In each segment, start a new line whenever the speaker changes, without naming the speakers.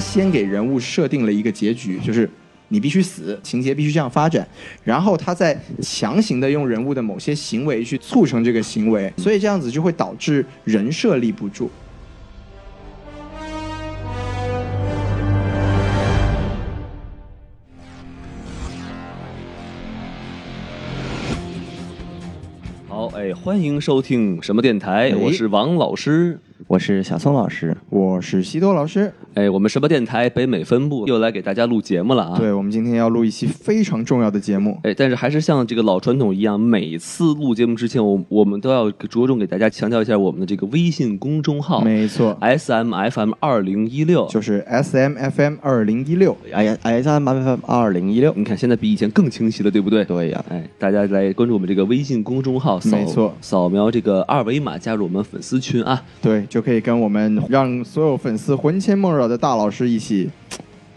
先给人物设定了一个结局，就是你必须死，情节必须这样发展，然后他再强行的用人物的某些行为去促成这个行为，所以这样子就会导致人设立不住。
好，哎，欢迎收听什么电
哎
台？我是王老师。
我是小宋老师，
我是西多老师，
哎，我们什么电台北美分部又来给大家录节目了啊？。
对我们今天要录一期非常重要的节目，
哎，但是还是像这个老传统一样，每次录节目之前，我我们都要着重给大家强调一下我们的这个微信公众
哦
号
没错，
哎
S M F M 二零一六。
就是 S M F M 二零一六。
哎呀，哎三八八二零一六，
你看，现在比以前更清晰了，对不对？
对呀
哎，大家来关注我们这个微信公众号，扫
没错
扫描这个二维码加入我们粉丝群啊。
对，就可以跟我们让所有粉丝魂牵梦绕的大老师一起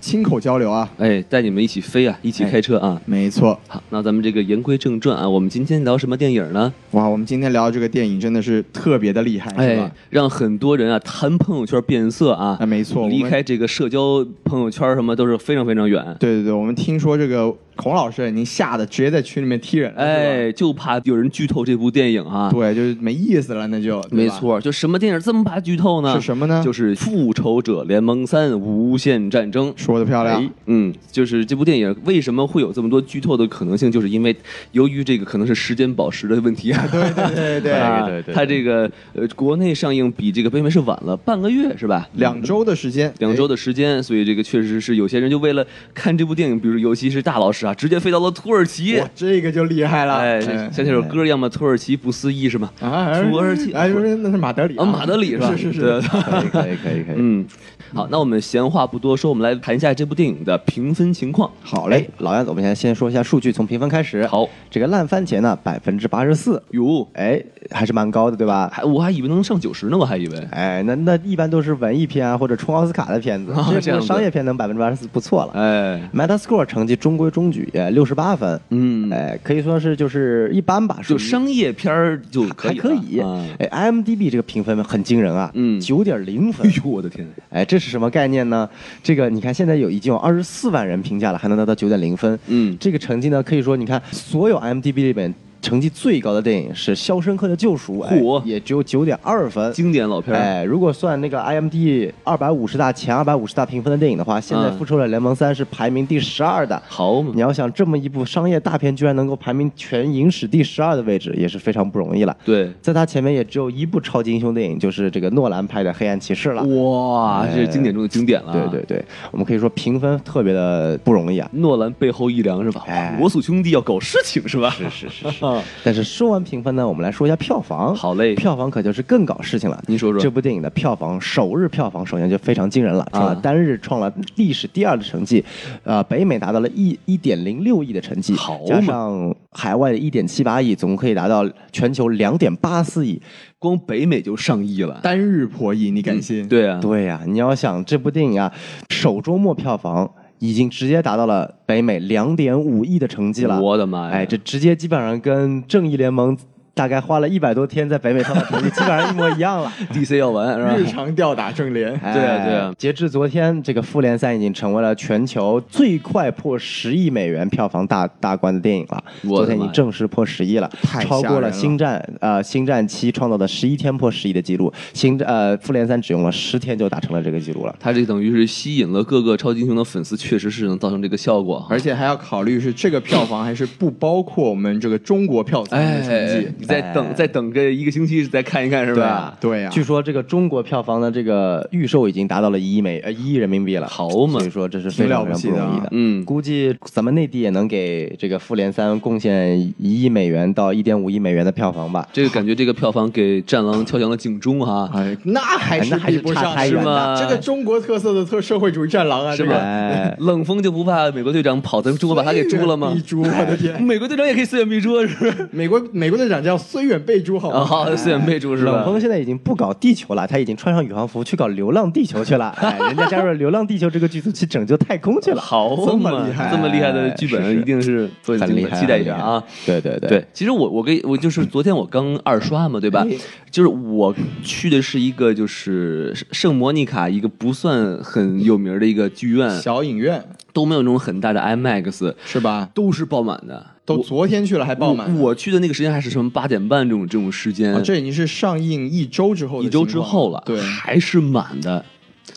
亲口交流啊。
哎，带你们一起飞啊，一起
哎
开车啊。
没错，
好，那咱们这个言归正传啊，我们今天聊什么电影呢？
哇，我们今天聊这个电影真的是特别的厉害，
哎
是吧？，
让很多人啊谈朋友圈变色啊，
哎啊没错我们
离开这个社交朋友圈什么都是非常非常远。
对对对，我们听说这个孔老师您吓得直接在群里面踢人了，是吧，
哎，就怕有人剧透这部电影啊。
对，就是没意思了，那就
没，错，就什么电影这么怕剧透
对
呢？
吧是什么呢？
就是《复仇者联盟三：无限战争》。
说的漂亮，
哎嗯，就是这部电影为什么会有这么多剧透的可能性，就是因为由于这个可能是时间宝石的问题啊。
对对对对对，
啊
对对对
它这个呃，国内上映比这个北美是晚了半个月，是吧？
两周的时间，
两周
的
的时间，所以这个确实是有些人就为了看这部电影，比如尤其是大老师啊，直接飞到了土耳其。
哎哇，这个就厉害了，
哎，这像这首歌，要么土耳其不思议是吗？
啊，
土耳其
哎，不是那是马德里
啊，马德里是吧？
是是
对
是，
可以可以可以可以，
嗯，好，那我们闲话不多说，我们来谈一下这部电影的评分情况。
好嘞
哎，，老样子，我们现在先说一下数据，从评分开始。
好，
这个烂番茄呢，百分之八十四，
哟，
哎，还是蛮高的，对吧？
还我还以为能上九十呢，我还以为。
哎，那那一般都是文艺片啊，或者冲奥斯卡的片子，
哦这
这
样
部
子
商业片能百分之八十四，不错了。
哎，
Metascore 成绩中规中矩，呃六十八分，
嗯
哎，可以说是就是一般吧，属
就
于
商业片儿就可
还
以了，
可以
啊。
哎，IMDB 这个评分很惊人啊，
嗯
九点零分
哎，呦，我的天！
哎，这是什么概念呢？这个你看，现在有已经有二十四万人评价了，还能拿到九点零分。
嗯
这个成绩呢，可以说你看所有 IMDB 里面成绩最高的电影是《肖申克的救赎》，
嚯
哎，也只有九点二分。
经典老片儿，
哎，如果算那个 IMD 二百五十大前二百五十大评分的电影的话，现在
嗯
《复仇者联盟三》是排名第十二的。
好嘛
你，要想这么一部商业大片，居然能够排名全影史第十二的位置，也是非常不容易了。
对，
在他前面也只有一部超级英雄电影，就是这个诺兰拍的《黑暗骑士》了。
哇，这是经典中的经典了。
对对，对，我们可以说评分特别的不容易啊。
诺兰背后一凉是吧？
哎
罗素兄弟要搞事情是吧？
是是是是。但是说完评分呢，我们来说一下票房。
好嘞
票房可就是更搞事情了。
您说说
这部电影的票房首日票房首先就非常惊人了，创了
啊
单日创了历史第二的成绩，呃，北美达到了一一点零六亿的成绩，
好嘛
加上海外的一点七八亿，总共可以达到全球两点八四亿。
光北美就上亿了。
单日破亿，你敢信？
对啊，
对呀、你要想这部电影啊，首周末票房已经直接达到了北美两点五亿的成绩了。
我的妈呀！
哎，这直接基本上跟正义联盟大概花了一百多天在北美上的成绩基本上一模一样了。
DC 要完
日
是吧？
常吊打正联，
哎
对啊对啊
截至昨天，这个《复联三》已经成为了全球最快破十亿美元票房大大关的电影了。
我的妈
昨
呀
天已经正式破十亿了，
太吓
超
人
过
了
了《星战》呃《星战七》创造的十一天破十亿的记录，《星战呃复联三》只用了十天就达成了这个记录了。
他这等于是吸引了各个超级英雄的粉丝，确实是能造成这个效果。
而且还要考虑是这个票房还是不包括我们这个中国票房的成
哎
绩。，
你再等再等个一个星期，再看一看是
对
吧
啊？
对呀
据说这个中国票房的这个预售已经达到了一亿美呃一亿人民币了，
好嘛
所以说这是非常非常不容易的。
嗯
估计咱们内地也能给这个《复联三》贡献一亿美元到一点五亿美元的票房吧。
这个感觉，这个票房给《战狼》敲响了警钟哈。
哎，那还是
哎那还是
比不上
差太
远
是吗
了
这个中国特色的特社会主义战狼啊，
是
这个
哎，
冷锋就不怕美国队长跑咱们中国把他给诛了
哎
吗 哎
一？诛，我的天！
美国队长也可以四眼必诛，是不是？
美国美国队长叫叫虽远备注好吗？
啊，四眼备注是吧
冷？锋现在已经不搞地球了，他已经穿上宇航服去搞流浪地球去 了。哎，人家加入了流浪地球这个剧组去拯救太空去了。
好
这么
嘛
厉害
这么厉害的剧
是
本，
是
一定是所以
很厉害
期待一下啊！
对对对哎
对，其实我我给我就是昨天我刚二刷嘛，对吧？就是我去的是一个就是圣莫妮卡一个不算很有名的一个剧院，
小影院
都没有那种很大的 IMAX，
是吧？
都是爆满的。
都昨天去了还爆满，
我我去的那个时间还是什么八点半这种这种时间，
啊这已经是上映一周之后的
一周
情
之
况
后了，啊
对，
还是满的。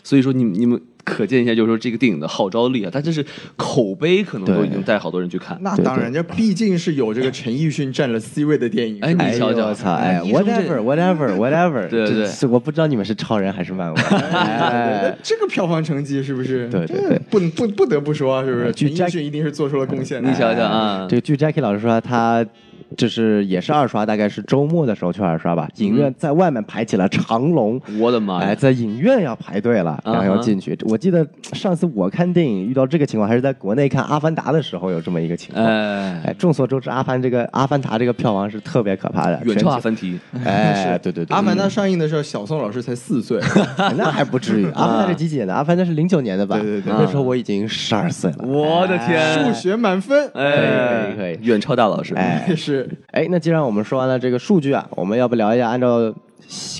所以说你们你们可见一下，就是说这个电影的号召力啊，它这是口碑可能都已经带好多人去看。
那当然，这毕竟是有这个陈奕迅占了 C 位的电影。
哎
是吧
你瞧瞧
我操！哎
哎医生这嗯
，whatever whatever whatever，
对对
这是我不知道你们是超人还 是漫威。
哎
哎，
这个票房成绩是不是？
对对
这
对
不不不得不说啊，是不是？
据
陈奕
Jack-
迅一定是做出了贡献的。
哎
哎
你瞧瞧啊
这，个据 Jackie 老师说，他就是也是二刷，大概是周末的时候去二刷吧。影院在外面排起了长龙，
我的妈
哎，
呀！啊
在影院要排队了，然后要进去。我记得上次我看电影遇到这个情况，还是在国内看《阿凡达》的时候有这么一个情况。
哎，
哎，众所周知，《阿凡》这个《阿凡达》这个票房是特别可怕的，
远
全
超
球
阿凡提，
哎，对对对，
阿凡达上映的时候，小宋老师才四岁，
那还不至于。阿凡达是几几年的？阿凡达是零九年的吧？
对对对
那时候我已经十二岁了。
我的 天！
数学满分。
哎，
可以可以可以
远超大老师。
哎
是
哎，那既然我们说完了这个数据啊，我们要不聊一下，按照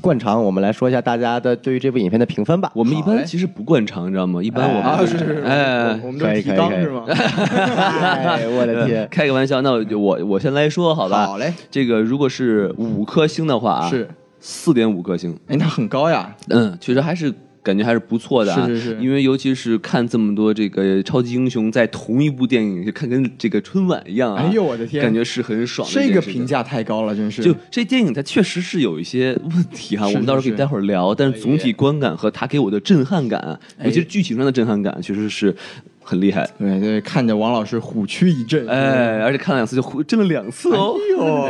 惯常，我们来说一下大家的对于这部影片的评分吧。
我们一
好
般
嘞
其实不惯常，你知道吗？一般我
啊，
们
是是是，
哎
我，我们
可
这
以
提
可以
纲
可 以
是吗？
哎，我的天！
开个玩笑，那我就我我先来说好吧。
好嘞，
这个如果是五颗星的话啊，
是，
四点五颗星，
哎，那很高呀，
嗯，确实还是感觉还是不错的啊。
是是是
因为尤其是看这么多这个超级英雄在同一部电影，就看跟这个春晚一样啊。
哎呦我的天
感觉是很爽的一
这
件
个
事情
评。价太高了，真是。
就这电影，它确实是有一些问题哈、
是
我们到时候可
是
以待会儿聊。但是总体观感和它给我的震撼感啊，
哎
尤其是剧情上的震撼感，确实是很厉害。
对对，看着王老师虎躯一震，
哎，而且看了两次就呼震了两次哦，
呦，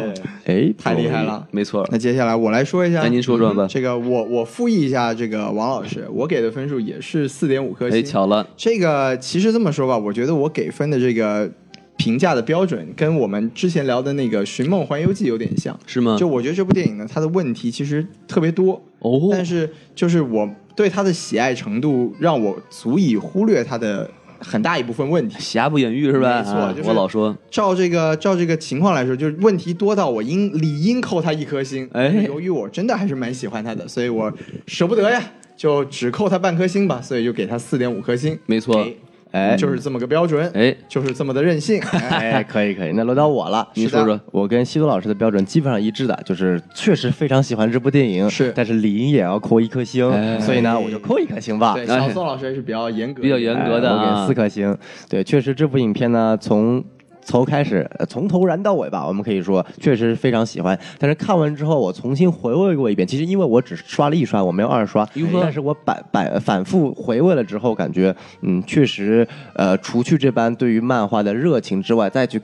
哎，
太厉害了。
没错。
那接下来我来说一下，
哎您说说吧
嗯这个我我复议一下这个王老师，我给的分数也是四点五颗星。啊
哎，巧了，
这个其实这么说吧，我觉得我给分的这个评价的标准跟我们之前聊的那个《寻梦环游记》有点像。
是吗？
就我觉得这部电影呢，它的问题其实特别多，
哦，
但是就是我对它的喜爱程度，让我足以忽略它的很大一部分问题。
瑕不掩瑜是吧？
没错
啊
就是
我老说，
照这个照这个情况来说，就是问题多到我应理应扣他一颗星。
哎
由于我真的还是蛮喜欢他的，所以我舍不得呀，就只扣他半颗星吧，所以就给他四点五颗星。
没错
哎，
哎
就是这么个标准，
哎
就是这么的任 性。哎
哎，可以可以，那轮到我了。
您说说，
我跟西多老师的标准基本上一致的，就是确实非常喜欢这部电影，
是
但是理应也要扣一颗星，
哎
所以呢，我就扣一颗星吧。
对，
哎
小宋老师还是比较严格，
比较严格的
哎我
啊
给四颗星。对，确实这部影片呢，从头开始，呃从头燃到尾吧，我们可以说确实非常喜欢。但是看完之后，我重新回味过一遍。其实因为我只刷了一刷，我没有二刷
哟哎呵，
但是我反反反复回味了之后，感觉嗯，确实呃，除去这般对于漫画的热情之外，再去。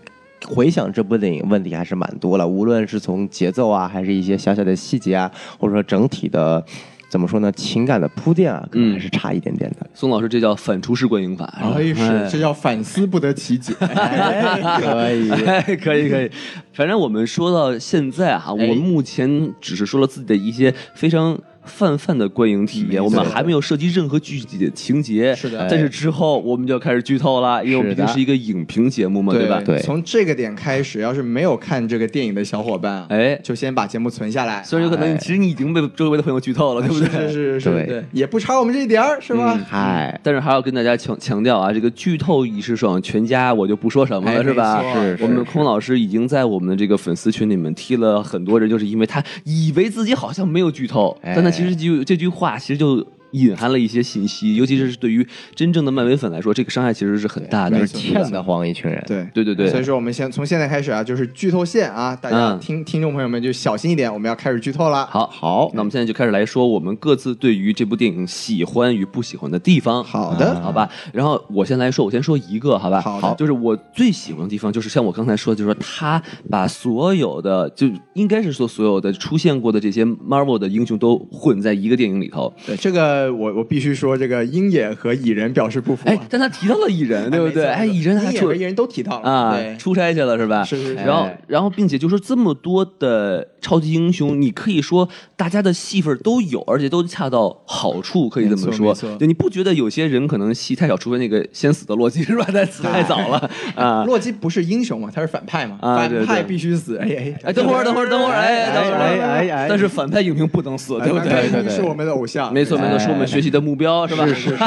回想这部电影，问题还是蛮多了。无论是从节奏啊，还是一些小小的细节啊，或者说整体的，怎么说呢，情感的铺垫啊，可
嗯
能还是差一点点的。
宋老师这叫反刍式观影法，是吧
哎是，这叫反思不得其解。
哎可以
哎， 可以可以，反正我们说到现在啊，我们目前只是说了自己的一些非常泛泛的观影体验，我们还没有涉及任何具体的情节。
是的
但是之后我们就要开始剧透了，因为我们毕
是的
竟是一个影评节目嘛，对吧？
对
从这个点开始，要是没有看这个电影的小伙伴，
哎
就先把节目存下来。
虽然有可能，其实你已经被周围的朋友剧透了，对不对？嗯
是是是，
对
对，也不差我们这一点儿，是吧？
嗨，
但是还要跟大家强强调啊，这个剧透一事爽全家，我就不说什么了，
哎
是吧？
没错是
我们空老师已经在我们的这个粉丝群里面踢了很多人，就是因为他以为自己好像没有剧透，
哎
但他其实就这句话其实就。隐含了一些信息，尤其是对于真正的漫威粉来说，这个伤害其实是很大的
没。错
欠得慌一群人。
对
对对对
所以说我们先从现在开始啊，就是剧透线啊，大家
嗯
听、听众朋友们就小心一点，我们要开始剧透了。
好，好，那我们现在就开始来说我们各自对于这部电影喜欢与不喜欢的地方。
好的
啊好吧。然后我先来说，我先说一个，好吧？
好的好
就是我最喜欢的地方，就是像我刚才说的，就是说他把所有的，就应该是说所有的出现过的这些 Marvel 的英雄都混在一个电影里头。
对，这个那我我必须说，这个鹰眼和蚁人表示不服、啊。
哎，但他提到了蚁人，对不对？哎，蚁人
鹰
还
眼
出
和蚁人都提到了
啊
对，
出差去了是吧？
是是是
然后
哎，
然后，并且就说这么多的超级英雄，你可以说大家的戏份都有，而且都恰到好处，可以这
没
么
错
说
没错。
就你不觉得有些人可能戏太少，除非那个先死的洛基是吧？他死太早了啊！
洛基不是英雄嘛，他是反派嘛，
啊对
反派
对
必须死。哎哎
哎，等会儿，等会儿，等会儿，哎，等会儿，
哎哎哎
但是反派影评不能
哎
死，对不 对？
对是我们的偶像，哎
没错，没错，是我们学习的目标，是吧？是是是是。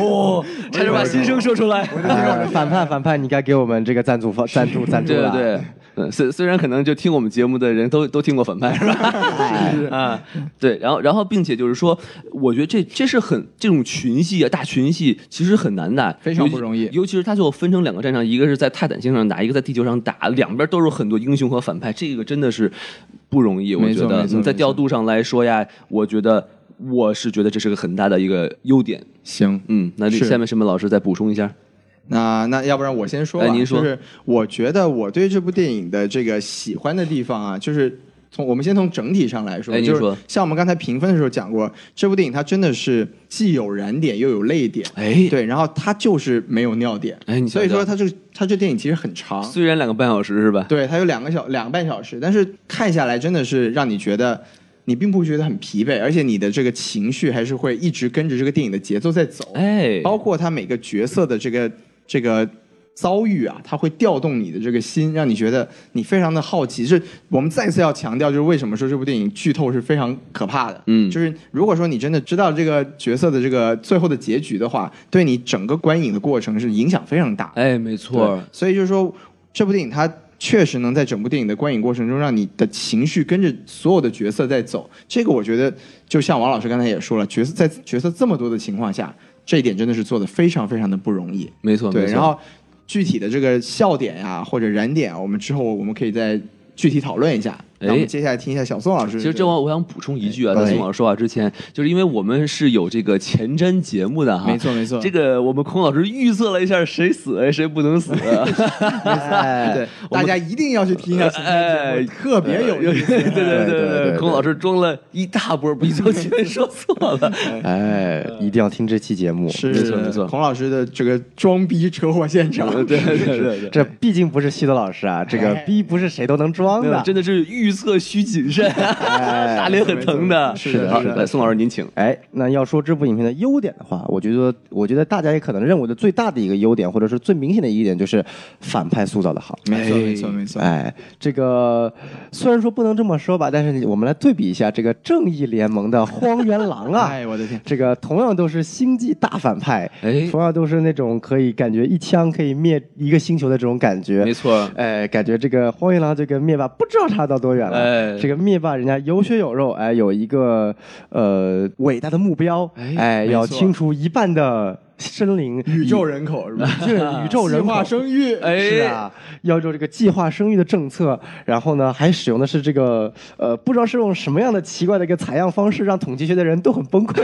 哦，差点把心声说出来。
哎反派反派，你该给我们这个赞助方赞助赞助
对
了。
对对， 嗯，虽虽然可能就听我们节目的人都都听过反派是吧？
哎
是是啊，对，然后然后并且就是说，我觉得这这是很这种群戏啊，大群戏其实很难的，
非常
尤其
不容易
尤其是它就分成两个战场，一个是在泰坦星上打，一个在地球上打，两边都是很多英雄和反派，这个真的是不容易。我
没错
觉得
没错
嗯
没错
在调度上来说呀，我觉得我是觉得这是个很大的一个优点。
行，
嗯，那
是
下面申本老师再补充一下。
那那要不然我先说吧，
哎您说
就是我觉得我对这部电影的这个喜欢的地方啊，就是从我们先从整体上来说，
哎您
就是
说
像我们刚才评分的时候讲过，这部电影它真的是既有燃点又有泪点，
哎，
对，然后它就是没有尿点，
哎你瞧瞧
所以说它这它这电影其实很长，
虽然两个半小时是吧？
对，它有两个小两个半小时，但是看下来真的是让你觉得。你并不觉得很疲惫，而且你的这个情绪还是会一直跟着这个电影的节奏在走。
哎，
包括他每个角色的这个这个遭遇啊，他会调动你的这个心，让你觉得你非常的好奇。是我们再次要强调，就是为什么说这部电影剧透是非常可怕的。
嗯
就是如果说你真的知道这个角色的这个最后的结局的话，对你整个观影的过程是影响非常大的。
哎，没错
对，所以就是说，这部电影它确实能在整部电影的观影过程中，让你的情绪跟着所有的角色在走。这个我觉得，就像王老师刚才也说了，角色在角色这么多的情况下，这一点真的是做的非常非常的不容易。
没错，
对，
没错
然后具体的这个笑点呀、或者燃点啊，我们之后我们可以再具体讨论一下。那我
哎
们接下来听一下小宋老师。
其实这我我想补充一句啊，
哎
在宋老师说话之前，就是因为我们是有这个前瞻节目的哈，
没错没错
这个我们孔老师预测了一下谁死谁不能死，啊
哎
对，大家一定要去听一下前面
呃哎
节目，特别有意 思。
对对对
对对对
孔老师装了一大波，不小心说错了，
哎，一定要听这期节目。
是
呃没错没错
孔老师的这个装逼车祸现场，
对对对对
这毕竟不是西多老师啊，这个
哎
逼不是谁都能装
对，
的。
真的是预测需谨慎，
哎
打脸很疼的，
是的
好
是的
来宋老师您请，
哎，那要说这部影片的优点的话，我觉得，我觉得大家也可能认为的最大的一个优点，或者是最明显的一点，就是反派塑造的好。
没错没错没错。
哎，这个虽然说不能这么说吧，但是我们来对比一下这个正义联盟的荒原狼啊，
哎，我的天！
这个同样都是星际大反派，
哎
同样都是那种可以感觉一枪可以灭一个星球的这种感觉，
没错，
哎，感觉这个荒原狼这个灭霸不知道差到多远了。
哎
这个灭霸人家有血有肉，哎，有一个呃伟大的目标，
哎
哎，
没错
要清除一半的生灵，
宇宙人口是吧？
这宇宙人
计划
口。
生育，
哎
是啊，要做这个计划生育的政策，然后呢，还使用的是这个呃，不知道是用什么样的奇怪的一个采样方式，让统计学的人都很崩溃。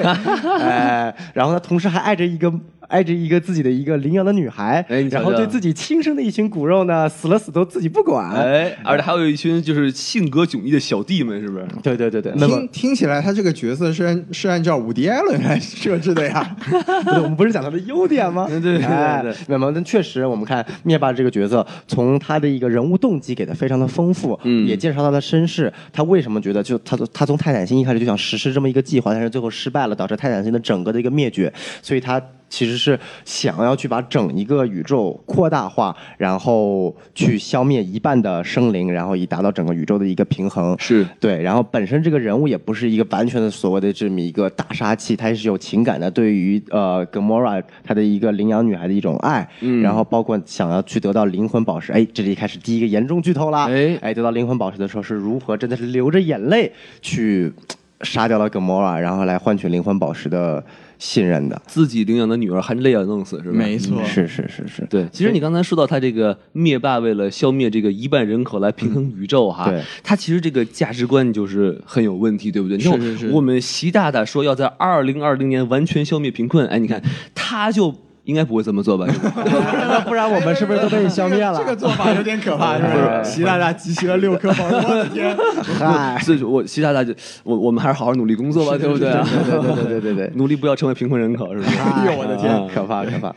哎，然后呢，同时还爱着一个爱着一个自己的一个领养的女孩，
哎你瞧瞧
然后对自己亲生的一群骨肉呢，死了死都自己不管。
哎，而且还有一群就是性格迥异的小弟们，是不是？
对对对对，那么
听听起来，他这个角色是按是按照伍迪·艾伦来设置的呀。
不对我们不是讲他的优点吗？
对对对对
哎
对
那么但确实，我们看灭霸这个角色，从他的一个人物动机给的非常的丰富，
嗯
也介绍他的身世，他为什么觉得就他他从泰坦星一开始就想实施这么一个计划，但是最后失败了，导致泰坦星的整个的一个灭绝，所以他。其实是想要去把整一个宇宙扩大化，然后去消灭一半的生灵，然后以达到整个宇宙的一个平衡。
是
对，然后本身这个人物也不是一个完全的所谓的这么一个大杀器，他也是有情感的，对于呃 Gamora 他的一个领养女孩的一种爱，嗯，然后包括想要去得到灵魂宝石，哎，这里开始第一个严重剧透啦，
哎
哎，得到灵魂宝石的时候是如何真的是流着眼泪去嘖杀掉了 Gamora，然后来换取灵魂宝石的信任的，
自己领养的女儿还累啊弄死是吧？
错
是是是是，
对，其实你刚才说到他这个灭霸为了消灭这个一半人口来平衡宇宙哈，
嗯对
他其实这个价值观就是很有问题，对不对？你看
是是是
我们习大大说要在二零二零年完全消灭贫困，哎，你看他就应该不会这么做吧？
不然我们是不是都被消灭了？
这个做法有点可怕，是不
哎
是？习大大集齐了六颗宝，我的天！
嗨，
所以，我习大大就我我们还是好好努力工作吧，对不对啊？
对对 对对对对。
努力不要成为贫困人口，是不是？
哎呦我嗯的天
啊可怕可怕。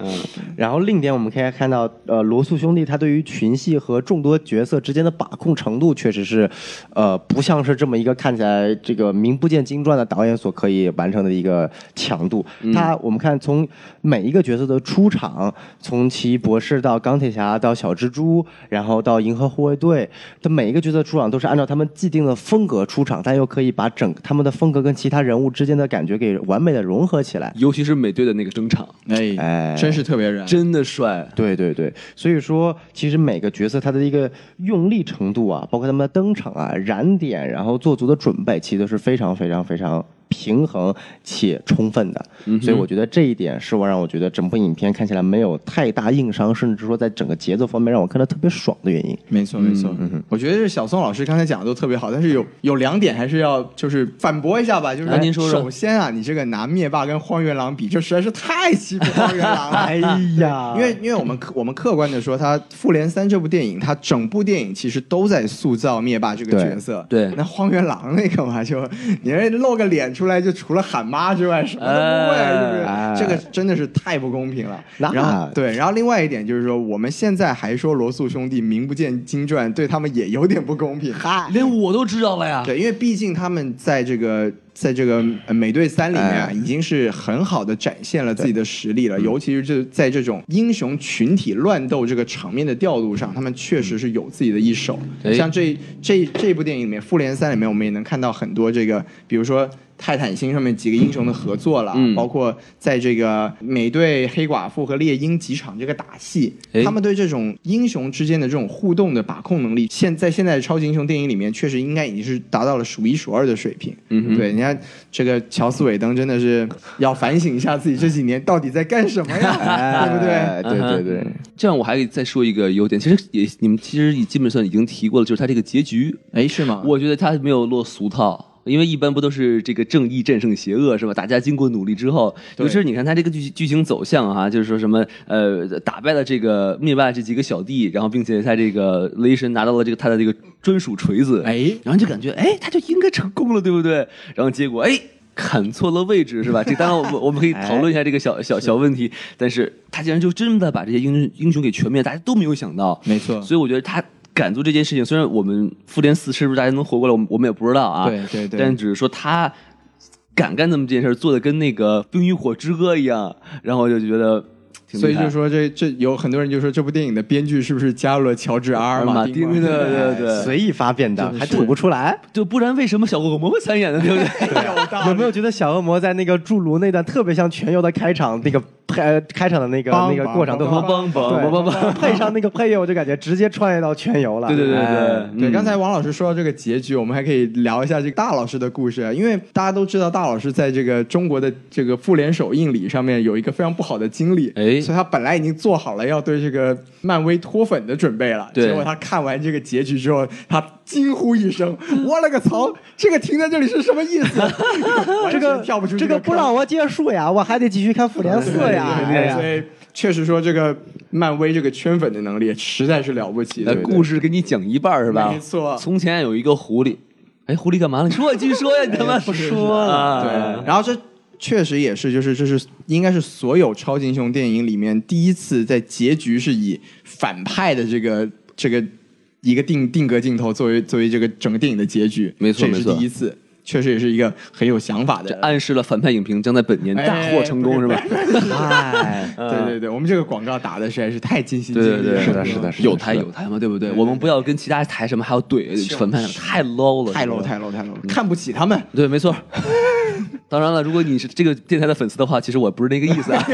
然后另一点，我们可以看到，呃，罗素兄弟他对于群戏和众多角色之间的把控程度，确实是，呃，不像是这么一个看起来这个名不见经传的导演所可以完成的一个强度。
嗯
他我们看从每一个角色的出场，从奇异博士到钢铁侠到小蜘蛛，然后到银河护卫队，他每一个角色出场都是按照他们既定的风格出场，但又可以把整他们的风格跟其他人物之间的感觉给完美的融合起来。
尤其是美队的那个争场，
哎
哎
真是特别燃。
真的帅。
对对对，所以说其实每个角色他的一个用力程度啊，包括他们的登场啊、燃点，然后做足的准备，其实都是非常非常非常平衡且充分的。
嗯
所以我觉得这一点是我让我觉得整部影片看起来没有太大硬伤，甚至说在整个节奏方面让我看得特别爽的原因。
没错，没错，
嗯
我觉得是小宋老师刚才讲的都特别好，但是有有两点还是要就是反驳一下吧，就是、
来您说说
首先啊，你这个拿灭霸跟荒原狼比，这实在是太欺负荒原狼 了。
哎
呀
因为因为我们客我们客观的说，他《复联三》这部电影，它整部电影其实都在塑造灭霸这个
对
角色。
对
那荒原狼那个嘛，就 你这露个脸出来，就除了喊妈之外，什么都不会，
哎
是不是？
哎
这个真的是太不公平了。
那
然后对，然后另外一点就是说，我们现在还说罗素兄弟名不见经传，对他们也有点不公平。嗨，
连我都知道了呀。
对，因为毕竟他们在这个在这个呃美队三里面啊、
哎
已经是很好的展现了自己的实力了，尤其是这在这种英雄群体乱斗这个场面的调度上，他们确实是有自己的一手。
哎
像这这这部电影里面，《复联三》里面，我们也能看到很多这个，比如说。泰坦星上面几个英雄的合作了，
嗯
包括在这个美队、黑寡妇和猎鹰几场这个打戏，
哎
他们对这种英雄之间的这种互动的把控能力，现在现在的超级英雄电影里面，确实应该已经是达到了数一数二的水平。嗯，对，你看这个乔斯韦登真的是要反省一下自己这几年到底在干什么 呀，对不嗯对？
哎对对对，
这样我还可以再说一个优点，其实也你们其实也基本上已经提过了，就是他这个结局，
哎，是吗
我觉得他没有落俗套。因为一般不都是这个正义战胜邪恶是吧？大家经过努力之后，
对
尤其是你看他这个剧剧情走向哈、就是说什么呃打败了这个灭霸这几个小弟，然后并且他这个雷神拿到了这个他的这个专属锤子，
哎
然后就感觉哎他就应该成功了，对不对？然后结果哎砍错了位置 是吧？这当然我们我们可以讨论一下这个小
哎
小小问题，但是他竟然就真的把这些英英雄给全灭，大家都没有想到，
没错
所以我觉得他敢做这件事情，虽然我们复联四是不是大家能活过来，我们我们也不知道啊。
对对对
但只是说他敢干这么件事儿，做的跟那个《冰与火之歌》一样，然后我就觉得挺
所
厉害。
以就说这这有很多人就说这部电影的编剧是不是加入了乔治 R
哎马
马
丁
吗
的对对
随意发便当还吐不出来。
就不然为什么小恶魔会参演呢？对不对？
有没有觉得小恶魔在那个侏儒那段特别像全游的开场那个拍呃开场的那个
梆
那个过场动
梆
画
梆？
帮帮
对
帮帮帮，
配上那个配乐，我就感觉直接穿越到全游了。
对对对
哎
对嗯
对，刚
才
才王老师说到这个结局，我们还可以聊一下这个大老师的故事，因为大家都知道大老师在这个中国的这个复联首映礼上面有一个非常不好的经历，
哎
所以他本来已经做好了要对这个漫威脱粉的准备了，
对
结果他看完这个结局之后，他惊呼一声：“
嗯
我勒个槽！这个停在这里是什么意 思？
哎这
完
个
全跳不出
这个不
坑
让我结束呀，我还得继续看复联四呀。
对
哎
对，
呀
所以确实说这个漫威这个圈粉的能力实在是了不起。
呃
对
故事给你讲一半儿是吧？
没错
从前有一个狐狸，哎，狐狸干嘛了？你说呀，继续说呀，你
哎
他妈啊不说了
对，呃然后这确实也是，就是这是应该是所有超级英雄电影里面第一次在结局是以反派的这个这个一个定定格镜头作为作为这个整个电影的结局，
没错
这也是
没错
第一次，确实也是一个很有想法的
这
人。
暗示了反派影评将在本年大获成功，是吧？
哎，
对对对，我们这个广告打的实在是太尽心尽力
对
了。
对对，
是的是的是的
有台有台嘛，对不对？我们不要跟其他台什么还要怼反派， 太 low 了，
太 low
是吧
太 low 太 low，看不起他们。
对，没错。 当然了，如果你是这个电台的粉丝的话，其实我不是那个意思啊，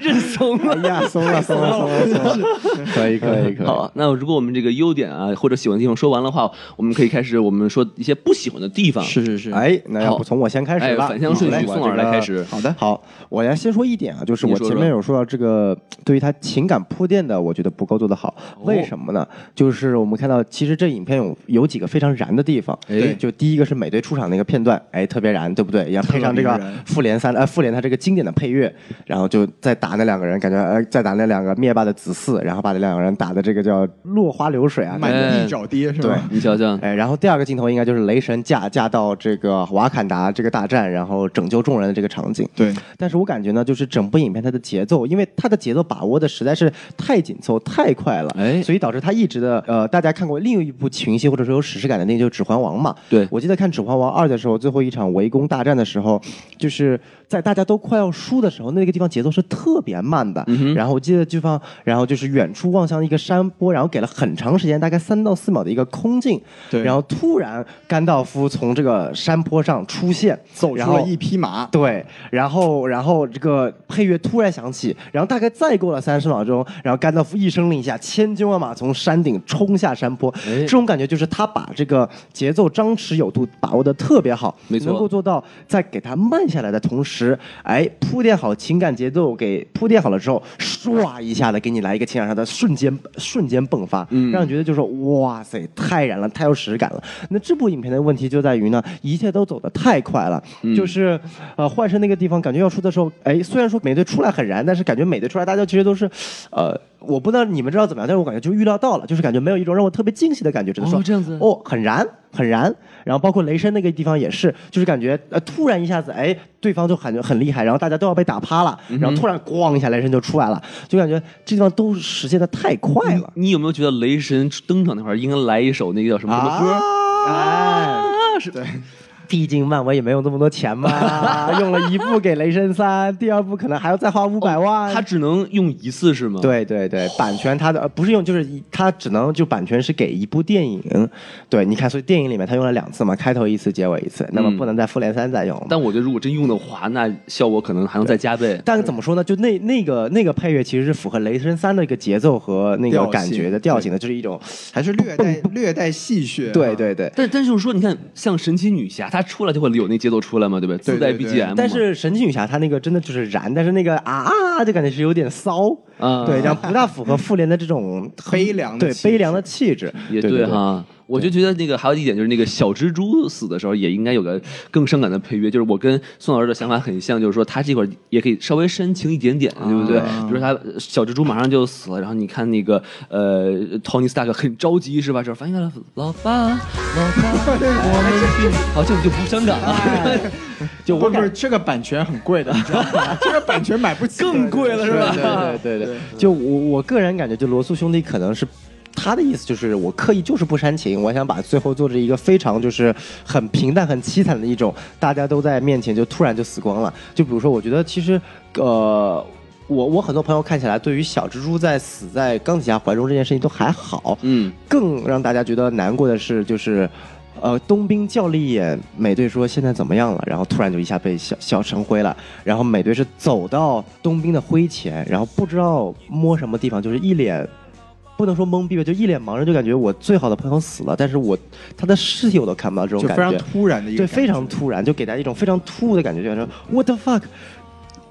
认怂了。
哎呀，松了松了松了松了， 可以可以可
好
以。
啊，那如果我们这个优点啊或者喜欢的地方说完的话，我们可以开始我们说一些不喜欢的地方。
是是是，
哎，那要不从我先开始吧？嗯
哎反向顺序
好嘞
宋老师来开始
好的，好，我要先说一点啊，就是
你
我
说
前面有说到这个对于他情感铺垫的，我觉得不够做得好。
哦
为什么呢？就是我们看到，其实这影片有有几个非常燃的地方。
哎
就第一个是美队出场那个片段，哎，特别燃，对不对？也配上这
特
个
别燃
复联三，呃，复联它这个经典的配乐，然后就再打那两个人，感觉呃，再打那两个灭霸的子嗣，然后把那两个人打的这个叫落花流水啊，
满地找爹是吧？
你瞧瞧，
哎，然后第二个镜头应该就是雷神驾驾到这个瓦坎达这个大战，然后拯救众人的这个场景。
对，
但是我感觉呢，就是整部影片它的节奏，因为它的节奏把握的实在是太紧凑、太快了，
哎
所以导致它一直的呃，大家看过另一部情戏或者说有史诗感的电影就是《指环王》嘛，
对
我记得看《指环王二》的时候，最后一场围攻大战的时候，就是在大家都快要输的时候，那个地方节奏是特别慢的。然后我记得地方，然后就是远处望向一个山坡，然后给了很长时间，大概三到四秒的一个空镜。
对
然后突然甘道夫从这个山坡上出现，
走
然
出
后
了一匹马，
对，然后然后这个配乐突然响起，然后大概再过了三十秒钟，然后甘道夫一声令下，千军万马从山顶冲下山坡，
哎
这种感觉就是他把这个节奏张弛有度把握的特别好，
没错
能够做到在给它慢下来的同时，哎，铺垫好情感节奏，给铺垫好了之后，唰一下子给你来一个情感上的瞬间瞬间迸发，
嗯
让你觉得就是哇塞，太燃了，太有实感了。那这部影片的问题就在于呢，一切都走得太快了，
嗯
就是呃，幻视那个地方感觉要出的时候，哎，虽然说美队出来很燃，但是感觉美队出来大家其实都是，呃。我不知道你们知道怎么样，但是我感觉就预料到了，就是感觉没有一种让我特别惊喜的感觉，只是说
哦这样子
哦，很燃，很燃。然后包括雷声那个地方也是，就是感觉呃，突然一下子，哎，对方就感觉很厉害，然后大家都要被打趴了，
嗯
然后突然咣一下雷声就出来了，就感觉这地方都实现的太快了。
你有没有觉得雷神登场那块儿应该来一首那个叫什么什么
啊
歌？
哎，
嗯啊是对，
毕竟漫威也没有那么多 钱嘛，用了一部给雷神三，第二部可能还要再花五百
哦
万。
他只能用一次是吗？，
对对对，版权它的呃不是用，就是一它只能就版权是给一部电影，对，你看，所以电影里面它用了两次嘛，开头一次，结尾一次，那么
嗯
不能在复联三再用嘛。
但我觉得如果真用的话，那效果可能还能再加倍。
但怎么说呢？就那那个那个配乐其实是符合《雷神三》的一个节奏和那个
调性
感觉的调性的，就是一种
还是略带略带戏谑，啊
对。对对。
但但是就是说，你看像神奇女侠，她出来就会有那节奏出来嘛，对不对？
对
自带
对对
BGM 嘛。
但是神奇女侠她那个真的就是燃，但是那个啊啊就感觉是有点骚，
啊
对，然后不大符合复联的这种
悲凉的
对
气质
悲凉的气质，
也
对对对
哈，我就觉得那个还有一点就是那个小蜘蛛死的时候也应该有个更伤感的配乐，就是我跟宋老师的想法很像，就是说他这块儿也可以稍微煽情一点点，对不对？比如说他呃小蜘蛛马上就死了，然后你看那个呃，Tony Stark 很着急是吧？这发现了老爸，老爸，我们去，好像就不伤感了，
就
不
我
是不
感
是，这个版权很贵的，你知道 吗？这个版权买不起，
更贵了是吧？
对对对对，就我我个人感觉，就罗素兄弟可能是。他的意思就是，我刻意就是不煽情，我想把最后做成一个非常就是很平淡、很凄惨的一种，大家都在面前就突然就死光了。就比如说，我觉得其实，呃，我我很多朋友看起来对于小蜘蛛在死在钢铁侠怀中这件事情都还好，
嗯，
更让大家觉得难过的是，就是，呃，冬兵叫了一眼美队说现在怎么样了，然后突然就一下被消消成灰了。然后美队是走到冬兵的灰前，然后不知道摸什么地方，就是一脸。不能说懵逼吧，就一脸茫然，就感觉我最好的朋友死了，但是我他的尸体我都看不到，这种
就
感
非
觉
常突然的一个感
对，
觉，
非常突然，就给大家一种非常突兀的感觉，就感觉 what the fuck，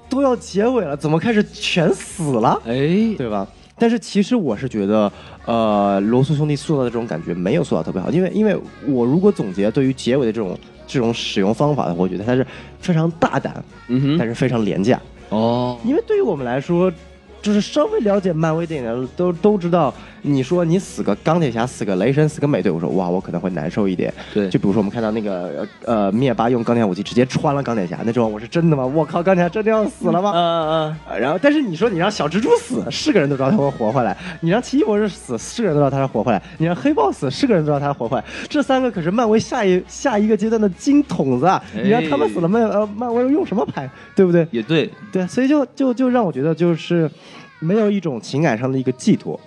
都要结尾了，怎么开始全死了？
哎，
对吧？但是其实我是觉得，呃，罗素兄弟塑造的这种感觉没有塑造特别好，因为因为我如果总结对于结尾的这种这种使用方法的话，我觉得它是非常大胆，
嗯
但
哼，
是非常廉价。
哦，
因为对于我们来说，就是稍微了解漫威电影的人都都知道，你说你死个钢铁侠，死个雷神，死个美队，我说哇，我可能会难受一点。
对
就比如说我们看到那个呃呃灭霸用钢铁武器直接穿了钢铁侠那种，我是真的吗？我靠，钢铁侠真的要死了吗？
呃，
呃然后，但是你说你让小蜘蛛死，是个人都知道他会活回来；你让奇异博士死，是个人都知道他是活回来；你让黑豹死，是个人都知道他是活回来。这三个可是漫威下一下一个阶段的金筒子啊！
哎
你让他们死了，漫呃漫威用什么拍，对不对？
也对，
对，啊所以就就就让我觉得就是没有一种情感上的一个寄托。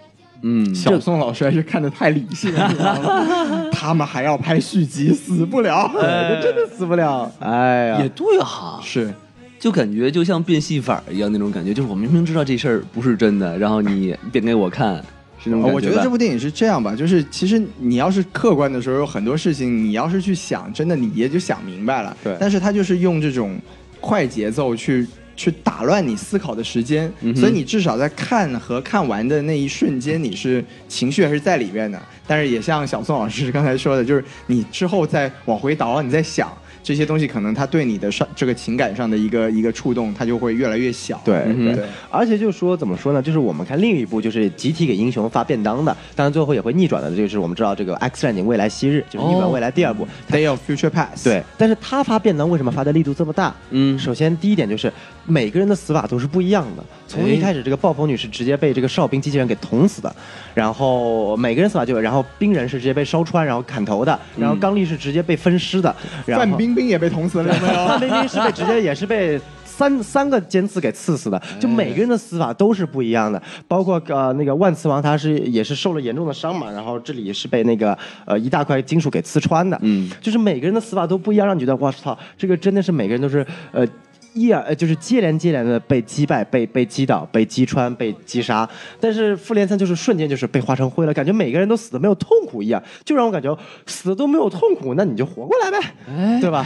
嗯，
小宋老师还是看的太理性了，你知道 吗他们还要拍续集，死不了。
对，就真的死不了。哎呀
也，对哈，
是，
就感觉就像变戏法一样那种感觉，就是我明明知道这事儿不是真的，然后你变给我看，是那种感
呃我觉
吧
得这部电影是这样吧，就是其实你要是客观的时候，有很多事情你要是去想，真的你也就想明白了。
对
但是他就是用这种快节奏去。去打乱你思考的时间，
嗯哼
所以你至少在看和看完的那一瞬间，你是情绪还是在里面的。但是也像小宋老师刚才说的，就是你之后再往回倒，你再想，这些东西可能它对你的上这个情感上的一个一个触动，它就会越来越小。嗯
对
嗯
对
对，而且就说怎么说呢？就是我们看另一部就是集体给英雄发便当的，当然最后也会逆转的，这就是我们知道这个《X 战警：未来昔日》就是
哦
逆转未来第二部。
Day of Future Past。
对，但是他发便当为什么发的力度这么大？
嗯
首先第一点就是每个人的死法都是不一样的。从一开始，这个爆棚女是直接被这个哨兵机器人给捅死的，然后每个人死法就有，然后冰人是直接被烧穿然后砍头的，然后刚力是直接被分尸的，然后
范冰冰也被捅死了，有 没有？
范冰冰是被直接也是被三三个尖刺给刺死的，
哎
就每个人的死法都是不一样的，包括呃那个万磁王他是也是受了严重的伤嘛，然后这里是被那个呃一大块金属给刺穿的，
嗯，
就是每个人的死法都不一样，让你觉得哇操，这个真的是每个人都是呃。一而呃，就是接连接连的被击败、被被击倒、被击穿、被击杀，但是复联三就是瞬间就是被化成灰了，感觉每个人都死的没有痛苦一样，就让我感觉死的都没有痛苦，那你就活过来呗，对吧？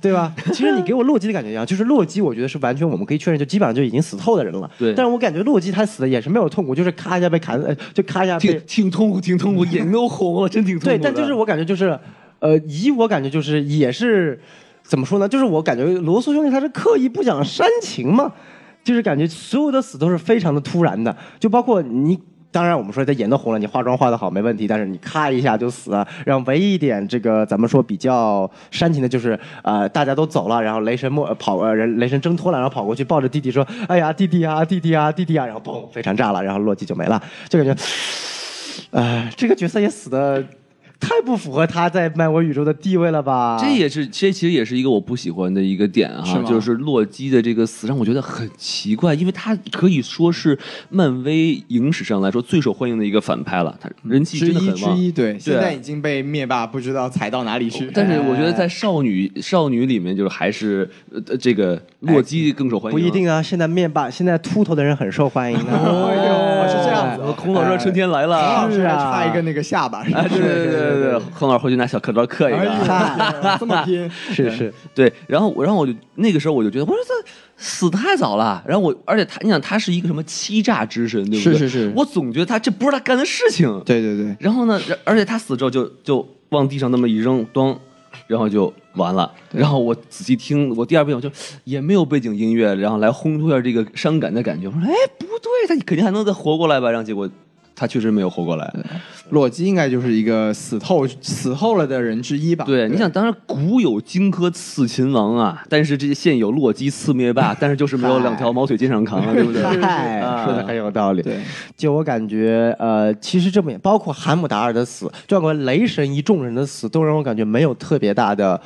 对吧？其实你给我洛基的感觉一样，就是洛基，我觉得是完全我们可以确认，就基本上就已经死透的人了。
对
但是我感觉洛基他死的也是没有痛苦，就是咔一下被砍，呃，就 咔一下被
挺挺痛苦，挺痛苦，眼睛都红了，真挺痛苦
对，
的。
但就是我感觉就是，呃，以我感觉就是也是怎么说呢？就是我感觉罗素兄弟他是刻意不讲煽情嘛，就是感觉所有的死都是非常的突然的，就包括你。当然，我们说他演的红了，你化妆化的好没问题，但是你咔一下就死了。然后唯一一点，这个咱们说比较煽情的就是，呃，大家都走了，然后雷神莫呃跑呃人雷神挣脱了，然后跑过去抱着弟弟说：“哎呀，弟弟啊，弟弟啊，弟弟啊！”然后嘣，飞船炸了，然后洛基就没了，就感觉。哎，这个角色也死的太不符合他在漫威宇宙的地位了吧？
这也是，这其实也是一个我不喜欢的一个点
是
哈，
吗
就是洛基的这个死让我觉得很奇怪，因为他可以说是漫威影史上来说最受欢迎的一个反派了，他人气
之
真的
一
很
之
旺。
一，对，现在已经被灭霸不知道踩到哪里去。
但是我觉得在少女少女里面，就是还是呃呃这个洛基更受欢迎。
不一定啊，现在面霸现在秃头的人很受欢迎的、
哦呦，是这样子
我
哦。
孔老师说春天来
唐
了
老，师还
是啊
差一个那个下巴，是吧
哎，对对对对对，孔老师回去拿小刻刀刻一
哎
个啊。
呦，这么拼，
是是，
对，然后我，然后我就那个时候我就觉得，我说这死太早了。然后我，而且他，你想他是一个什么欺诈之神，对不
是
对？
是是
我总觉得他这不是他干的事情。。
对对对，
然后呢，然而且他死之后就就往地上那么一扔，咚，然后就完了。然后我仔细听，我第二遍我就也没有背景音乐，然后来烘托一下这个伤感的感觉。我说，哎，不对，他肯定还能再活过来吧？然后结果他确实没有活过来。
洛基应该就是一个死透死透了的人之一吧？
对，你想，当然古有荆轲刺秦王啊，但是这些现有洛基刺灭霸，但是就是没有两条毛腿肩上扛啊，对不对？
嗨，
啊
说的很有道理。
对，
就我感觉，呃，其实这么也包括汉姆达尔的死，就包括雷神一众人的死，都让我感觉没有特别大的、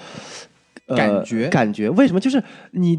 呃
感觉
感觉为什么？就是你。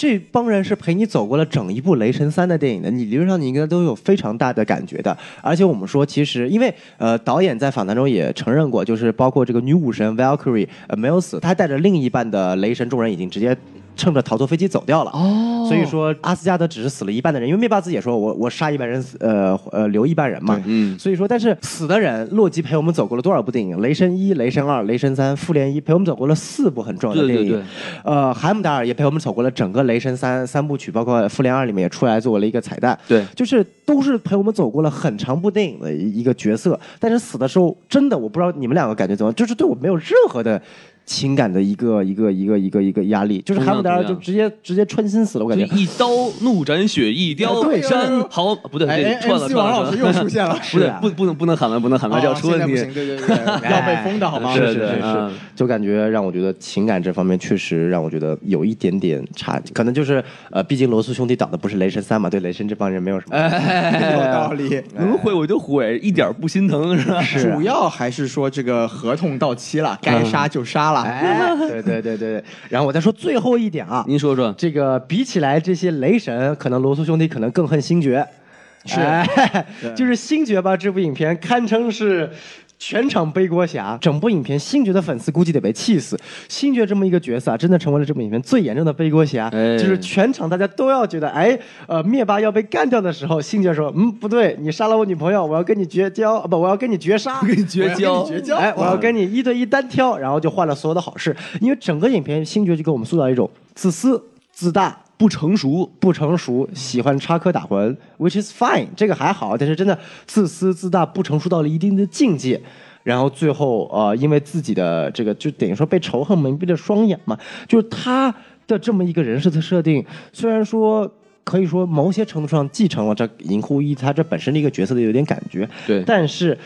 这帮人是陪你走过了整一部《雷神三》的电影的，你理论上你应该都有非常大的感觉的。而且我们说，其实因为呃，导演在访谈中也承认过，就是包括这个女武神 Valkyrie 呃没有死，她带着另一半的雷神众人已经直接乘着逃脱飞机走掉了。
哦
所以说阿斯加德只是死了一半的人，因为灭霸自己也说我我杀一半人，呃呃留一半人嘛
对，
嗯
所以说但是死的人，洛基陪我们走过了多少部电影？雷神一、雷神二、雷神三、复联一陪我们走过了四部很重要的
对
电
对
影，
对
呃，海姆达尔也陪我们走过了整个雷神三三部曲，包括复联二里面也出来作为了一个彩蛋，
对
就是都是陪我们走过了很长部电影的一个角色，但是死的时候真的我不知道你们两个感觉怎么样，就是对我没有任何的。情感的一个一个一个一个一个压力，就是海姆达尔就直接直接穿心死了，我感
就
觉
一刀怒斩雪，一雕
哎对
山豪，不对，
哎
这
哎
串了
，MC
串
王
了
老师
串了，
又出现了，
不对，不不能不能喊完，不能喊完，这要
哦
出
现
问
在不
题
行，。对 对对，要被封的好吗？
是
是
对
是是
嗯，
就感觉让我觉得情感这方面确实让我觉得有一点点差，可能就是呃，毕竟罗素兄弟导的不是《雷神三》嘛，对雷神这帮人没有什
哎
么。
有道理。 哎
能毁我就毁，一点儿不心疼，是吧？
是啊
主要还是说这个合同到期了，该杀就杀了。
哎， 对对对对对。然后我再说最后一点啊，
您说说，
这个比起来这些雷神，可能罗素兄弟可能更恨星爵，
是
哎
对
就是星爵吧，这部影片堪称是。全场背锅侠，整部影片星爵的粉丝估计得被气死。星爵这么一个角色啊，真的成为了这部影片最严重的背锅侠，
哎
就是全场大家都要觉得，哎，呃，灭霸要被干掉的时候，星爵说，嗯，不对，你杀了我女朋友，我要跟你绝交，啊不，我要跟你绝杀，
跟你绝交，
绝交
哎，我要跟你一对一单挑，然后就换了所有的好事，因为整个影片星爵就给我们塑造一种自私、自大、
不成熟，
不成熟，喜欢插科打诨，which is fine，这个还好，但是真的自私自大、不成熟到了一定的境界。然后最后呃，因为自己的这个就等于说被仇恨蒙蔽了双眼嘛，就是他的这么一个人设的设定，虽然说。可以说，某些程度上继承了这银护一他这本身的一个角色的有点感觉，
对
但是。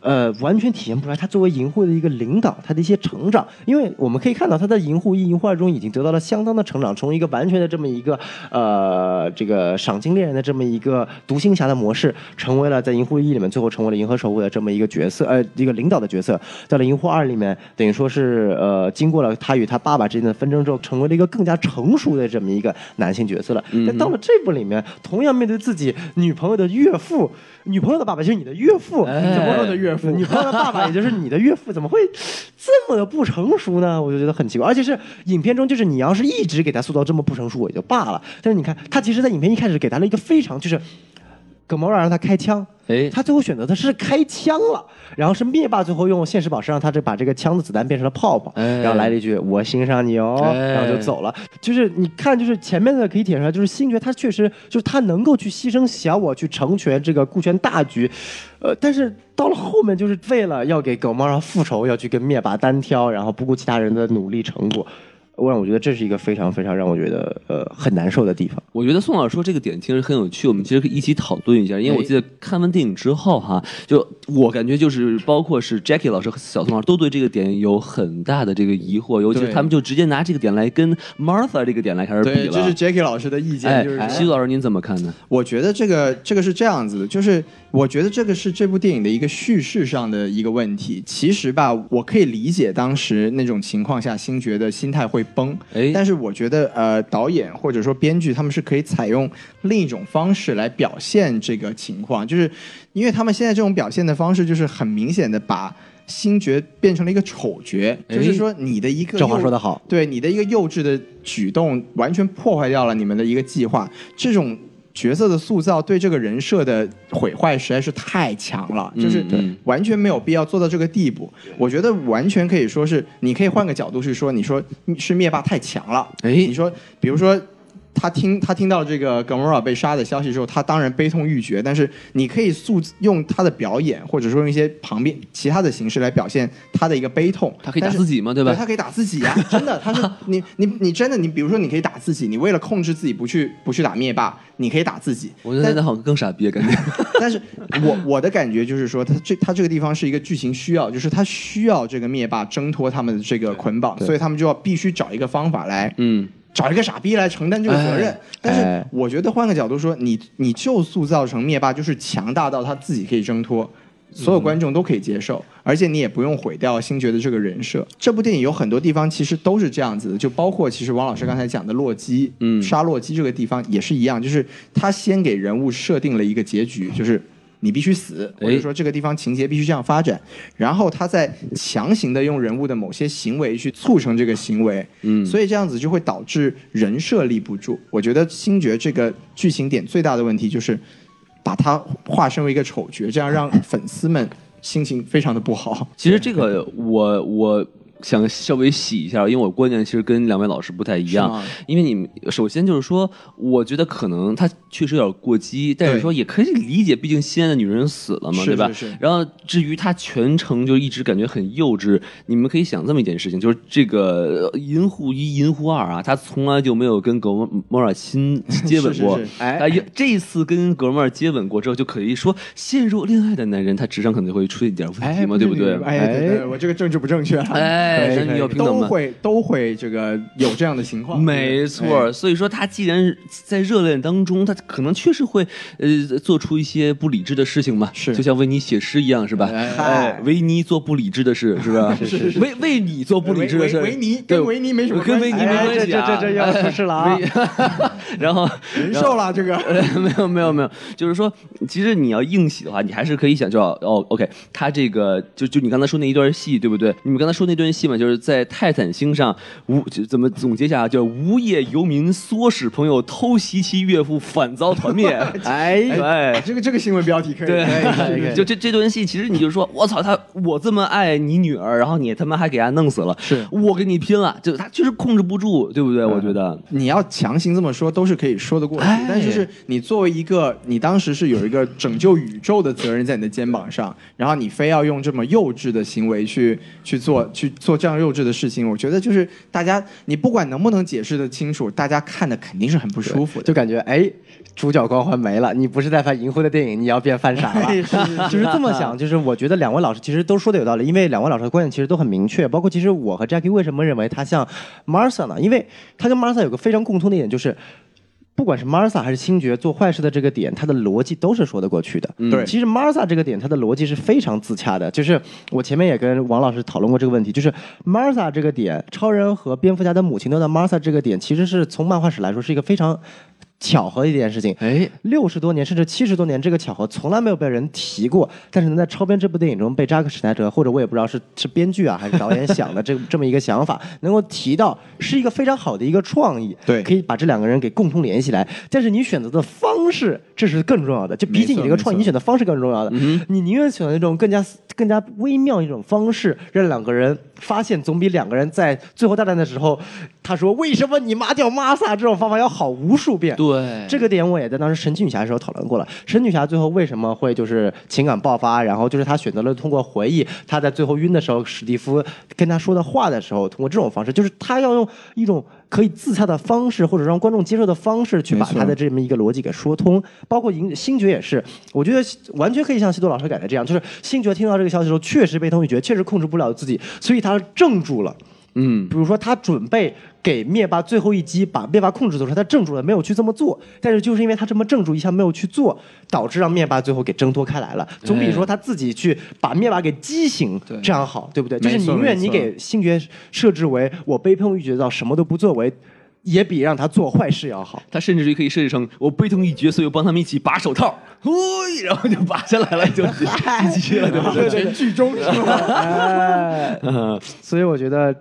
呃，完全体现不出来他作为银护的一个领导，他的一些成长，因为我们可以看到他在银护一、银护二中已经得到了相当的成长，从一个完全的这么一个呃这个赏金猎人的这么一个独行侠的模式，成为了在银护一里面最后成为了银河守护的这么一个角色，呃，一个领导的角色，到了银护二里面，等于说是呃经过了他与他爸爸之间的纷争之后，成为了一个更加成熟的这么一个男性角色了。但到了这部里面，同样面对自己女朋友的岳父，女朋友的爸爸就是你的岳父，
哎
怎么
的岳父
女朋友的爸爸，也就是你的岳父，怎么会这么的不成熟呢？我就觉得很奇怪。而且是影片中，就是你要是一直给他塑造这么不成熟也就罢了，但是你看他其实，在影片一开始给他了一个非常就是。葛莫让让他开枪，
哎
他最后选择的是开枪了，然后是灭霸最后用现实宝石让他这把这个枪的子弹变成了泡泡，
哎
然后来了一句“我欣赏你哦”，
哎
然后就走了。就是你看，就是前面的可以体现出来，就是星爵他确实就是他能够去牺牲小我去成全这个顾全大局，呃，但是到了后面就是为了要给狗猫让复仇，要去跟灭霸单挑，然后不顾其他人的努力成果。我让我觉得这是一个非常非常让我觉得呃很难受的地方。
我觉得宋老师说这个点其实很有趣，我们其实可以一起讨论一下。因为我记得看完电影之后哈，就我感觉就是包括是 Jackie 老师和小宋老师都对这个点有很大的这个疑惑，尤其是
对
他们就直接拿这个点来跟 Martha 这个点来开始比
对，
了。
这是 Jackie 老师的意见，
哎
就是，
徐老师您怎么看呢？
我觉得这个这个是这样子的，就是我觉得这个是这部电影的一个叙事上的一个问题。其实吧，我可以理解当时那种情况下星爵的心态会崩，
哎
但是我觉得呃，导演或者说编剧他们是可以采用另一种方式来表现这个情况，就是因为他们现在这种表现的方式，就是很明显的把。星爵变成了一个丑角，
哎
就是说你的一个
这话
又
说得好，
对你的一个幼稚的举动，完全破坏掉了你们的一个计划。这种角色的塑造对这个人设的毁坏实在是太强了，
嗯
就是
对
完全没有必要做到这个地步。我觉得完全可以说是，你可以换个角度去说，你说嗯是灭霸太强了，
哎
你说比如说。他听他听到这个 Gamora 被杀的消息之后，他当然悲痛欲绝。但是你可以塑用他的表演，或者说用一些旁边其他的形式来表现他的一个悲痛。
他可以打
但是
自己嘛，对吧？
他可以打自己 呀、真的，他是你你你真的你，比如说你可以打自己，你为了控制自己不去不去打灭霸，你可以打自己。
我觉得他好像更傻逼，啊感觉。
但是我我的感觉就是说，他这他这个地方是一个剧情需要，就是他需要这个灭霸挣脱他们的这个捆绑，所以他们就要必须找一个方法来
嗯，
找一个傻逼来承担这个责任。但是我觉得换个角度说，你你就塑造成灭霸就是强大到他自己可以挣脱，所有观众都可以接受，而且你也不用毁掉星爵的这个人设。这部电影有很多地方其实都是这样子的，就包括其实王老师刚才讲的洛基，
嗯
杀洛基这个地方也是一样，就是他先给人物设定了一个结局，就是。你必须死，
哎
或者说这个地方情节必须这样发展，然后他再强行的用人物的某些行为去促成这个行为，
嗯
所以这样子就会导致人设立不住。我觉得星爵这个剧情点最大的问题就是把他化身为一个丑角，这样让粉丝们心情非常的不好。
其实这个我我想稍微洗一下，因为我观念其实跟两位老师不太一
是
样
吗。
因为你们首先就是说，我觉得可能他确实有点过激，但是
对
说也可以理解，毕竟西安的女人死了嘛，
是
对吧
是是？
然后至于他全程就一直感觉很幼稚，你们可以想这么一件事情，就是这个呃银护一、银护二啊，他从来就没有跟格莫尔亲接吻 过。
是是是
哎
哎呀，这一次跟格莫尔接吻过之后，就可以说陷入恋爱的男人，他智商可能会出现一点问题嘛，对不对？
哎，对对对，我这个政治不正确了。啊
哎，男女要平等
都
嘛。
会都会这个有这样的情况，
没错，
哎
所以说他既然在热恋当中，他可能确实会呃做出一些不理智的事情嘛，
是
就像为你写诗一样，是吧？
哎
哎，维尼做不理智 的事，是吧？
是是
为为你做不理智的事，
维维维尼
对
跟维尼没什么
跟维尼
关
没
系哎
关系啊，
这这这这要出事了啊
哎维 然后
人寿了这个。
呃， 没有没有没有，就是说，其实你要硬洗的话，你还是可以想就要哦，OK，他这个就就你刚才说那一段戏，对不对？你们刚才说那段戏嘛，就是在泰坦星上无就怎么总结一下啊，叫无业游民唆使朋友偷袭其岳父，反遭团 灭。
哎
对。
这个这个新闻标题可以，哎可以可以
对， 就这这段戏，其实你就说，我操他，我这么爱你女儿，然后你他妈还给他弄死了，
是
我跟你拼了，就他就是控制不住，对不对？我觉得，
你要强行这么说都是可以说得过去，
哎
但就是你作为一个，你当时是有一个拯救宇宙的责任在你的肩膀上，然后你非要用这么幼稚的行为去去做去做这样幼稚的事情，我觉得就是大家，你不管能不能解释得清楚，大家看的肯定是很不舒服的。
就感觉哎，主角光环没了，你不是在拍淫秽的电影，你要变犯 傻了。哎就是这么想，就是我觉得两位老师其实都说的有道理，因为两位老师的观点其实都很明确。包括其实我和 Jackie 为什么认为他像 Martha 呢？因为他跟 Martha 有个非常共通的一点，就是不管是 Martha 还是星爵做坏事的这个点，他的逻辑都是说得过去的。
对
其实 Martha 这个点，他的逻辑是非常自洽的。就是我前面也跟王老师讨论过这个问题，就是 Martha 这个点，超人和蝙蝠侠的母亲都在 Martha 这个点，其实是从漫画史来说是一个非常巧合的一件事情。
哎，
六十多年甚至七十多年这个巧合从来没有被人提过，但是能在《超编》这部电影中被扎克施耐德或者我也不知道是是编剧啊还是导演想的这 这么一个想法能够提到，是一个非常好的一个创意，
对
可以把这两个人给共同联系起来。但是你选择的方式，这是更重要的，就比
没
起
错
你这个创
没
意，
错
你选择方式更重要的。你宁愿选择一种更加更加微妙一种方式，让两个人发现，总比两个人在最后大战的时候，他说为什么你妈叫玛莎这种方法要好无数遍。
对，
这个点我也在当时神奇女侠的时候讨论过了。神奇女侠最后为什么会就是情感爆发，然后就是她选择了通过回忆，她在最后晕的时候，史蒂夫跟她说的话的时候，通过这种方式，就是她要用一种可以自洽的方式，或者让观众接受的方式去把
没错
她的这么一个逻辑给说通。包括银星爵也是，我觉得完全可以像西多老师改的这样，就是星爵听到这个消息的时候，确实悲痛欲绝，确实控制不了自己，所以他怔住了。比如说他准备给灭霸最后一击，把灭霸控制的时候，他怔住了，没有去这么做。但是就是因为他这么怔住一下没有去做，导致让灭霸最后给挣脱开来了。总比说他自己去把灭霸给激醒
对
这样好，对不对？就是
没错
宁愿你
没错
给星爵设置为我悲痛欲绝到什么都不作为，也比让他做坏事要好。
他甚至就可以设计成我悲痛欲绝，所以我帮他们一起拔手套，喂，然后就拔下来了，就一起去了，对吧？
对对对，剧终是吧？
哎， 所以我觉得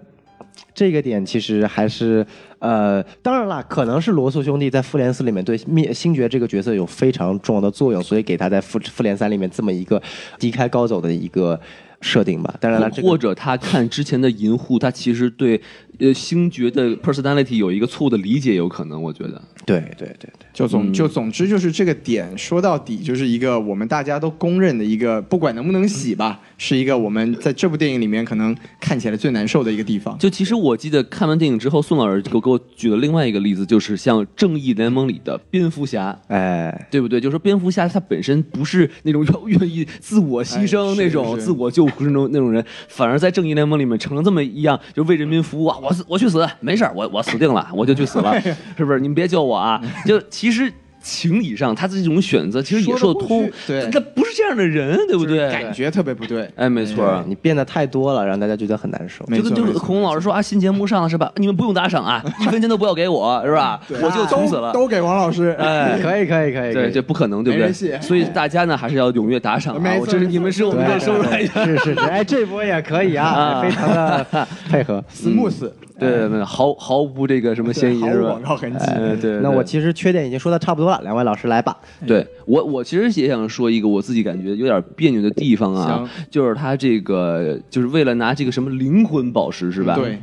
这个点其实还是呃，当然啦，可能是罗素兄弟在复联四里面对灭星爵这个角色有非常重要的作用，所以给他在复复联三里面这么一个低开高走的一个设定吧。当然了，这
或
个
者他看之前的银护，他其实对呃星爵的 personality 有一个错误的理解，有可能，我觉得。
对对对对，
就
嗯
总就总之就是这个点，说到底就是一个我们大家都公认的一个，不管能不能洗吧，是一个我们在这部电影里面可能看起来最难受的一个地方。
就其实我记得看完电影之后，宋老师给我给我举了另外一个例子，就是像《正义联盟》里的蝙蝠侠，
哎，
对不对？就是说蝙蝠侠他本身不是那种愿愿意自我牺牲
哎是
那种、
是
自我救赎那种那种人，反而在正义联盟里面成了这么一样，就为人民服务 啊！我死我去死，没事儿我我死定了，我就去死了，是不是？你们别救我啊！就其实。情理上，他的这种选择其实
说
也说
得
得
过
通
去，对
他不是这样的人，对不对？
感觉特别不对。
哎，没错儿，
你变得太多了，让大家觉得很难受。
没
就
错
跟就
没
是
错
恐龙老师说啊，新节目上了是吧？你们不用打赏啊，一分钱都不要给我，是吧？我就
都
穷死了。
都给王老师。
哎，
可以可以可以，可
对，
以
这不可能，对不
没人
对？
信
所以大家呢还是要踊跃打赏啊！
没
我
错
这是你们是我们的
对
收入来源。
是是是，哎，这波也可以啊，
啊
非常的配合。
smooth，
对对对，毫毫无这个什么嫌疑
毫
是
无
吧
广？告痕迹。
哎， 对。
那
对
我其实缺点已经说的差不多了，两位老师来吧。
对我，我其实也想说一个我自己感觉有点别扭的地方啊，就是他这个就是为了拿这个什么灵魂宝石是吧？
嗯对，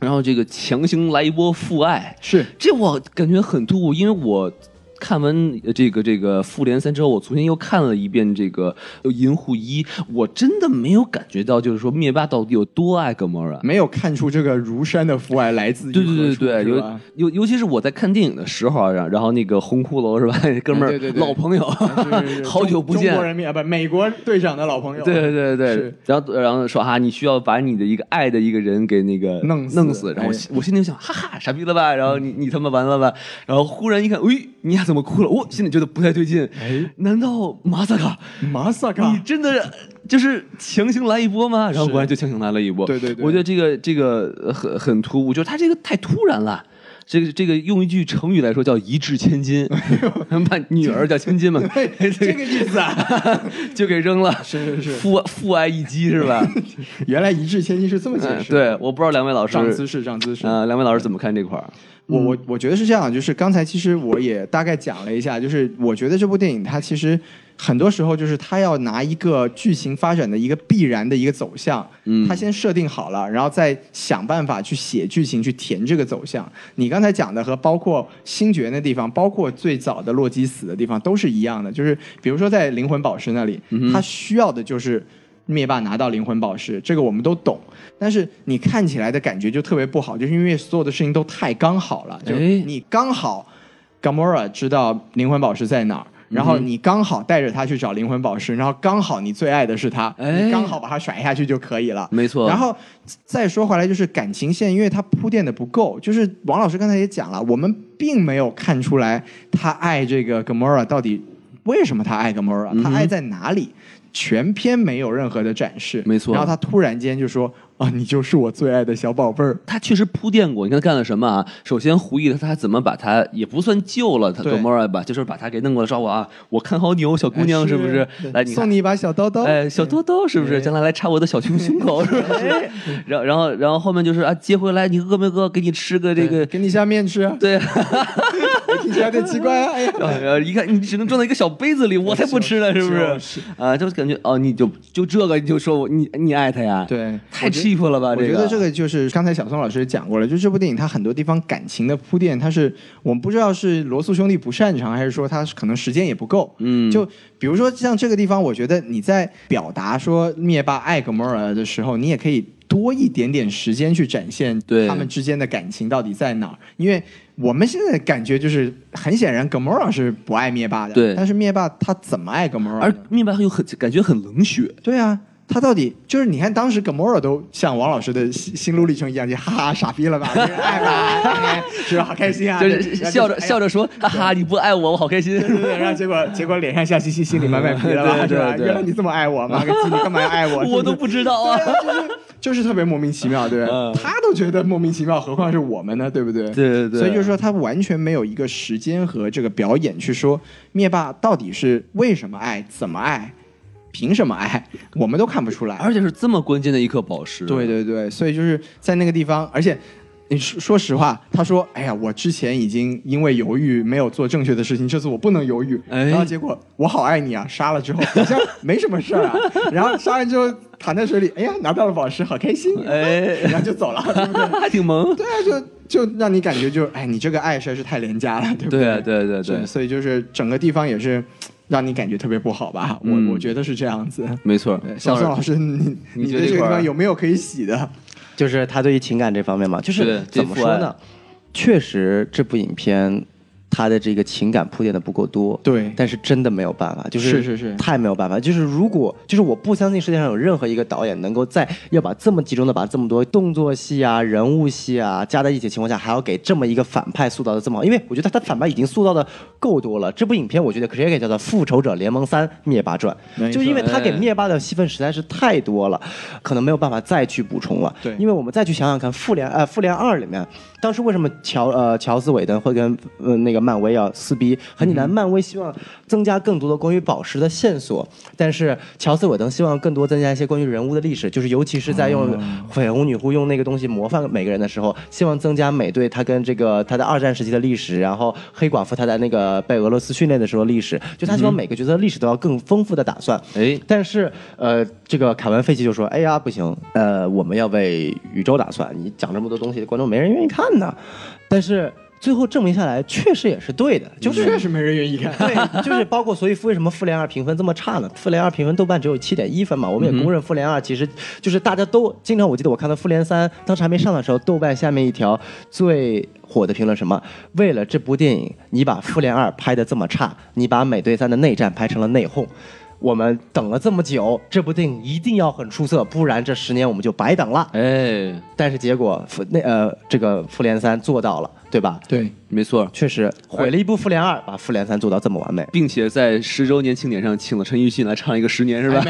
然后这个强行来一波父爱，
是
这我感觉很突兀，因为我。看完呃这个这个复联三之后，我重新又看了一遍这个呃银护一，我真的没有感觉到，就是说灭霸到底有多爱葛啊莫拉。
没有看出这个如山的父爱来自于
对对对
何处
对，
是
尤
吧
尤尤其是我在看电影的时候啊，然然后那个红骷髅是吧， 哥们
对对
儿
对啊
老朋友
是是，是
好久不
中
见
国，人民啊，不，美国队长的老朋友。
对对对
是，
然后然后说啊，你需要把你的一个爱的一个人给那个
弄死
弄死，然后我
哎
心我心里想，哈哈，傻逼了吧？然后你你他妈完了吧？然后忽然一看，喂，你俩怎么哭了？我心里觉得不太对劲，
哎
难道马萨卡？
马萨
你
卡，
真的 就是强行来一波吗？然后果然就强行来了一波。
对对对
我觉得这个这个呃很很突兀，就是他这个太突然了。这个这个用一句成语来说叫一掷千金，
哎
把女儿叫千 金嘛，
嘿这个意思 啊？
就给扔了，
是是是
父父爱一击是 吧？
原来一掷千金是这么解
嗯
释。，
对，我不知道两位老师嗯
长姿势，长姿势。
啊，两位老师怎么看这块儿？
我我我觉得是这样，就是刚才其实我也大概讲了一下，就是我觉得这部电影它其实很多时候就是它要拿一个剧情发展的一个必然的一个走向，
嗯
它先设定好了，然后再想办法去写剧情去填这个走向。你刚才讲的和包括星爵那地方，包括最早的洛基死的地方都是一样的，就是比如说在灵魂宝石那里，它需要的就是。灭霸拿到灵魂宝石，这个我们都懂，但是你看起来的感觉就特别不好，就是因为所有的事情都太刚好了，就
哎
你刚好 Gamora 知道灵魂宝石在哪儿，然后你刚好带着他去找灵魂宝石，然后刚好你最爱的是他，
哎
你刚好把他甩下去就可以了。
没错。
然后再说回来，就是感情线，因为它铺垫的不够。就是王老师刚才也讲了，我们并没有看出来他爱这个 Gamora 到底为什么他爱 Gamora，、他
嗯
爱在哪里，全篇没有任何的展示。
没错
然后他突然间就说：“啊，你就是我最爱的小宝贝儿。”
他确实铺垫过，你看他干了什么啊？首先胡毅他怎么把他也不算救了他
对
Gamora 吧，就是啊把他给弄过来，说我啊，我看好你哦，小姑娘
哎
是不是？
对
来，你看
送你一把小刀刀。
哎，小兜兜是不是？将来来插我的小胸胸口是不 是？然后然后然后后面就是啊，接回来你饿没饿？给你吃个这个。
给你下面吃啊，
对，
听起来有点奇怪啊。 哎呀，
然后一看你只能装在一个小杯子里，我才不吃呢，是不是？
是
啊，就感觉哦，你就就这个你就说我你你爱他呀？，
对，
太 cheap 了吧？
我觉得这
个
个就是刚才小宋老师也讲过了，就这部电影它很多地方感情的铺垫，它是我们不知道是罗素兄弟不擅长，还是说他可能时间也不够。
嗯
就比如说像这个地方，我觉得你在表达说灭霸爱格莫尔的时候，你也可以多一点点时间去展现
对
他们之间的感情到底在哪儿，因为。我们现在感觉就是很显然，格莫尔是不爱灭霸的，
对
但是灭霸他怎么爱格莫尔？
而灭霸又很感觉很冷血，
对啊，他到底就是你看，当时 Gamora 都像王老师的心心路历程一样，就哈哈傻逼了 吧，就是爱吧，哎是吧？好开心啊，
就是笑着笑
着。
着说哈哈，你不爱我，我好开心
对。对对，然后结果结果脸上笑嘻嘻，心里满满皮了吧，
对对
是吧？哎
对
原来你这么爱我，妈个鸡，你干嘛要爱 我？
我都
是
不知道
不
啊
是。对啊，就是就是特别莫名其妙，对不
嗯
对？他都觉得莫名其妙，何况是我们呢，对不对？
对对对
所以就是说，他完全没有一个时间和这个表演去说灭霸到底是为什么爱，怎么爱，凭什么爱，我们都看不出来。
而且是这么关键的一颗宝石，
对对对，所以就是在那个地方，而且你说说实话，他说：“哎呀，我之前已经因为犹豫没有做正确的事情，这次我不能犹豫。
哎
然后结果我好爱你啊，杀了之后 好像没什么事儿啊，然后杀完之后躺在水里，哎呀，拿到了宝石，好开心、啊，
哎，
然后就走 了。对不对
还挺萌。
对啊，就就让你感觉就哎，你这个爱实在是太廉价了，对不
对啊
对
对对
是
对，
所以就是整个地方也是让你感觉特别不好吧？我、
嗯
我觉得是这样子。
没错
对，小宋老师，你
你
你
觉得
对
这
这个
块
地
儿
方有没有可以洗的？
就是他对于情感这方面嘛，就是
对
怎么
对父
说
爱
呢？确实，这部影片它的这个情感铺垫的不够多，
对
但是真的没有办法，就是
是是是
太没有办法。就是如果就是我不相信世界上有任何一个导演能够在要把这么集中的把这么多动作戏啊、人物戏啊加在一起的情况下，还要给这么一个反派塑造的这么好，因为我觉得他反派已经塑造的够多了。这部影片我觉得可以可以叫做《复仇者联盟三：灭霸传
没》，
就
错
因为他给
哎
灭灭霸的戏份实在是太多了，可能没有办法再去补充了。
对
因为我们再去想想看，复联呃复联二里面，当时为什么乔呃乔斯韦登会跟呃那个漫威要撕逼？很简单，漫威希望增加更多的关于宝石的线索，但是乔斯韦登希望更多增加一些关于人物的历史，就是尤其是在用绯红女巫用那个东西模仿每个人的时候，希望增加美队他跟这个他的二战时期的历史，然后黑寡妇她在那个被俄罗斯训练的时候的历史，就他希望每个角色的历史都要更丰富的打算。
哎，
但是呃，这个凯文·费奇就说：“哎呀，不行，呃，我们要为宇宙打算，你讲这么多东西，观众没人愿意看呢。”但是最后证明下来，确实也是对的，就是
确实没人愿意看。
对，就是包括所以为什么复联二评分这么差呢？复联二评分豆瓣只有七点一分嘛，我们也公认复联二其实就是大家都经常我记得我看到复联三当时还没上的时候，豆瓣下面一条最火的评论什么？为了这部电影，你把复联二拍的这么差，你把美队三的内战拍成了内讧。我们等了这么久，这部电影一定要很出色，不然这十年我们就白等了。
哎，
但是结果复那呃，这个复联三做到了， 对吧？
对，
没错，
确实毁了一部复联二，把复联三做到这么完美。
并且在十周年庆典上请了陈奕迅来唱一个十年，是吧？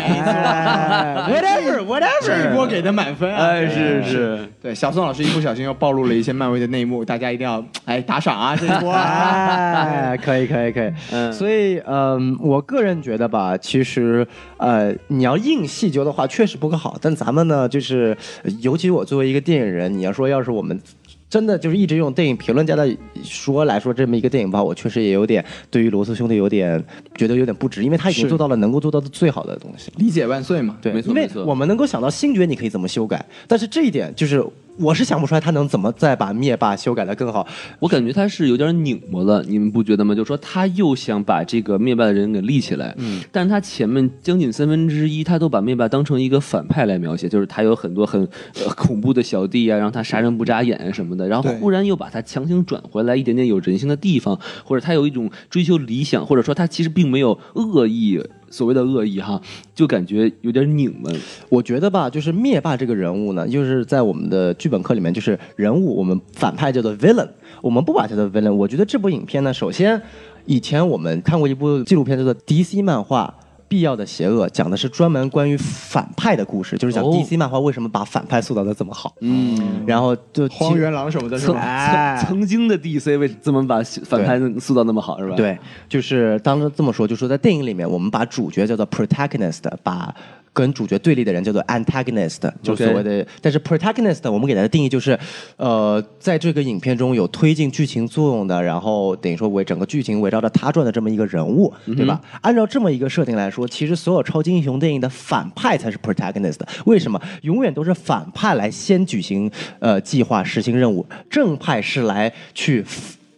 whatever
这一
whatever，
波给的满分啊！
哎，
对
是。是，
对，小宋老师一不小心又暴露了一些漫威的内幕，大家一定要哎打赏啊！这一波 啊，
哎，可以可以可以，
嗯
所以嗯，我个人觉得吧，其实呃，你要硬细究的话，确实不够好。但咱们呢，就是呃尤其我作为一个电影人，你要说要是我们。真的就是一直用电影评论家的说来说这么一个电影吧，我确实也有点对于罗素兄弟有点觉得有点不值，因为他已经
是
做到了能够做到的最好的东西。
理解万岁嘛。
对，
没错
因为
没错
我们能够想到星爵你可以怎么修改，但是这一点就是我是想不出来他能怎么再把灭霸修改的更好。
我感觉他是有点拧巴了，你们不觉得吗？就说他又想把这个灭霸的人给立起来，嗯，但是他前面将近三分之一，他都把灭霸当成一个反派来描写，就是他有很多很、呃、恐怖的小弟啊，让他杀人不眨眼什么的，然后
对
忽然又把他强行转回来一点点有人性的地方，或者他有一种追求理想，或者说他其实并没有恶意。所谓的恶意哈，就感觉有点拧巴。
我觉得吧，就是灭霸这个人物呢，就是在我们的剧本课里面，就是人物我们反派叫做 villain，我们不把它叫做 villain。我觉得这部影片呢，首先以前我们看过一部纪录片叫做 DC 漫画。必要的邪恶讲的是专门关于反派的故事，就是讲
哦
DC 漫画为什么把反派塑造的这么好，
嗯，
然后就其
荒原狼什么的是
曾
吧？哎
曾曾经的 DC 为这么把反派塑造那么好是吧？
对，就是当时这么说，就说在电影里面，我们把主角叫做 protagonist，把跟主角对立的人叫做 antagonist，就是所谓的。但是 protagonist 我们给它的定义就是，呃，在这个影片中有推进剧情作用的，然后等于说围整个剧情围绕着他转的这么一个人物，
嗯
对吧？按照这么一个设定来说，其实所有超级英雄电影的反派才是 protagonist，为什么？永远都是反派来先举行呃计划实行任务，正派是来去。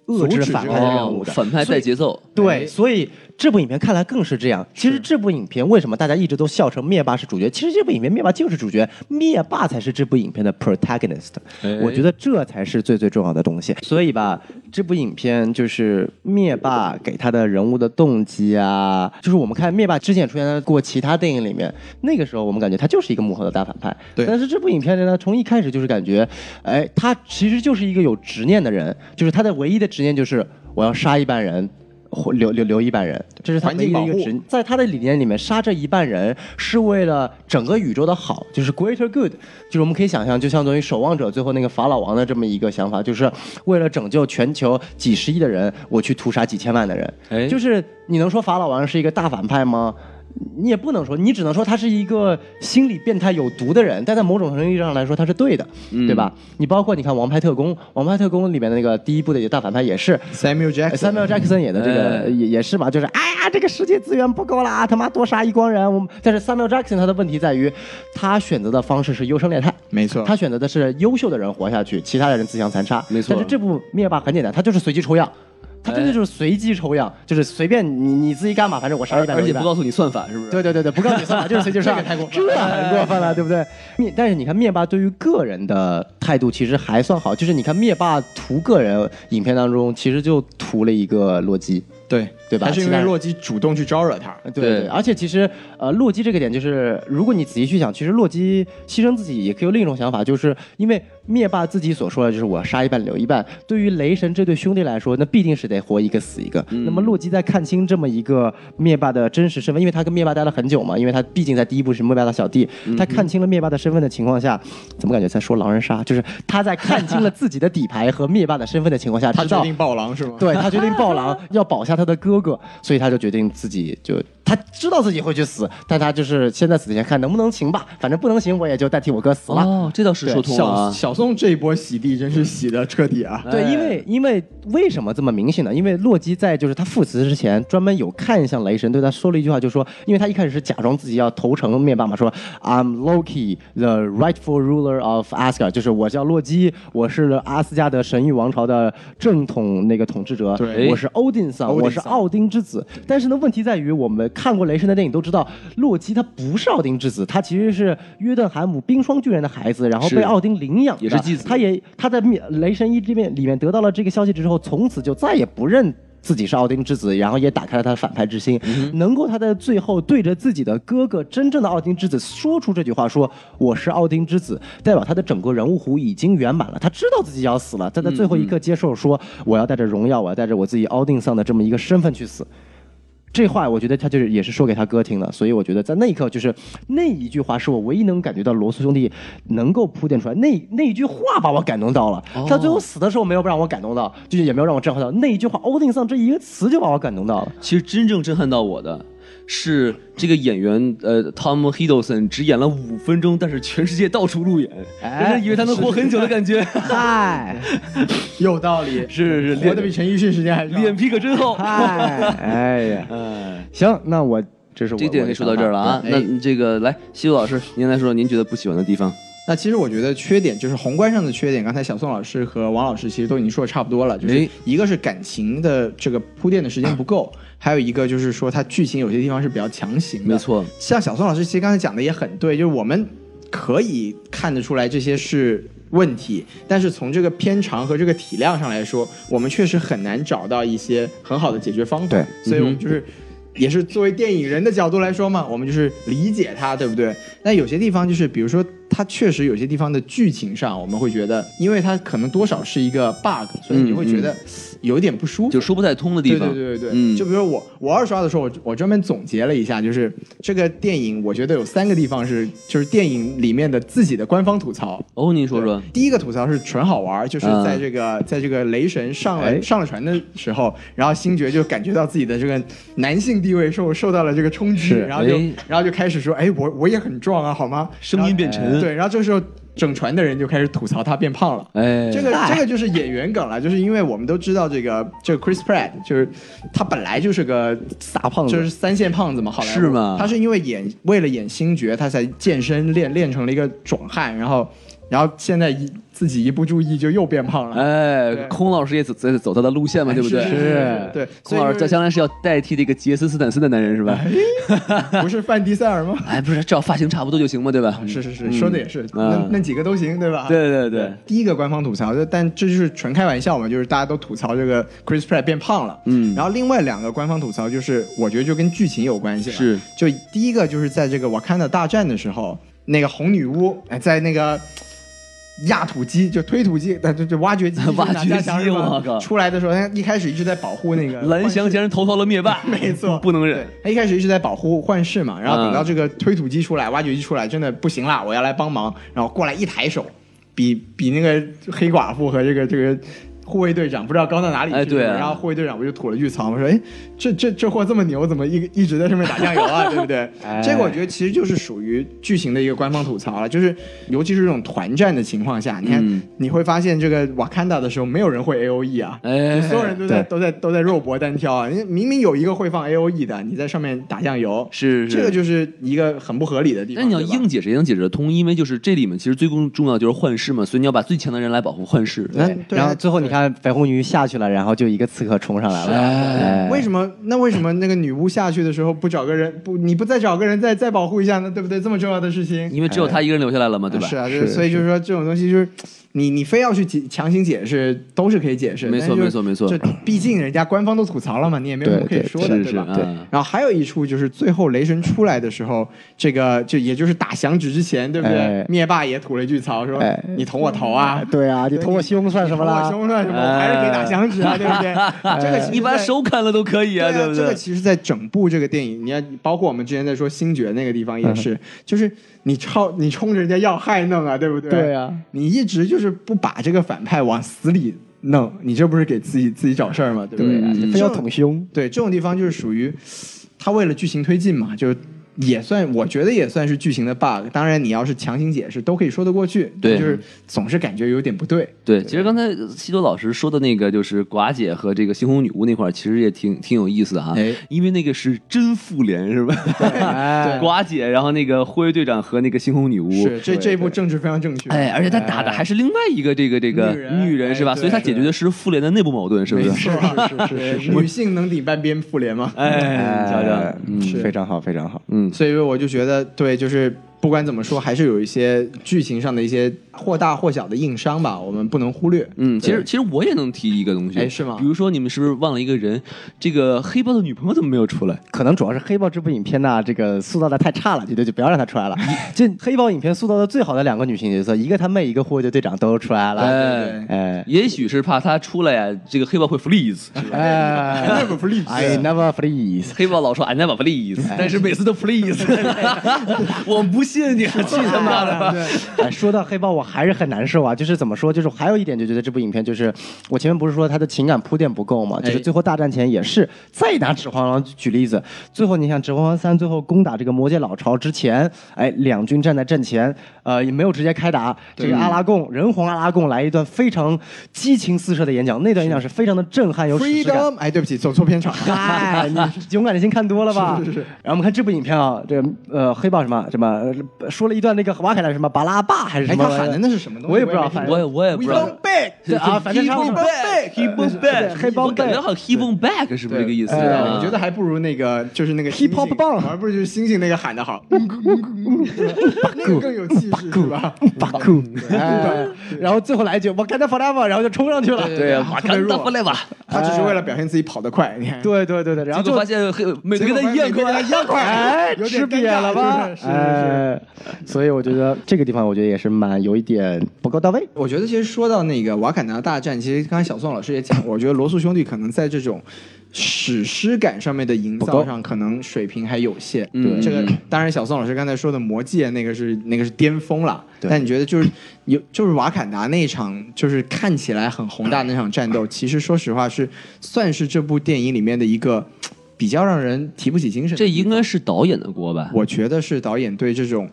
遏制
阻止
反
这
派
个
的
任
任
哦
务，的，
反派带节奏，
对，所以这部影片看来更是这样。其实这部影片为什么大家一直都笑称灭霸是主角？其实这部影片灭霸就是主角，灭霸才是这部影片的 protagonist
哎。
我觉得这才是最最重要的东西。所以吧，这部影片就是灭霸给他的人物的动机啊，就是我们看灭霸之前也出现在过其他电影里面，那个时候我们感觉他就是一个幕后的大反派。
对
但是这部影片呢，从一开始就是感觉，哎，他其实就是一个有执念的人，就是他的唯一的执念就是我要杀一半人。或留留留一半人，这是他
环
唯
境
一的一个
保护
执念。在他的理念里面，杀这一半人是为了整个宇宙的好，就是 greater good，就是我们可以想象，就相当于守望者最后那个法老王的这么一个想法，就是为了拯救全球几十亿的人，我去屠杀几千万的人。
哎
就是你能说法老王是一个大反派吗？你也不能说，你只能说他是一个心理变态有毒的人，但在某种程度上来说，他是对的，对吧？你包括你看《王牌特工》，《王牌特工》里面的那个第一部的大反派也是
哎 Samuel Jackson，
哎 Samuel Jackson 演的这个、
哎
也也是嘛，就是哎呀，这个世界资源不够啦，他妈多杀一光人。我们但是 Samuel Jackson 他的问题在于，他选择的方式是优胜劣汰，
嗯
没错，
他选择的是优秀的人活下去，其他的人自相残杀。
没错哎
但是这部灭霸很简单，他就是随机抽样，他真的就是随机抽样，就是随便你你自己干嘛，反正我杀一百
而
人
且
一
不
百。
告诉你算法是不是？
对对对对，不告诉你算了，就是随机 上，
这个太过分
这很过分了，对不对？灭，但是你看灭霸对于个人的态度其实还算好，就是你看灭霸屠个人，影片当中其实就屠了一个洛基，
对
对吧
还是因
其他
为
人
洛基主动去招惹他，
对
对
而且其实呃，洛基这个点就是，如果你仔细去想，其实洛基牺牲自己也可以有另一种想法，就是因为灭霸自己所说的就是我杀一半留一半。对于雷神这对兄弟来说，那必定是得活一个死一个。那么洛基在看清这么一个灭霸的真实身份，因为他跟灭霸待了很久嘛，因为他毕竟在第一部是灭霸的小弟，他看清了灭霸的身份的情况下，怎么感觉在说狼人杀？就是他在看清了自己的底牌和灭霸的身份的情况下，
他
知
决
道
定暴狼是吗？
对他决定暴 狼，要保下他的哥哥，所以他就决定自己就他知道自己会去死，但他就是先在死前看能不能行吧，反正不能行我也就代替我哥死了。
哦，这倒是说通了
小
啊。
小宋这一波洗地真是洗的彻底啊！
对，因为因为为什么这么明显呢？因为洛基在就是他赴死之前，专门有看向雷神，对他说了一句话，就说，因为他一开始是假装自己要投诚灭霸嘛，说 I'm Loki, the rightful ruler of Asgard，就是我叫洛基，我是阿斯加德神域王朝的正统那个统治者，
对
我是欧丁桑，
Odin
我是
son
奥丁之子。但是呢，问题在于我们看过雷神的电影都知道，洛基他不是奥丁之子，他其实是约顿海姆冰霜巨人的孩子，然后
是
被奥丁领养的，
也是继子
他也他在灭雷神一这边里面得到了这个消息之后，从此就再也不认。自己是奥丁之子，然后也打开了他的反派之心，
嗯
能够他在最后对着自己的哥哥真正的奥丁之子说出这句话说，我是奥丁之子，代表他的整个人物弧已经圆满了。他知道自己要死了，但在最
嗯
后一刻接受说，我要带着荣耀，我要带着我自己奥丁桑的这么一个身份去死。这话我觉得他就是也是说给他哥听的，所以我觉得在那一刻就是那一句话是我唯一能感觉到罗素兄弟能够铺垫出来，那那一句话把我感动到了。他最后死的时候没有让我感动到， 就是也没有让我震撼到，那一句话欧丁桑这一个词就把我感动到了。
其实真正震撼到我的是这个演员呃 Tom Hiddleston 只演了五分钟，但是全世界到处路演，
哎
人家以为他能活很久的感觉。
嗨，有道理，
是是
活得比陈奕迅时间还长。
脸皮可真厚。
嗨，
哎 呀，
哎，
行，那我这是我
这点
我
可
的
以说到这儿了啊。
哎
那这个来，西鲁老师，您来说说您觉得不喜欢的地方。
那其实我觉得缺点就是宏观上的缺点，刚才小宋老师和王老师其实都已经说的差不多了，就是
哎
一个是感情的这个铺垫的时间不够，还有一个就是说它剧情有些地方是比较强行的。
啊没错，
像小宋老师其实刚才讲的也很对，就是我们可以看得出来这些是问题，但是从这个片长和这个体量上来说，我们确实很难找到一些很好的解决方法。
对，
所以我们就是。也是作为电影人的角度来说嘛，我们就是理解它，对不对？那有些地方就是，比如说它确实有些地方的剧情上，我们会觉得，因为它可能多少是一个 bug，所以你会觉得有点不舒服。
就说不太通的地方。
对对对对对，
嗯
就比如我我二刷的时候，我我专门总结了一下，就是这个电影，我觉得有三个地方是就是电影里面的自己的官方吐槽。
哦，您说说
对，第一个吐槽是纯好玩儿，就是
嗯
在这个、在这个雷神上了、
哎
上了船的时候，然后星爵就感觉到自己的这个男性地位受受到了这个冲击，
是
然后就、
哎
然后就开始说，哎，我我也很壮啊，好吗？
声音变沉。
对，然后这时候整船的人就开始吐槽他变胖了。
哎，
这个这个就是演员梗了，就是因为我们都知道这个这个 Chris Pratt 就是他本来就是个
大胖
就
子
是三线胖子嘛，好莱坞
是吗
他是因为演为了演星爵，他才健身练练成了一个壮汉，然后然后现在一自己一不注意就又变胖了，
哎，
啊对哎
空老师也走走走他的路线嘛，对不对？哎
是是是是对，所
空
以
老
就是
师
哎
在将来是要代替这个杰斯斯坦森的男人是吧？哎
不是范迪塞尔 吗？
哎，不是，只要发型差不多就行嘛，对吧？
是是是，
嗯
说的也是，那
嗯
那几个都行，对吧？
对对对，
第一个官方吐槽，就但这就是纯开玩笑嘛，就是大家都吐槽这个 Chris Pratt 变胖了。
嗯
然后另外两个官方吐槽，就是我觉得就跟剧情有关系了。
是，
就第一个就是在这个瓦坎达大战的时候，那个红女巫哎，在那个。压土机就推土机，呃，就就挖掘机
挖掘机
就是拿加强是吧
我靠
出来的时候，他一开始一直在保护那 个
蓝翔竟然投靠了灭霸，
没错
不能忍
对。他一开始一直在保护幻视嘛，然后
嗯
等到这个推土机出来、挖掘机出来，真的不行啦，我要来帮忙，然后过来一抬手，比比那个黑寡妇和这个这个。护卫队长不知道高到哪里去了，
哎对啊
然后护卫队长我就吐了句槽，我说：“哎，这这这货这么牛，怎么一一直在上面打酱油啊？ 对不对？”
哎
这个我觉得其实就是属于剧情的一个官方吐槽了，就是尤其是这种团战的情况下，你看、
嗯
你会发现这个瓦坎达的时候，没有人会 A O E 啊，
哎，
所有人都在
对
都在都在肉搏单挑啊！你明明有一个会放 A O E 的，你在上面打酱油，
是是
这个就是一个很不合理的地方。
但你要
对吧
硬解释也能解释得通，因为就是这里面其实最重重要就是幻视嘛，所以你要把最强的人来保护幻视。
那对啊
哎然后最后你看白红鱼下去了，然后就一个刺客冲上来了，哎
为什么？那为什么那个女巫下去的时候不找个人不？你不再找个人再再保护一下呢？对不对？这么重要的事情，
因为只有他一个人留下来了嘛，对吧？
是啊，就是所以就是说这种东西就是。你你非要去解强行解释，都是可以解释。
没错
但是
没错没错
就毕竟人家官方都吐槽了嘛，你也没有什么可
对
以
对
说的，
是
对
是
吧？
啊，
对
嗯
然后还有一处就是最后雷神出来的时候，这个就也就是打响指之前，对不对？
哎
灭霸也吐了一句槽说：“
哎
你 捅我头啊，
对啊，你捅我胸算什么
你
啦？
捅我胸啊算什么？我还是可以
哎
打响指啊，对不对？”这个其实
你把
在
手砍了都可以
对
啊，
啊，
对不
这个
对？
其实，在整部这个电影，你看，包括我们之前在说星爵那个地方
嗯
也是，就是你超你冲着人家要害弄啊，对不对？
对啊，
你一直就是不把这个反派往死里弄，你这不是给自己自己找事儿吗？对不对？
对啊，你非要捅胸，
对，这种地方就是属于他为了剧情推进嘛，就也算我觉得也算是剧情的 bug。当然，你要是强行解释都可以说得过去，
对
就是总是感觉有点不对。
对，其实刚才西多老师说的那个就是寡姐和这个猩红女巫那块儿，其实也挺挺有意思的哈。
哎
因为那个是真复联是吧？
哎，
寡姐，然后那个护卫队长和那个猩红女巫，
是这
对
这一部政治非常正确。
哎，而且他打的还是另外一个这个这个
女人
女人是吧？
哎
所以他
对
解决的是复联的内部矛盾，是不
没
是？
错， 是是是是，女性能顶半边妇联吗？
哎，
哎
你瞧瞧，嗯
是
非常好，非常好。
嗯，
所以我就觉得，对，就是不管怎么说，还是有一些剧情上的一些或大或小的硬伤吧，我们不能忽略。
嗯，其
对
实其实我也能提一个东西，
哎是吗
比如说你们是不是忘了一个人？这个黑豹的女朋友怎么没有出来？
可能主要是黑豹这部影片呐，这个塑造的太差了，觉得就不要让她出来了。这黑豹影片塑造的最好的两个女性角色，一个她妹，一个护卫队队长都出来了。
哎，
哎
也许是怕她出来呀、这个黑豹会 freeze。
哎
Never freeze
，I never freeze。
哎黑豹老说 I never freeze，但是每次都 freeze。我不信你，啊去他妈的 吧！
哎，说到黑豹，我还是很难受啊。就是怎么说，就是还有一点，就觉得这部影片就是我前面不是说它的情感铺垫不够嘛？就是
哎
最后大战前也是，再拿《指环王》举例子，最后你想《指环王三》最后攻打这个魔界老巢之前，哎，两军站在阵前，呃，也没有直接开打，这个阿拉贡人皇阿拉贡来一段非常激情四射的演讲，那段演讲是非常的震撼有史诗感。
Freedom，哎，对不起，走错片场了。
嗨，哎你勇敢的心看多了吧？
是是是。
然后我们看这部影片啊，这呃黑豹什么什么呃说了一段那个瓦凯的什么巴拉巴还是
哎，
什么
他
玩意儿，
喊的那是什么东西？
我也不知道
没听
反正
我也我也不
We
知道
don't。beg，
对啊反正
Keep
他
on back, keep on back，
黑帮
我感觉
back
好像 keep on back 是不是这个意思？
对
啊
哎我觉得还不如那个，就是那个星
Hip-hop
星
棒
而不是就是星星那个喊的好，嗯咕嗯咕嗯咕 那个更有气势是吧？
巴 库，哎，然后最后来一句我干他 forever，然后就冲上去了。
对呀，马
特别
干达
弱
弗莱瓦，
他只是为了表现自己跑得快，你看，
对对对对，然后
结
就
果发现黑美队
结果
跟
发
他一样
现跟他
快，
一样快，
哎，
有
吃
点尴
瘪
尬
了
是
吧？
不是是是是。
哎，所以我觉得这个地方，我觉得也是蛮有一点不够到位。
我觉得其实说到那个瓦坎达大战，其实刚才小宋老师也讲，我觉得罗素兄弟可能在这种史诗感上面的营
不够
造上，可能水平还有限。
嗯
这个当然，小宋老师刚才说的《魔戒》那个是那个是巅峰了，
对
但你觉得就是有就是瓦坎达那一场，就是看起来很宏大的那场战斗，其实说实话是算是这部电影里面的一个嘖比较让人提不起精神的
这
地方。
应该是导演的锅吧？
我觉得是导演对这种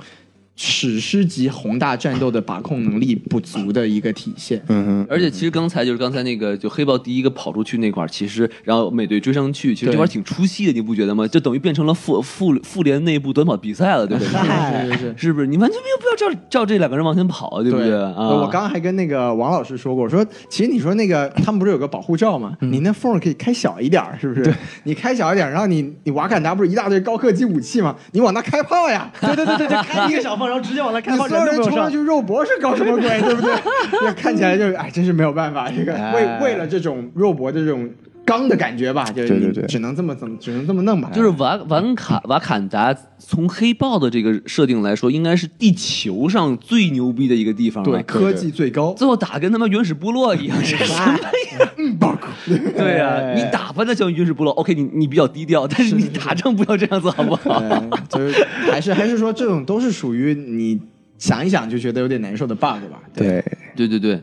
史诗级宏大战斗的把控能力不足的一个体现。
嗯哼，
而且其实刚才就是刚才那个，就黑豹第一个跑出去那块儿，其实然后美队追上去，其实这
对
块儿挺出戏的，你不觉得吗？就等于变成了复复复联内部短跑比赛了，对不
是
对？
是是
是不是？你完全没有必要照照这两个人往前跑，对不对？啊，
呃我刚刚还跟那个王老师说过，我说其实你说那个他们不是有个保护罩
嗯
吗？你那缝儿可以开小一点儿，是不是？ 你开小一点儿，然后你你瓦坎达不是一大堆高科技武器吗？你往那开炮呀！
对对对对对，开一个小缝，然后直接往 那
你
开，放
所有人
都没有
冲上
上。
去肉搏是搞什 么鬼，对不对？这看起来就是哎，真是没有办法，这个
哎
为为了这种肉搏的这种刚的感觉吧，就是
对对
你
对
只能这么怎么只能这么弄吧。
就是瓦瓦卡瓦坎达，从黑豹的这个设定来说，应该是地球上最牛逼的一个地方
对
了。
科技最高，
最后打跟他妈原始部落一样，这是什么呀？ 对呀、
哎
你打扮的像原始部落，OK，你你比较低调，但是你打仗不要这样子，好不好？
嗯，就是还是还是说这种都是属于你想一想就觉得有点难受的 bug 吧。
对，
对对对，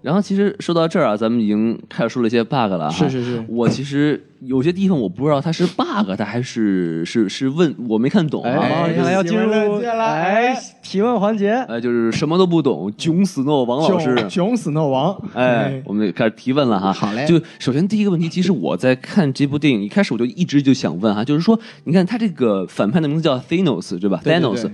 然后其实说到这儿啊，咱们已经开始说了一些 bug 了哈。
是是是
我其实有些地方我不知道它是 bug，它还是是是问我没看懂啊。
哎，王
哎
老师要进
喜闻
入
乐见了
哎
哎
提问环节。
呃，就是什么都不懂，囧死诺王老师。
囧囧死诺王，
哎，，我们开始提问了哈。
好嘞
就首先第一个问题，其实我在看这部电影一开始我就一直就想问哈，就是说，你看他这个反派的名字叫 Thanos 对吧
对对
t h a n o s
对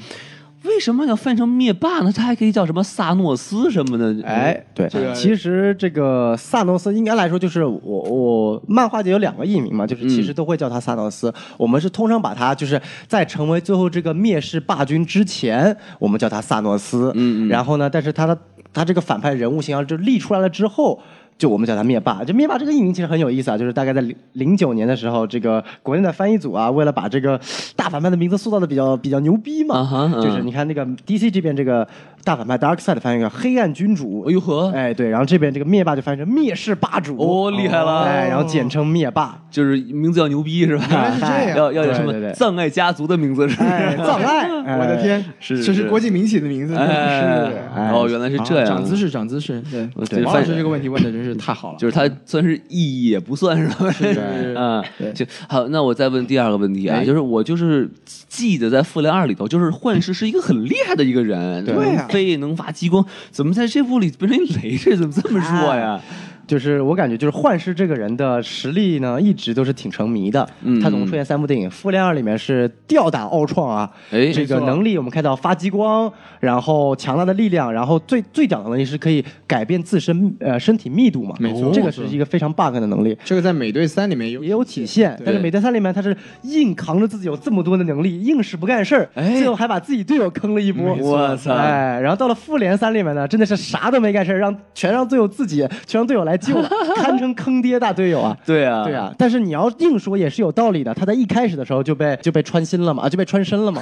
为什么要翻成灭霸呢？他还可以叫什么萨诺斯什么的？
哎，对，
这个
其实这个萨诺斯应该来说就是我我漫画界有两个译名嘛，就是其实都会叫他萨诺斯。我们是通常把他就是在成为最后这个灭世霸君之前，我们叫他萨诺斯。
嗯嗯
然后呢，但是他的他这个反派人物形象就立出来了之后。就我们叫他灭霸，就灭霸这个译名其实很有意思啊，就是大概在零零九年的时候，这个国内的翻译组啊，为了把这个大反派的名字塑造的比较比较牛逼嘛
啊哈嗯
就是你看那个 DC 这边这个大反派 Darkseid 翻译个黑暗君主，
哎呦呵，
哎，对，然后这边这个灭霸就翻译成灭世霸主，
哦厉害了
哎，然后简称灭霸，
就是名字要牛逼是吧？
原来是这样
要要有什
对对
么
对
葬爱家族的名字是吧？
哎，葬 爱，哎
我的，天，
是
这
是
是国际民企的名字，真的是。
哎，哦，原来是这
啊
样
长。知识，长知识。对
我，
对
对
王老
发现
师这个问题问的真是太好了。
就是它算是意义也不算是吧？
是
啊，就好。那我再问第二个问题啊，
哎
就是我就是记得在《复联二》里头，就是幻视是一个很厉害的一个人，
对
能飞能发激光，怎么在这部里变成一雷这怎么这么弱
啊
呀？
就是我感觉就是幻视这个人的实力呢，一直都是挺成迷的。
嗯
他总共出现三部电影，《复联二》里面是吊打奥创啊，
哎
这个
没错
能力我们看到发激光，然后强大的力量，然后最最屌的能力是可以改变自身呃身体密度嘛，
没错
这个是一个非常 bug 的能力。
这个在美队三里面有
也有体现，但是美队三里面他是硬扛着自己有这么多的能力，硬是不干事儿，
哎
最后还把自己队友坑了一波。
没错哇塞
哎，然后到了复联三里面呢，真的是啥都没干事儿，让全让队友自己，全让队友来救 了，堪称坑爹大队友啊。
对啊，
对啊，但是你要硬说也是有道理的，他在一开始的时候就被就被穿心了嘛，啊就被穿身了嘛。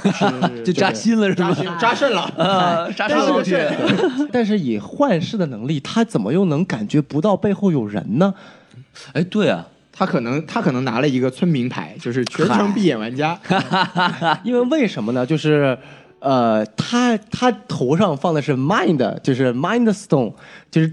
就扎心了是吧？
啊扎哎肾了。
啊，扎伤老铁，
但是以幻视的能力，他怎么又能感觉不到背后有人呢？
哎，对啊，
他可能他可能拿了一个村民牌，就是全程闭眼玩家。
因为为什么呢？就是。呃，他他头上放的是 mind，就是 mind stone，就是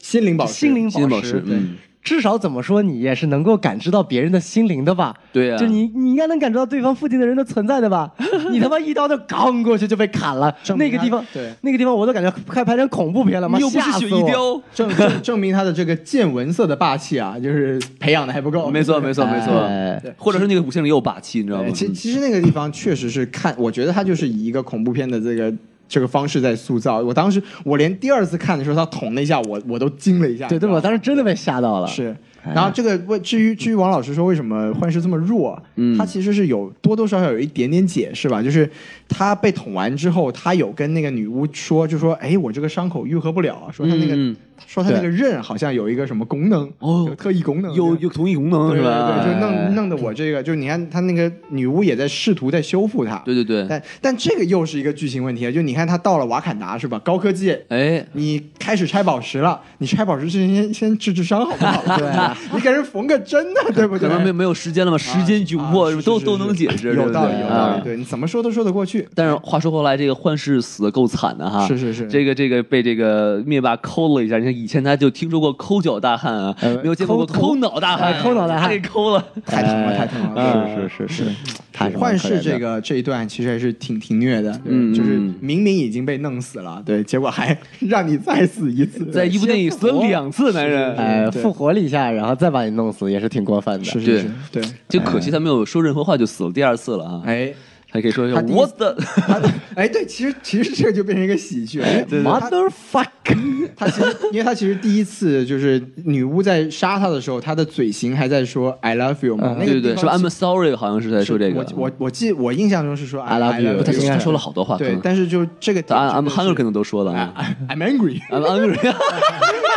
心灵宝石，
心灵
心灵宝
石
石，。嗯，
至少怎么说，你也是能够感知到别人的心灵的吧？
对啊
就你你应该能感知到对方附近的人的存在的吧？你他妈一刀就刚过去就被砍了，
证明
那个
他
地方，
对
那个地方我都感觉快拍成恐怖片了，妈
你又不
吓
是
死
雪一
我！
雕，
证证证明他的这个见闻色的霸气啊，就是培养的还不够。
没错没错没
哎
错，或者是那个古先生也有霸气，你知道吗
对，？
嗯
其其实那个地方确实是看，我觉得他就是以一个恐怖片的这个这个方式在塑造。我当时我连第二次看的时候，他捅了一下我，我都惊了一下。
对
你
对，
知道吗
我当时真的被吓到了。
是。然后这个为至于至于王老师说为什么幻视这么弱，
嗯
他其实是有多多少少有一点点解释吧，就是他被捅完之后，他有跟那个女巫说，就说哎，我这个伤口愈合不了，啊说他那个、
嗯嗯
说他那个
对
刃好像有一个什么功能，
哦
有特异功能，
有有同一功能
对
是
对对，
吧？
就
哎
弄弄得我这个，就是你看他那个女巫也在试图在修复它，
对对对，
但但这个又是一个剧情问题啊，就你看他到了瓦坎达是吧？高科技，
哎，
你开始拆宝石了，你拆宝石之前先先治治伤好不 好？对吧，你给人缝个针呢，对不
可
对？
能没没有时间了嘛，时间窘迫
啊是是
都
是
都能解释，对
有
不
道理，
对
有道
啊
理，对你怎么说都说得过去。
但是话说回来，这个幻视死的够惨的哈，
是是是
啊这个这个被这个灭霸抠了一下。你看以前他就听说过抠脚大汉啊，
哎
呃
没有见过过
抠
抠脑大汉，
哎抠脑大汉
他给抠了。
太疼了，太疼
嗯
了！
是是是是，嗯他是
幻
蛮可怜
视
的
这个这一段其实还是挺挺虐的，对
嗯
就是
嗯
明明已经被弄死了，对，结果还 让你再死一次，
在一部电影死
哦
了两次男人，
哎
对
复活了一下，然后再把你弄死，也是挺过分的。
是
对
是是，对，
就可惜他没有说任何话就死了第二次了啊。
哎，
还可以说一下
他第一
我的，
他 哎，对，其实其实这个就变成一个喜剧了，
哎
因为他
Motherfuck！
他其实，因为他其实第一次就是女巫在杀他的时候，他的嘴型还在说 “I love you” 嘛，那
对
个
嗯对对，
地
是吧
方
？I'm sorry，好像是在说这个。啊
我我我记我印象中是说
I love you”，
他
他
其
应
实
该
说了好多话，可
对
能，
但是就这个
他 I'm I'm
真
hungry
的
可能都说了
是
啊。
I- I'm angry，
I'm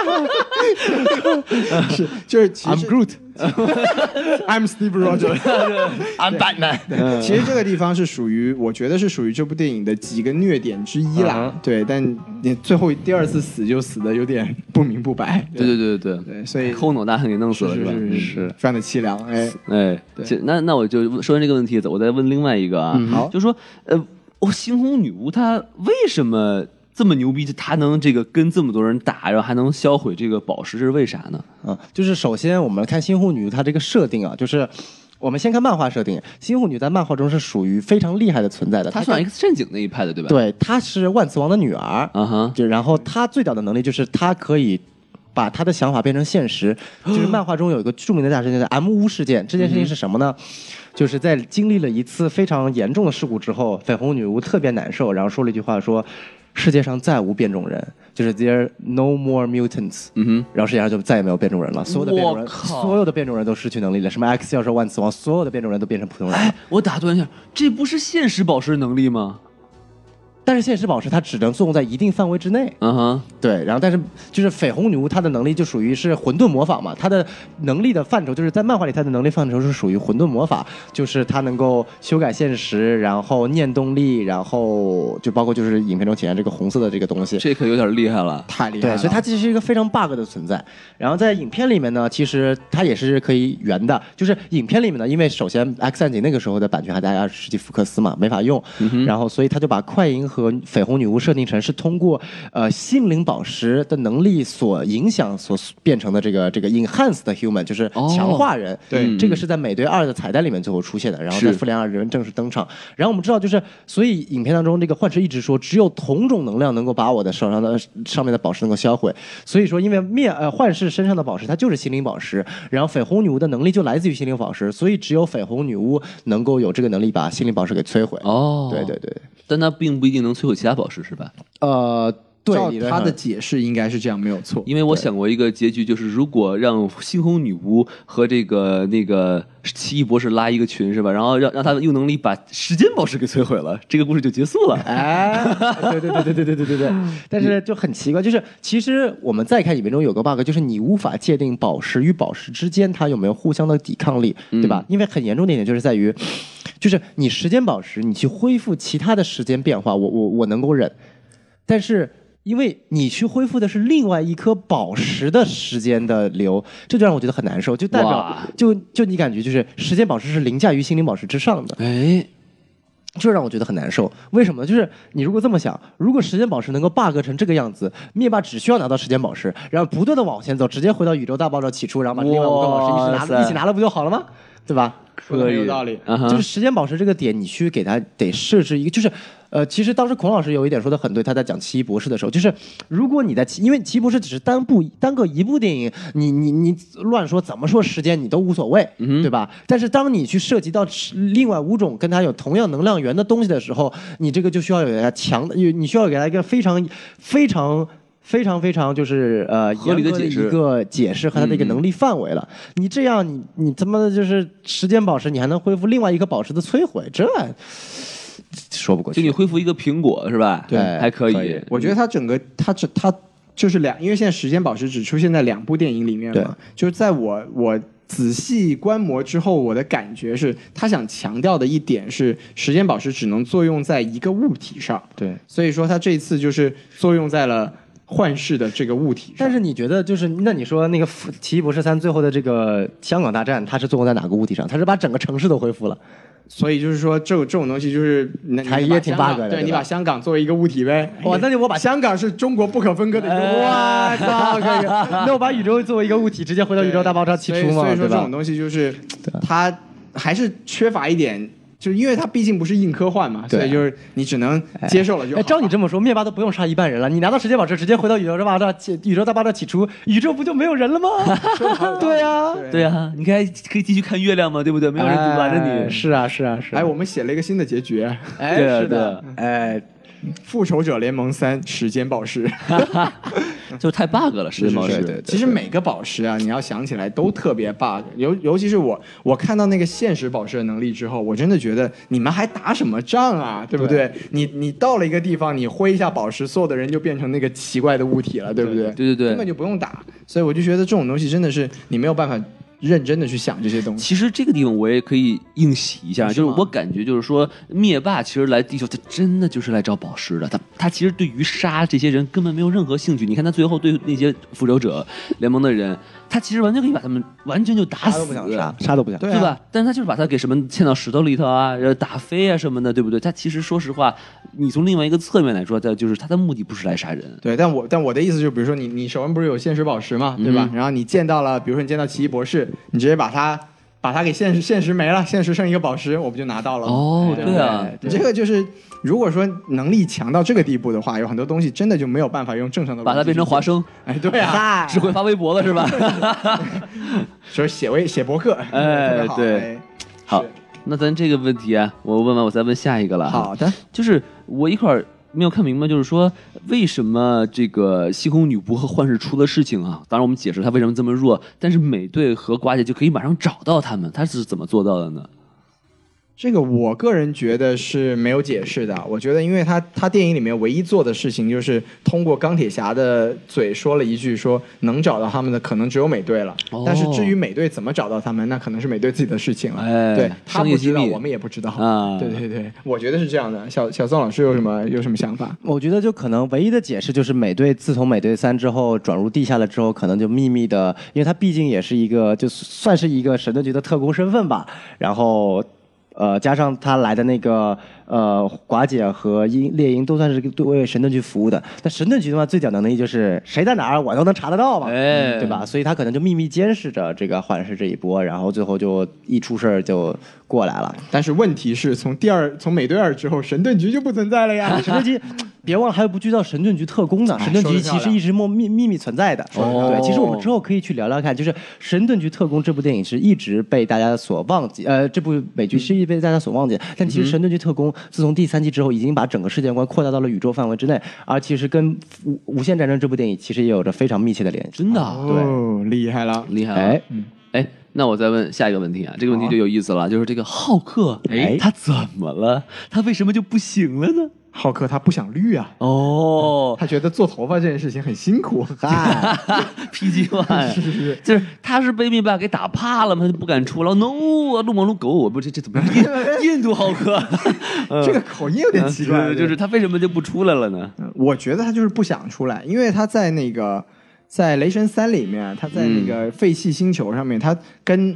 hungry，
是就是其
I'm
实 I'm Steve Rogers。
I'm Batman。
嗯
其实这个地方是属于，我觉得是属于这部电影的几个虐点之一
嗯
啦。对，但你最后第二次死就死的有点不明不白。
对对对对对
对，所以
抠脑大汉给弄死了
是
吧？嗯
是是是，非常的凄凉。哎，
哎，这那那我就说完这个问题，我再问另外一个啊，
嗯好
就说呃，我星空女巫她为什么这么牛逼？就她能这个跟这么多人打，然后还能销毁这个宝石，这是为啥呢？
嗯，就是首先我们看新护女她这个设定啊，就是我们先看漫画设定，新护女在漫画中是属于非常厉害的存在的，
她
她
算
是
X 战警那一派的对吧？，
对，她是万磁王的女儿，
啊哈，
就然后她最屌的能力就是她可以。把她的想法变成现实， 就是漫画中有一个著名的大事件叫 M 屋事件。这件事情是什么呢？就是在经历了一次非常严重的事故之后，绯红女巫特别难受，然后说了一句话说：“世界上再无变种人，就是 There no more mutants。”
嗯哼，嗯
然后世界上就再也没有变种人了，所有的变种人，
我靠
所有的变种人都失去能力了，什么 X 教授、万磁王，所有的变种人都变成普通人了。
我打断一下，这不是现实宝石能力吗？
但是现实宝石它只能作用在一定范围之内，
啊哈，
对。然后，但是就是绯红女巫她的能力就属于是混沌魔法嘛，她的能力的范畴就是在漫画里她的能力范畴是属于混沌魔法，就是她能够修改现实，然后念动力，然后就包括就是影片中体现这个红色的这个东西，
这可有点厉害了。
太厉害了。
对，所以它其实是一个非常 bug 的存在。然后在影片里面呢，其实它也是可以圆的，就是影片里面呢，因为首先《X 战警》那个时候的版权还在二十世纪福克斯嘛，没法用，
嗯
然后所以他就把快银和绯红女巫设定成是通过呃心灵宝石的能力所影响所变成的这个这个 enhanced human，就是
哦
强化人。
对
这个是在美队二的彩蛋里面最后出现的，然后
嗯
在
是
复联二人正式登场。然后我们知道，就是所以影片当中这个幻视一直说，只有同种能量能够把我的手上的上面的宝石能够销毁。所以说，因为灭呃幻视身上的宝石它就是心灵宝石，然后绯红女巫的能力就来自于心灵宝石，所以只有绯红女巫能够有这个能力把心灵宝石给摧毁。
哦，
对对，对，
但它并不一定能摧毁其他宝石，是吧？
呃，对，理
照
论
他
上
的解释应该是这样，没有错。
因为我想过一个结局，就是如果让猩红女巫和这个那个奇异博士拉一个群是吧？然后让让他们用能力把时间宝石给摧毁了，这个故事就结束了。
哎， 对对对对对对对对对，但是就很奇怪，就是其实我们再看影片中有个 bug，就是你无法界定宝石与宝石之间它有没有互相的抵抗力，对吧？因为很严重的一点就是在于，就是你时间宝石，你去恢复其他的时间变化，我我我能够忍，但是因为你去恢复的是另外一颗宝石的时间的流，这就让我觉得很难受，就代表
哇
就就你感觉就是时间宝石是凌驾于心灵宝石之上的。
哎，
这让我觉得很难受。为什么呢？就是你如果这么想，如果时间宝石能够 bug 成这个样子，灭霸只需要拿到时间宝石，然后不断的往前走，直接回到宇宙大爆炸起初，然后把另外五个宝石一起
哇
拿
塞
一起拿了不就好了吗？对吧？
说的很有道理。
啊哈
就是时间宝石这个点，你去给它得设置一个，就是呃，其实当时孔老师有一点说的很对，他在讲《奇异博士》的时候，就是如果你在奇，因为《奇异博士》只是单部单个一部电影，你你你乱说怎么说时间你都无所谓，
嗯
对吧？但是当你去涉及到另外五种跟它有同样能量源的东西的时候，你这个就需要有给它强的，有你需要给它一个非常非常。非常非常就是呃
合理的
严格
解释
一个解释和它的
嗯
一个能力范围了。你这样你你他妈的就是时间宝石，你还能恢复另外一个宝石的摧毁，这说不过
就
去。
你恢复一个苹果是吧？
对
还可
可
以
以。
我觉得它整个它这它就是两，因为现在时间宝石只出现在两部电影里面
对
嘛，就是在我我。仔细观摩之后，我的感觉是，他想强调的一点是，时间宝石只能作用在一个物体上，
对，
所以说他这一次就是作用在了幻视的这个物体上。
但是你觉得就是那你说那个《奇异博士三》最后的这个香港大战，它是作用在哪个物体上？它是把整个城市都恢 复了。
所以就是说，这种这种东西就是，那
还
你把
也挺
香港
bug 的
对
对
你
吧
把香港作为一个物体呗。
哇那就我把哎
香港是中国不可分割的一个物体。
哇 操，可以！那我把宇宙作为一个物体，直接回到宇宙大爆炸起
所
初
以
嘛，
所以
对
说这
吧
种？东西就是它还是缺乏一点，就是因为它毕竟不是硬科幻嘛，
对
所以就是你只能接受了就好。
哎，照你这么说，灭霸都不用杀一半人了，你拿到时间宝石，直接回到宇宙大爆炸起，宇宙大爆炸起初，宇宙不就没有人 了吗？对啊，
对啊，你看可以继续看月亮嘛，对不对？没有人阻拦着
哎
你。
是啊，是啊，是啊。
哎，我们写了一个新的结局，
哎
对啊
是的，哎，
《复仇者联盟三：时间宝石》
就太 bug 了，时间宝
对
石。
对对，其实每个宝石啊，你要想起来都特别 bug，尤尤其是我，我看到那个现实宝石的能力之后，我真的觉得你们还打什么仗啊，对不对？你你到了一个地方，你挥一下宝石，所有的人就变成那个奇怪的物体了，对不对？
对对对
根本就不用打，所以我就觉得这种东西真的是你没有办法认真的去想这些东西。
其实这个地方我也可以硬洗一下，
是
就是
吗
我感觉就是说，灭霸其实来地球，他真的就是来找宝石的。他他其实对于杀这些人根本没有任何兴趣。你看他最后对那些复仇者联盟的人，他其实完全可以把他们完全就打
啥都
死，
不想杀，啥都不想。
对
对
啊，
吧？但是他就是把他给什么嵌到石头里头啊，然后打飞啊什么的，对不对？他其实说实话，呃你从另外一个侧面来说，他就是他的目的不是来杀 人，
对，但我但我的意思就是，比如说你你手上不是有现实宝石嘛，对
嗯
吧？然后你见到了，比如说你见到奇异博士，你直接把它把它给现实现实没了，现实剩一个宝石，我不就拿到了吗？不
哦对啊
你这个就是如果说能力强到这个地步的话，有很多东西真的就没有办法用正常的
把它
逻辑
变成
去
华 生，
哎，对啊，
只会发微博了是吧？
所以写微写博客，
哎
特别好
对
哎
好
是，
那咱这个问题啊，我问完我再问下一个了。，
好的，
就是我一块儿没有看明白，就是说为什么这个西宫女仆和幻视出了事情啊？当然我们解释她为什么这么弱，但是美队和寡姐就可以马上找到他们，她是怎么做到的呢？
这个我个人觉得是没有解释的。我觉得，因为他他电影里面唯一做的事情就是通过钢铁侠的嘴说了一句说能找到他们的可能只有美队了。
哦
但是至于美队怎么找到他们，那可能是美队自己的事情了。
哎
对他
商业
不知道，
机密
我们也不知道。
啊
对对对，我觉得是这样的。小小宋老师有什么有什么想法？
我觉得就可能唯一的解释就是美队自从美队三之后转入地下了之后，可能就秘密的，因为他毕竟也是一个就算是一个神盾局的特工身份吧，然后。呃，加上他来的那个呃，寡姐和鹰猎鹰都算是对为神盾局服务的。但神盾局的话，最屌的能力就是谁在哪儿，我都能查得到嘛，嗯
哎
对吧？所以他可能就秘密监视着这个幻视这一波，然后最后就一出事儿就过来了。
但是问题是从第二从美队二之后，神盾局就不存在了 呀。
神 盾局，别忘了还有部剧叫《神盾局特工》呢。
哎
神盾局
说得漂
其
亮
实一直默秘秘密存在的。
得漂亮
对，其实我们之后可以去聊聊看，就是《神盾局特工》这部电影是一直被大家所忘记，呃，这部美剧是一直被大家所忘记
嗯
的。但其实《神盾局特工》自从第三季之后，已经把整个世界观扩大到了宇宙范围之内，而其实跟《无无限战争》这部电影其实也有着非常密切的联系。
真的啊、
哦，厉害了。
厉害了！
哎，
哎，那我再问下一个问题啊，这个问题就有意思了，就是这个浩克，
哎
他怎么了？他为什么就不行了呢？
浩克他不想绿啊，
哦
他觉得做头发这件事情很辛苦。
，PG One
是是是
就是他是被灭霸给打怕了吗？他就不敢出了。No，啊路盲路狗，我不这这怎么印 印度浩克？
这个口音有点奇怪，
嗯就是就是他为什么就不出来了呢？
嗯我觉得他就是不想出来，因为他在那
嗯
个在《雷神三》里面，他在那个废弃星球上面，他跟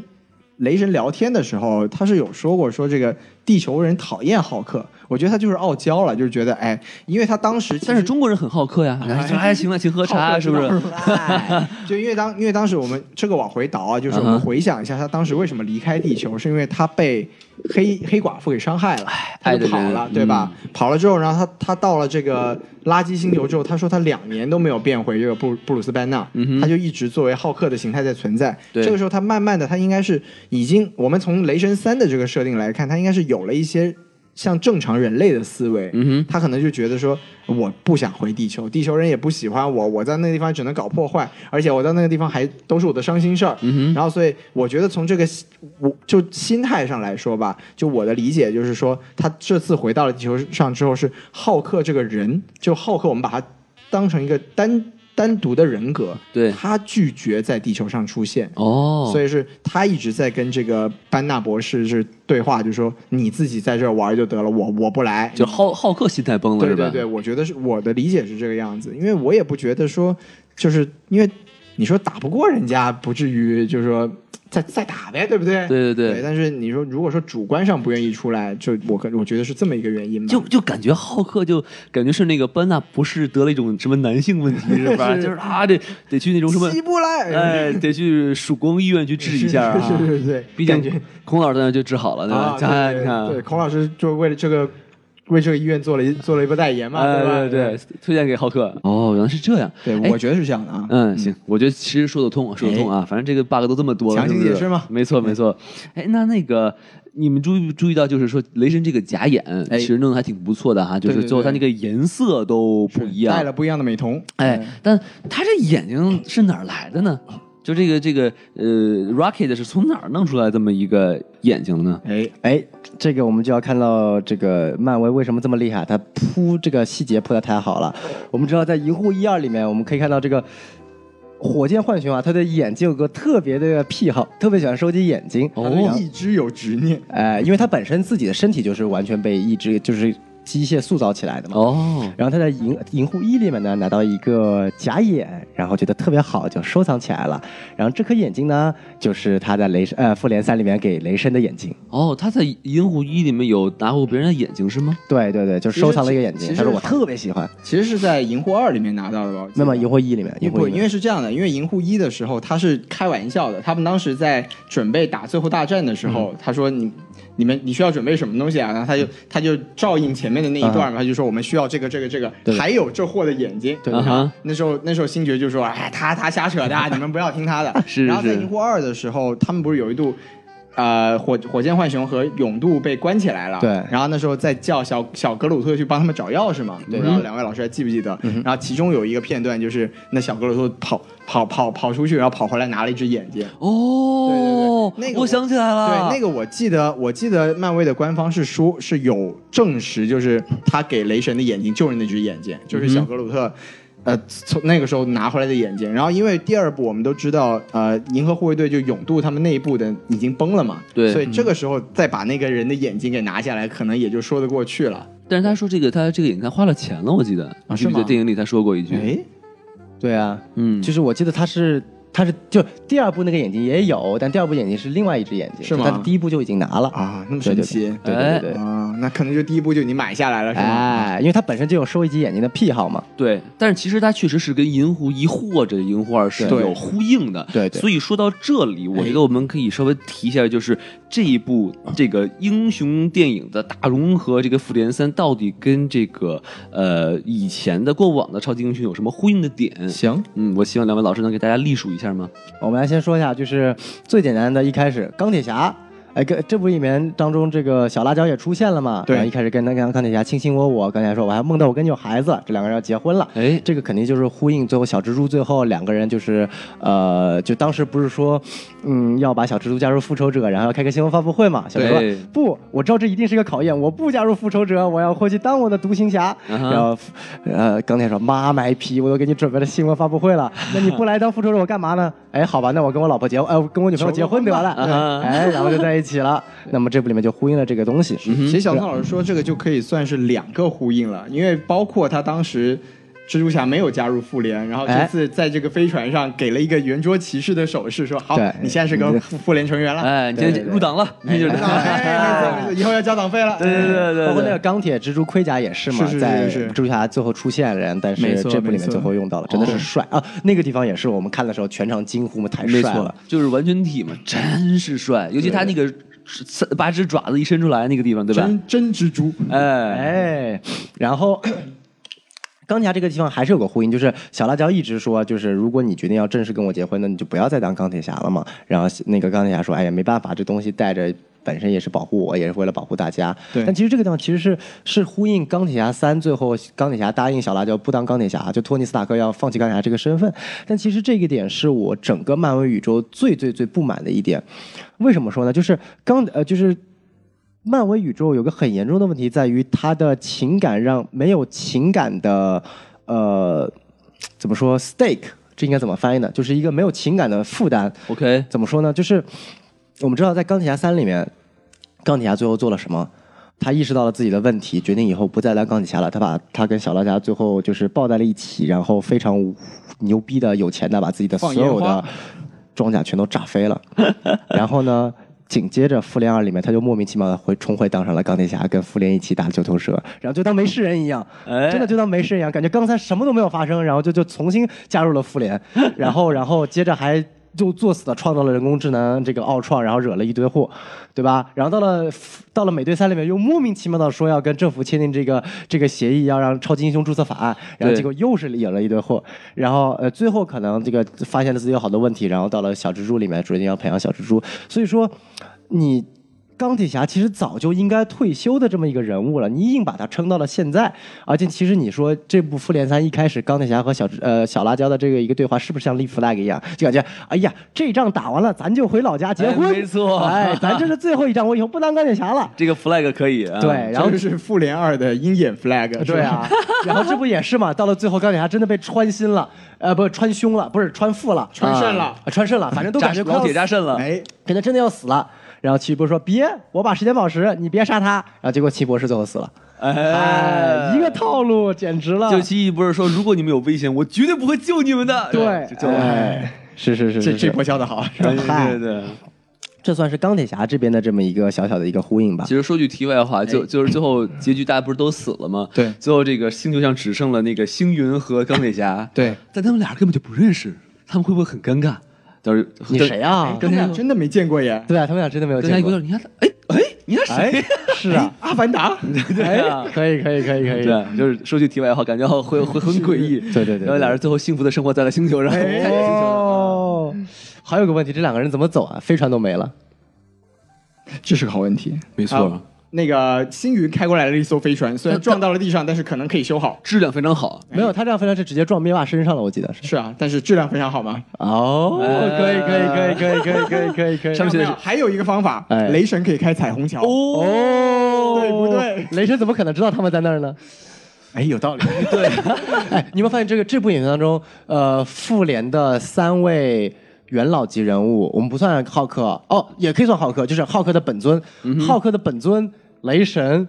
雷神聊天的时候，他是有说过说这个地球人讨厌浩克，我觉得他就是傲娇了，就是觉得哎，因为他当时其实
但是中国人很好客呀，哎，行了，请喝茶，是不
好客
是？
之道？ 哎就因为当因为当时我们这个往回倒啊，就是我
嗯
们
哼
回想一下，他当时为什么离开地球，是因为他被黑黑寡妇给伤害了，他
爱
就
的
跑
人
了，对吧？
嗯
跑了之后，然后他他到了这个垃圾星球之后，他说他两年都没有变回这个布布鲁斯班纳，他就一直作为浩克的形态在存在。
嗯对
这个时候，他慢慢的，他应该是已经，我们从雷神三的这个设定来看，他应该是有了一些。像正常人类的思维，
嗯哼
他可能就觉得说，我不想回地球，地球人也不喜欢我，我在那个地方只能搞破坏，而且我到那个地方还都是我的伤心事儿。
嗯
然后，所以我觉得从这个心我就心态上来说吧，就我的理解就是说，他这次回到了地球上之后，是浩克这个人，就浩克我们把他当成一个单单独的人格，
对
他拒绝在地球上出现。
哼，哦，
所以是他一直在跟这个班纳博士是对话，就说你自己在这儿玩就得了，我我不来，
就好好客心态崩了，
对
是吧？
对对，我觉得是我的理解是这个样子，因为我也不觉得说，就是因为你说打不过人家，不至于就是说再再打呗，对不对？
对对对
但是你说如果说主观上不愿意出来，就我可我觉得是这么一个原因吧。
就就感觉浩克就感觉是那个班纳博士得了一种什么男性问 题是吧？
是
就是啊，得得去那种什么，
起不来，
哎，得去曙光医院去治一下啊。
是是是对，
毕
感觉
竟孔老师在那就治好了，对吧
啊？，
你看
对
你看，
对，孔老师就为了这个为这个医院做了一做了一波代言嘛，
哎，
吧？
对对，推荐给浩克。哦，原来是这样。
对，
哎
我觉得是这样的啊。
嗯，行，我觉得其实说得通，说得通啊。反正这个 bug 都这么多了，
强行
是不是
解释嘛
没错，没错。哎，那那个你们注意注意到，就是说雷神这个假眼，
哎
其实弄得还挺不错的哈，就
对
是
对
最后
对
他那个颜色都不一样
戴。了不一样的美瞳，
哎，但他这眼睛是哪儿来的呢？就这个这个呃，Rocket 是从哪儿弄出来这么一个眼睛呢？
哎，
哎，这个我们就要看到这个漫威为什么这么厉害，它铺这个细节铺的太好了。我们知道在《银护一二》里面，我们可以看到这个火箭浣熊啊，它对眼睛有个特别的癖好，特别喜欢收集眼睛。
他
哦
的一直有执念。
呃，因为它本身自己的身体就是完全被意志就是机械塑造起来的嘛。
哦，
然后他在银银护一里面呢拿到一个假眼，然后觉得特别好，就收藏起来了。然后这颗眼睛呢，就是他在雷神呃复联三里面给雷神的眼睛。
哦，他在《银狐一》里面有拿过别人的眼睛是吗？
对对对，就收藏了一个眼
其
睛。
实
他说我特别喜欢。
其实是在《银护二》里面拿到的吧？我记得
那么银护一里面，银护
不，
一里
因
面
为是这样的，因为《银护一》的时候他是开玩笑的，他们当时在准备打最后大战的时
嗯
候，他说你。你们你需要准备什么东西啊？然后他就他
嗯
就照应前面的那一段嘛，他就说我们需要这个这个这个，
对
还有这货的眼睛。
对
啊哈，
那时候那时候星爵就说：“哎，他他瞎扯的，你们不要听他 的。”
是
然后在
是
《银护二》的时候，他们不是有一度。呃，火火箭浣熊和勇度被关起来了，
对
然后那时候再叫小小格鲁特去帮他们找钥匙嘛，对。不知道两位老师还记不记得？然后其中有一个片段就是那小格鲁特跑跑跑跑出去，然后跑回来拿了一只眼睛。
哦，
对对对那个
我
我
想起来
哦
了，
对，那个我记得，我记得漫威的官方是说是有证实，就是他给雷神的眼睛就是那只眼睛，
嗯
就是小格鲁特。呃，从那个时候拿回来的眼睛，然后因为第二部我们都知道，呃，银河护卫队就勇度他们内部的已经崩了嘛，
对
嗯
所以这个时候再把那个人的眼睛给拿下来，可能也就说得过去了。
但是他说这个他这个眼睛他花了钱了，我记得，你记
啊是
不记得
吗
电影里他说过一
嗯
句？
哎，
对啊，
嗯，
就是我记得他是他是就第二部那个眼睛也有，但第二部眼睛是另外一只眼睛，
是吗
但是第一部就已经拿了。
啊，那么
对
神
对
奇
对对对对对。
啊，那可能就第一部就已经买下来了，是吗？
哎，因为他本身就有收集眼睛的癖好嘛，
对，但是其实它确实是跟《银狐一》或者《银狐二》是
对
有呼应的。
对对
所以说到这里，我觉得我们可以稍微提一下，就是这一部这个英雄电影的大融合，这个《复联三》到底跟这个呃以前的过往的超级英雄有什么呼应的点？
行，
嗯，我希望两位老师能给大家隶属一下吗？
我们来先说一下，就是最简单的，一开始钢铁侠，哎，跟这部里面当中这个小辣椒也出现了嘛，
对
然后一开始跟他跟钢铁侠卿卿我我，钢铁侠说我还梦到我跟你有孩子了，这两个人要结婚了。
哎，
这个肯定就是呼应最后小蜘蛛最后两个人就是，呃，就当时不是说，嗯，要把小蜘蛛加入复仇者，然后要开个新闻发布会嘛？小蜘蛛
对
说不，我知道这一定是个考验，我不加入复仇者，我要回去当我的独行侠。
嗯哼
然后，呃，钢铁说妈卖批，我都给你准备了新闻发布会了，那你不来当复仇者我干嘛呢？哎，好吧，那我跟我老婆结婚，呃，跟我女朋友结婚得了
求个婚吧。嗯
哎，然后就在一 起了。那么这部里面就呼应了这个东西。
其实小宋老师说这个就可以算是两个呼应了，因为包括他当时。蜘蛛侠没有加入复联，然后这
哎
次在这个飞船上给了一个圆桌骑士的手势，说好
对，
你现在是个复复联成员了，
哎，你现在
对对对
入党了，你就是
哎没错没错以后要交党费了。
对对对对，
包括那
对
个钢铁蜘蛛盔甲也是嘛，
是是是
在
是
蜘蛛侠最后出现人，但
没
是
错
这部里
没
面
错
最后用到了，真的是帅啊！那个地方也是我们看的时候全场惊呼嘛，太
没
帅
错
了。，
就是完全体嘛，真是帅，尤其他那个三八只爪子一伸出来那个地方，对吧？
真真蜘蛛，
哎，
哎，然后。 钢铁侠这个地方还是有个呼应，就是小辣椒一直说，就是如果你决定要正式跟我结婚，那你就不要再当钢铁侠了嘛。然后那个钢铁侠说：“哎呀，没办法，这东西带着本身也是保护我，也是为了保护大家。”
对
但其实这个地方其实是是呼应钢铁侠三最后钢铁侠答应小辣椒不当钢铁侠，就托尼斯塔克要放弃钢铁侠这个身份。但其实这个点是我整个漫威宇宙最最最不满的一点。为什么说呢？就是钢呃就是漫威宇宙有个很严重的问题在于它的情感让没有情感的呃怎么说 stake 这应该怎么翻译呢？就是一个没有情感的负担。
，OK，
怎么说呢？就是我们知道在钢铁侠三里面，钢铁侠最后做了什么？他意识到了自己的问题，决定以后不再当钢铁侠了。他把他跟小辣椒最后就是抱在了一起，然后非常牛逼的、有钱的，把自己的所有
放烟
的
花
装甲全都炸飞了。然后呢，紧接着复联二里面，他就莫名其妙的回重回当上了钢铁侠，跟复联一起打九头蛇，然后就当没事人一样，
哎
真的就当没事一样，感觉刚才什么都没有发生，然后就就重新加入了复联，然后然后接着还。就作死的创造了人工智能这个奥创，然后惹了一堆祸，对吧？然后到了到了美队三里面，又莫名其妙的说要跟政府签订这个这个协议，要让超级英雄注册法案，然后
对
结果又是惹了一堆祸。然后呃，最后可能这个发现了自己有好多问题，然后到了小蜘蛛里面，决定要培养小蜘蛛。所以说，你钢铁侠其实早就应该退休的这么一个人物了，你硬把他撑到了现在，而且其实你说这部复联三一开始钢铁侠和小呃小辣椒的这个一个对话，是不是像立 flag 一样，就感觉哎呀这仗打完了，咱就回老家结婚，
哎没错
哎，咱这是最后一仗，我以后不当钢铁侠了。
这个 flag 可以啊，
对，哎然
这
后
就是复联二的鹰眼 flag，是吧
对，啊，然后这不也是嘛？到了最后，钢铁侠真的被穿心了，呃，不是穿胸了，不是穿腹了，
穿肾了
啊啊穿肾了，反正都
扎
感觉快
老
要
铁
死
扎肾了，
哎，
可能真的要死了。然后奇异博士说：“别，我把时间宝石，你别杀他。”然后结果奇异博士最后死了。哎，一个套路，简直了。
呃就奇异博士说，如果你们有危险，我绝对不会救你们的，
对
就，就
哎，是是是
这
是
这
是，
波教的好，是吧
对对对对。
这算是钢铁侠这边的这么一个小小的一个呼应吧
其。实说句题外话，就就是最后结局大家不是都死了吗？
对，
最后这个星球上只剩了那个星云和钢铁侠
对，
但他们俩根本就不认识，他们会不会很尴尬？到时候
你谁？啊？
他们俩真的没见过耶。
对啊，他们俩真的没有
哎跟他
见
一块
过
儿，。你看他，哎哎，你看
哎
谁？，
是啊，
阿凡达，
哎
啊，
可以可以可以可以。
对，就是说句题外话，感觉会会很诡异。
对对对对哎
然后俩人最后幸福的生活在了星球上。
哦，还有个问题，这两个人怎么走啊？飞船都没了。
这是个好问题。
没
啊，那个星云开过来了一艘飞船，虽然撞到了地上，但是可能可以修好。
质量非常好。
没有，他这样飞船是直接撞灭霸身上了，我记得是。
是啊，但是质量非常好嘛。
哦，可以可以可以可以可以可以可以可以。
上面写
没
的是
有还有一个方法
哎，
雷神可以开彩虹桥。
哦，
哦，
对不对？
雷神怎么可能知道他们在那儿呢？
哎，有道理。
对， 哎，你有没有发现这个这部影片当中，呃，复联的三位元老级人物，我们不算浩克哦，也可以算浩克，就是浩克的本尊，浩克的本尊雷神、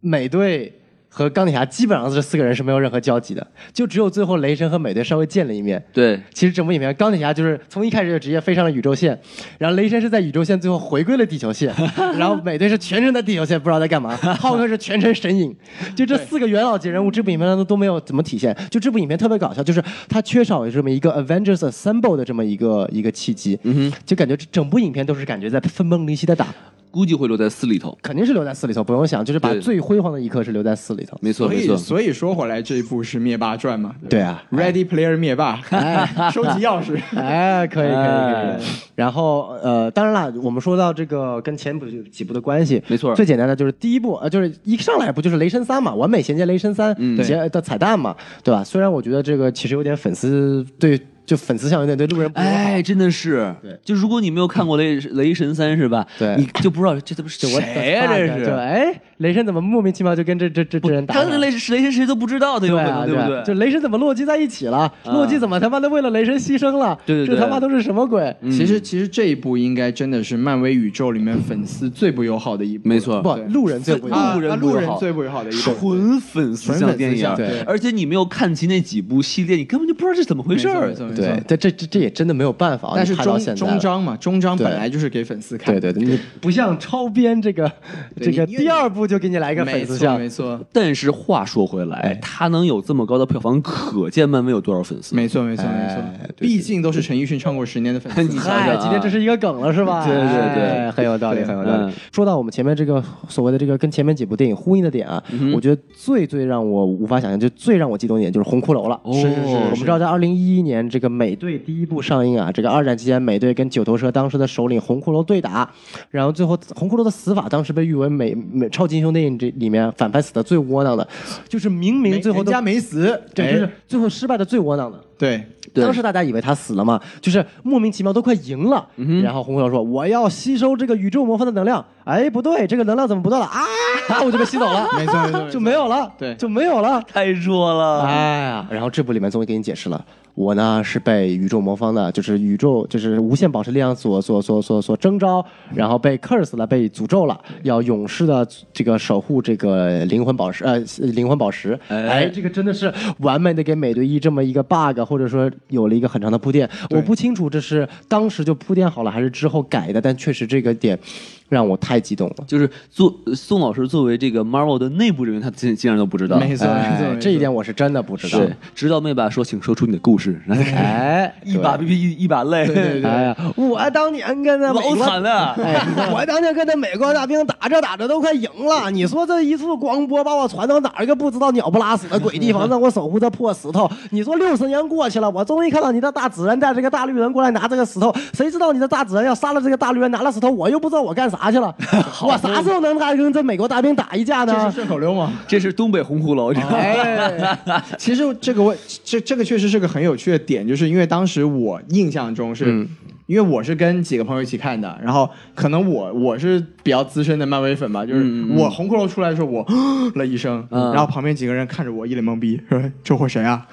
美队。和钢铁侠基本上这四个人是没有任何交集的，就只有最后雷神和美队稍微见了一面，
对，
其实整部影片，钢铁侠就是从一开始就直接飞上了宇宙线，然后雷神是在宇宙线最后回归了地 球线，然后美队是全程在地球线不知道在干嘛，浩克是全程神隐，就这四个元老级人物，这部影片当中都没有怎么体现。就这部影片特别搞笑，就是它缺少有这么一个 Avengers Assemble 的这么一个一个契机，
嗯
就感觉这整部影片都是感觉在分崩离析的打，
估计会落在四里头。
肯定是留在四里头，不用想，就是把
对
最辉煌的一刻是留在四里头。
没错
所
没
以，
错，
所以说回来，这一部是灭霸传嘛？
对啊，
Ready Player 灭霸， 收集钥匙。
哎，可以可以
哎
可以。然后呃，当然啦，我们说到这个跟前部几部的关系，
没错
最简单的就是第一部，呃，就是一上来不就是雷神三嘛，完美衔接雷神三
嗯
结的彩蛋嘛，对吧？虽然我觉得这个其实有点粉丝对，就粉丝像有点对路人不友好。
哎，真的是，就如果你没有看过雷《雷神三》是吧？
对
你就不知道这他妈是
就我
谁呀、这
就是哎，
雷神怎么莫名其妙就跟这这这这人打
他
上了？
跟雷神雷神谁都不知道的，有
对
可
啊，
能对不
就雷神怎么洛基在一起了？洛基怎么他妈的为了雷神牺牲了？
对对对嗯
这他妈都是什么鬼？
其实其实这一部应该真的是漫威宇宙里面粉丝最不友好的一部，
没错
不
对，
路人最
这
不一
路
样。
啊
人
啊
不
路
友
人
好
最不友好的一部。
纯粉丝向电影，
纯粉丝向对
而且你没有看齐那几部系列，你根本就不知道这怎么回事儿
没错没错。
对，但这这这也真的没有办法啊，
但是
你看到
终
现在
终
了，
章嘛，终章
对
本来就是给粉丝看
对
的，
对对，你
不像超编这个
对
这个
你
第二部就给你来一个
没
粉丝
错
像，
没错
但是话说回来，他能有这么高的票房，可见漫威有多少粉丝。
没错没错没
哎
错，毕竟都是陈奕迅唱过十年的粉
你
丝。
想想
嗨，
啊
今天这是一个梗了是吧？
对对对
哎
哎，很有道理，
对
很有道理
嗯。
说到我们前面这个所谓的这个跟前面几部电影呼应的点啊，我觉得最最让我无法想象，就最让我激动一点就是《红骷髅》了。
哦是是是是
我们知道在二零一一年这个美队第一部上映啊，这个二战期间美队跟九头蛇当时的首领红骷髅对打，然后最后红骷髅的死法当时被誉为美美超级英雄电影这里面反派死的最窝囊的，就是明明最后
人
都
家没死，
对，就是
哎
最后失败的最窝囊的。
对，
对
当时大家以为他死了嘛，就是莫名其妙都快赢了。然后红骷髅说：“我要吸收这个宇宙魔方的能量。”哎，不对，这个能量怎么不对了啊？ 我就被吸走了，
没错没错，
就没有了，
对
就没有了。
太弱了，
哎呀，然后这部里面终于给你解释了，我呢是被宇宙魔方的，就是宇宙就是无限宝石力量所所所所所征召，然后被 curse 了，被诅咒了，要勇士的这个守护这个灵魂宝石，呃，灵魂宝石。
哎
哎，这个真的是完美的给美队一这么一个 bug，或者说有了一个很长的铺垫。我不清楚这是当时就铺垫好了，还是之后改的，但确实这个点让我太激动了。
就是做呃宋老师作为这个 Marvel 的内部人员，他竟竟然都不知道。
没错没错
哎，
没错
这一点我是真的不知道。
是，直到妹爸说：“请说出你的故事。”然后他开
哎，
始一把鼻涕一一把泪，
对对
哎呀，我当年跟那 美
老
国
惨了。
哎， 我当年跟那美国大兵打着打着都快赢 了，你说这一束光波把我传到哪儿个不知道鸟不拉屎的鬼地方，让我守护这破石头。你说六十年过去了，我终于看到你的大纸人带着个大绿人过来拿这个石头，谁知道你的大纸人要杀了这个大绿人，拿了石头，我又不知道我干啥 去了。我啥时候能再跟这美国大兵打一架
这
呢
是？顺口溜吗？
这是东北红骷髅，你知道吗？
哎，其实这个我这这个确实是个很有趣的点，就是因为当时我印象中是，
嗯
因为我是跟几个朋友一起看的，然后可能我我是比较资深的漫威粉吧，
嗯
就是我红骷髅出来的时候，我 了一声，
嗯
然后旁边几个人看着我一脸懵逼， 说这货谁 啊？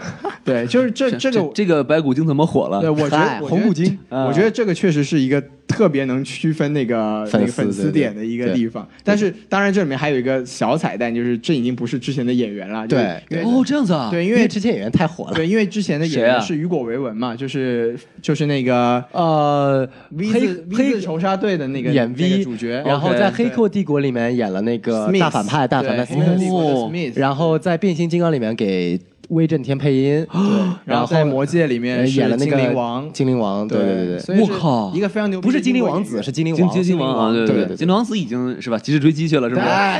对，就是这 这个。
这个白骨精怎么火了？
对，我觉
嗨
得我觉得
红骨精嗯
我觉得这个确实是一个特别能区分那个
粉丝
那个粉丝点的一个地方。但是当然这里面还有一个小彩蛋，就是这已经不是之前的演员了，就是
对
因为
哦，这样子啊。
对，因
因
为
为之前演员太火了。
对，因为之前的演
谁啊
员是雨果·维文嘛，就是就是那个
呃
V
黑
字 V
黑
字仇杀队的那个
演
那
V
个主角，
然后
OK，
在《黑客帝国》里面演了那个
Smith，
大反派，大
对
反派
黑
Smith
客帝国的
哦
Smith，
然后在《变形金刚》里面给威震天配音，
然
然
后
后
在《魔戒》里面
呃
是
演了那个
精灵王，
精灵王，对对对
所以是
我靠
一个非常牛
对，
逼
不
的英国演员，
是精灵王子，是精灵
精
王，
精灵王啊，对
对
对，
对。
精灵王子已经是吧，及时追击去了，是不是？
哎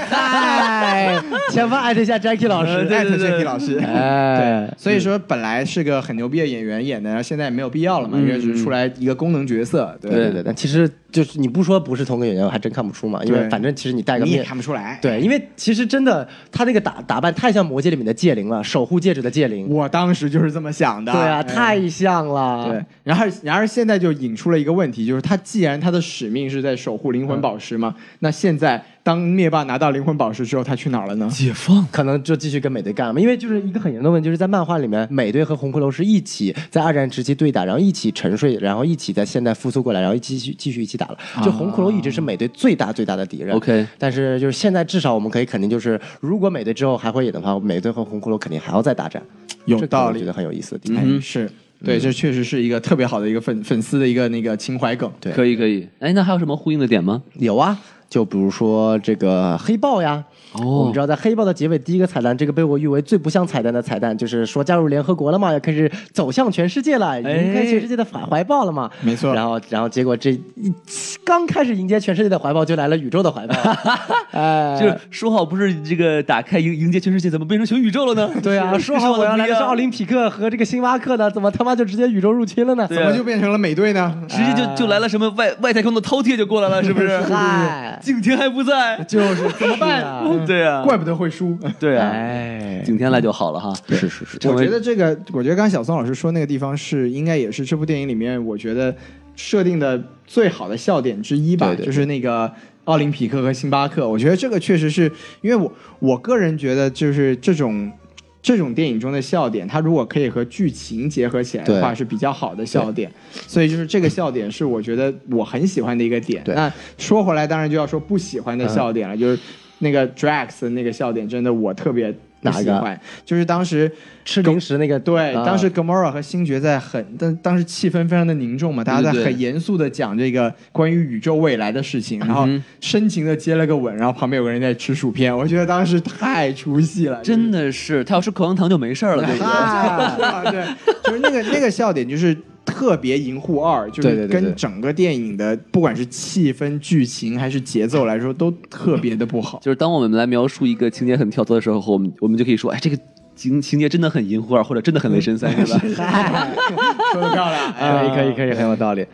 哎，千万艾特一下 Jackie 老
是
师，
艾特 Jackie 老师。
哎，
所以说，本来是个很牛逼的演员演的，然后现在也没有必要了嘛，因为只是出来一个功能角色，
对对对，但其实就是你不说不是同个演员，我还真看不出嘛，因为
对
反正其实你戴个
你也
面。
看不出来。
对，因为其实真的，他那个打打扮太像《魔戒》里面的戒灵了，守护戒指的戒灵。
我当时就是这么想的。
对啊，
哎
太像了。
对，然而然而现在就引出了一个问题，就是他既然他的使命是在守护灵魂宝石嘛，那现在当灭霸拿到灵魂宝石之后，他去哪儿了呢？
解放
可能就继续跟美队干了嘛，因为就是一个很严重的问题，就是在漫画里面，美队和红骷髅是一起在二战时期对打，然后一起沉睡，然后一起在现代复苏过来，然后一起继续继续一起打了。
啊
就红骷髅一直是美队最大最大的敌人。
OK
但是就是现在至少我们可以肯定，就是如果美队之后还会演的话，美队和红骷髅肯定还要再大战。
有
这个
道
我觉
理
得，很有意思的地方。
嗯，是对，这确实是一个特别好的一个粉粉丝的一个那个情怀梗。
对
可以可以。哎，那还有什么呼应的点吗？
有啊，就比如说这个黑豹呀。
哦
我们知道在黑豹的结尾第一个彩蛋，这个被我誉为最不像彩蛋的彩蛋，就是说加入联合国了嘛，要开始走向全世界了，迎接全世界的怀怀抱了嘛。
没错
然后，然后结果这一刚开始迎接全世界的怀抱，就来了宇宙的 怀抱。哎，
就是说好不是这个打开迎迎接全世界，怎么变成全宇宙了呢？
对啊，
是
说好我要来的是奥，林匹克和这个星巴克的，怎么他妈就直接宇宙入侵了呢？
对
怎么就变成了美队呢？哎
是不一样直接
哎
就就来了什么外外太空的饕餮就过来了，是不是？
嗨
景天还不在，
就是 怎么
是啊
办？
对啊，
怪不得会输。
对啊，
哎，
景天来就好了哈。
是是是，
成
我
为
觉得这个，我觉得刚才小宋老师说那个地方是，应该也是这部电影里面，我觉得设定的最好的笑点之一吧，
对对对
就是那个奥林匹克和星巴克。我觉得这个确实是因为我我个人觉得，就是这种这种电影中的笑点，它如果可以和剧情结合起来的
对
话，是比较好的笑点。所以就是这个笑点是我觉得我很喜欢的一个点。
对嗯
那说回来，当然就要说不喜欢的笑点了，就是那个 Drax 的那个笑点，真的我特别不
哪
喜
一个
欢，就是当时。
吃零食那个
对，
啊
当时 Gamora 和星爵在很，但当时气氛非常的凝重嘛，大家在
对对对
很严肃的讲这个关于宇宙未来的事情，然后
嗯哼
深情的接了个吻，然后旁边有个人在吃薯片，我觉得当时太出戏了，
真
的。
的是，他要吃口香糖就没事儿了，对不 对？
啊，对，就是那个那个笑点，就是特别《银护二》，就
对
是
对对对
跟整个电影的不管是气氛、剧情还是节奏来说，都特别的不好。
就是当我们来描述一个情节很跳脱的时候，我们我们就可以说，哎，这个情情节真的很银狐二，或者真的很雷神三，是吧？
说的漂亮，哎
可以可以可以，很有道理。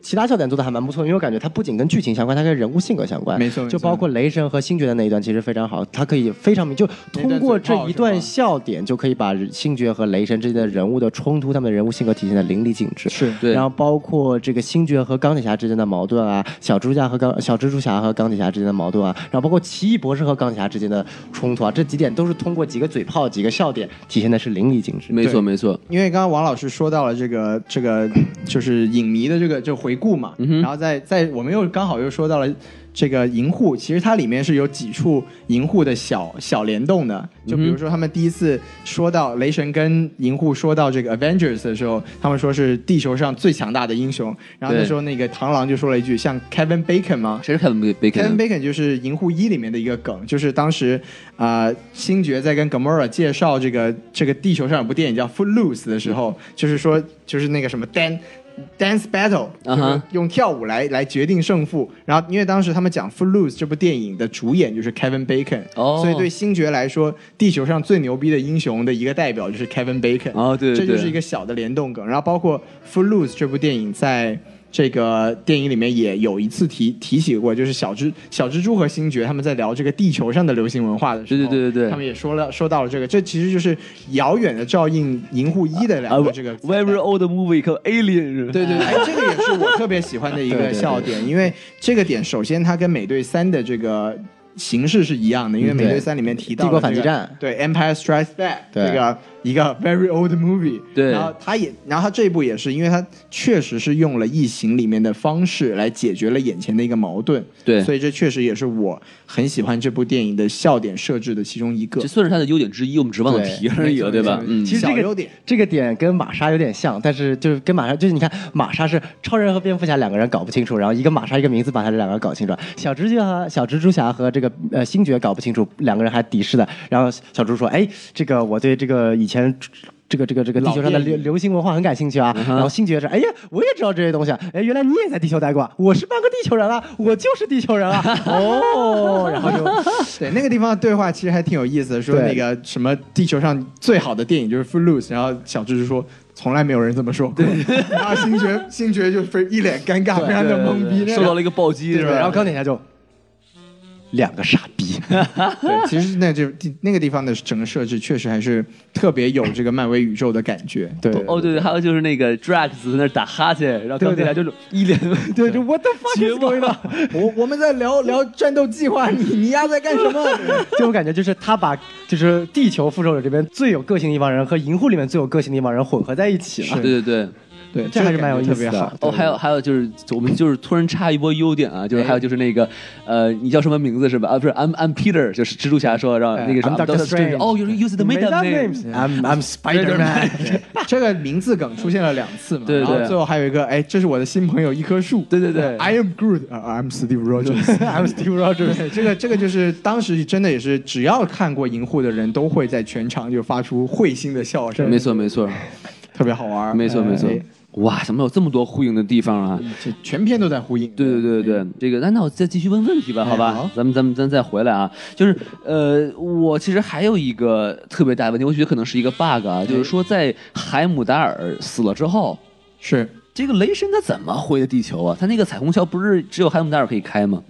其他笑点做的还蛮不错，因为我感觉它不仅跟剧情相关，它跟人物性格相关。
没错没错
就包括雷神和星爵的那一段，其实非常好，它可以非常明，就通过这一段笑点，就可以把星爵和雷神之间的人物的冲突，他们的人物性格体现的淋漓尽致。
是
对
然后包括这个星爵和钢铁侠之间的矛盾啊，小蜘蛛侠和钢小蜘蛛侠和钢铁侠之间的矛盾啊，然后包括奇异博士和钢铁侠之间的冲突啊，这几点都是通过几个嘴炮、几个笑点体现的是淋漓尽致。
没错没错，
因为刚刚王老师说到了这个这个就是影迷的这个这个回顾嘛，然后在在我们又刚好又说到了这个银护，其实它里面是有几处银护的小小联动的，就比如说他们第一次说到雷神跟银护说到这个 Avengers 的时候，他们说是地球上最强大的英雄，然后那
对
时候那个螳螂就说了一句像 Kevin Bacon 吗？
谁是凯文贝贝
Kevin
肯？
Bacon 就是《银护一》里面的一个梗，就是当时啊、呃星爵在跟 Gamora 介绍这个这个地球上有部电影叫《Footloose》的时候，就是说就是那个什么 Dan。Dance battle，就
啊哈
是用跳舞来来决定胜负。然后，因为当时他们讲《Footloose》这部电影的主演就是 Kevin Bacon，、
哦
所以对星爵来说，地球上最牛逼的英雄的一个代表就是 Kevin Bacon。
哦对对
这就
对
是一个小的联动梗。然后包括《Footloose》这部电影在。这个电影里面也有一次提提起过，就是小蜘小蜘蛛和星爵他们在聊这个地球上的流行文化的时候，
对对对对对
他们也说了说到了这个，这其实就是遥远的照应《银护一》的
啊
两个这个、
Very old movie called Alien 是吧
对对，对哎，这个也是我特别喜欢的一
对
个
对对
笑点，因为这个点首先它跟《美队三》的这个形式是一样的，因为《美队三》里面提到了
帝国反击
这个
战
对《Empire Strikes Back》
对
这个一个 very old movie，
对
然后它也，然后它这一部也是，因为它确实是用了《异形》里面的方式来解决了眼前的一个矛盾，
对
所以这确实也是我很喜欢这部电影的笑点设置的其中一个
这，算是他的优点之一，我们只忘了
对
提而已了，对吧？
没错没错
嗯，
其实这
小
个
优点
这个点跟玛莎有点像，但是就是跟玛莎，就是你看玛莎是超人和蝙蝠侠两个人搞不清楚，然后一个玛莎一个名字把他这两个人搞清楚，小蜘蛛侠小蜘蛛侠和这个呃星爵搞不清楚，两个人还敌视的，然后小蜘蛛说，哎，这个我对这个以前。这个这个哎这个地球上的
老电
流
影
流行文化很感兴趣啊，然后星爵说：“哎呀，我也知道这些东西啊，哎，原来你也在地球待过，啊，我是半个地球人啊，我就是地球 人啊，哦，然后就
对，那个地方的对话其实还挺有意思的，说
对
那个什么地球上最好的电影就是《Footloose》，然后小智就说从来没有人这么说过， 然后星爵星爵就非一脸尴尬，非常的懵逼，
受到了一个暴击，是
对，然后
吧？
钢铁侠就两个傻 逼，
对， 其实那就那个地方的整个设置确实还是特别有这个漫威宇宙的感觉，
对，
哦，对对，还有就是那个 Drax 在那儿打哈欠，然后钢铁侠就是一脸
对，就 what the fuck
绝
is going
望
on？
我我们在聊聊战斗计划，你你丫在干什么？
就我感觉就是他把就是地球复仇者这边最有个性的一帮人和银护里面最有个性的一帮人混合在一起了
是。
对对对。
对，
这还是蛮有意思的
特别好。
哦，还有还有就是，我们就是突然插一波优点啊，就是还有就是那个，呃，你叫什么名字是吧？啊，不是，I'm I'm Peter，就是蜘蛛侠说，然后那个什么
I'm Doctor Strange
哦，you use the
m a
middle name，
I'm I'm Spider Man。
这个名字梗出现了两次嘛，
对对
然后最后还有一个，哎，这是我的新朋友一棵树，
对对对
，I am Groot，啊 I'm Steve Rogers。
I'm Steve Rogers。
对，这个这个就是当时真的也是，只要看过《银护》的人都会在全场就发出会心的笑声，
没，错没错
特别好玩，
没错没错
哎，
哇，怎么有这么多呼应的地方啊？
这全片都在呼应，
对对对对，对，这个那那我再继续问问题吧，好吧，咱们咱们咱再回来啊，就是呃，我其实还有一个特别大的问题，我觉得可能是一个 bug 啊，就是说在海姆达尔死了之后，
是
这个雷神他怎么回的地球啊？他那个彩虹桥不是只有海姆达尔可以开吗？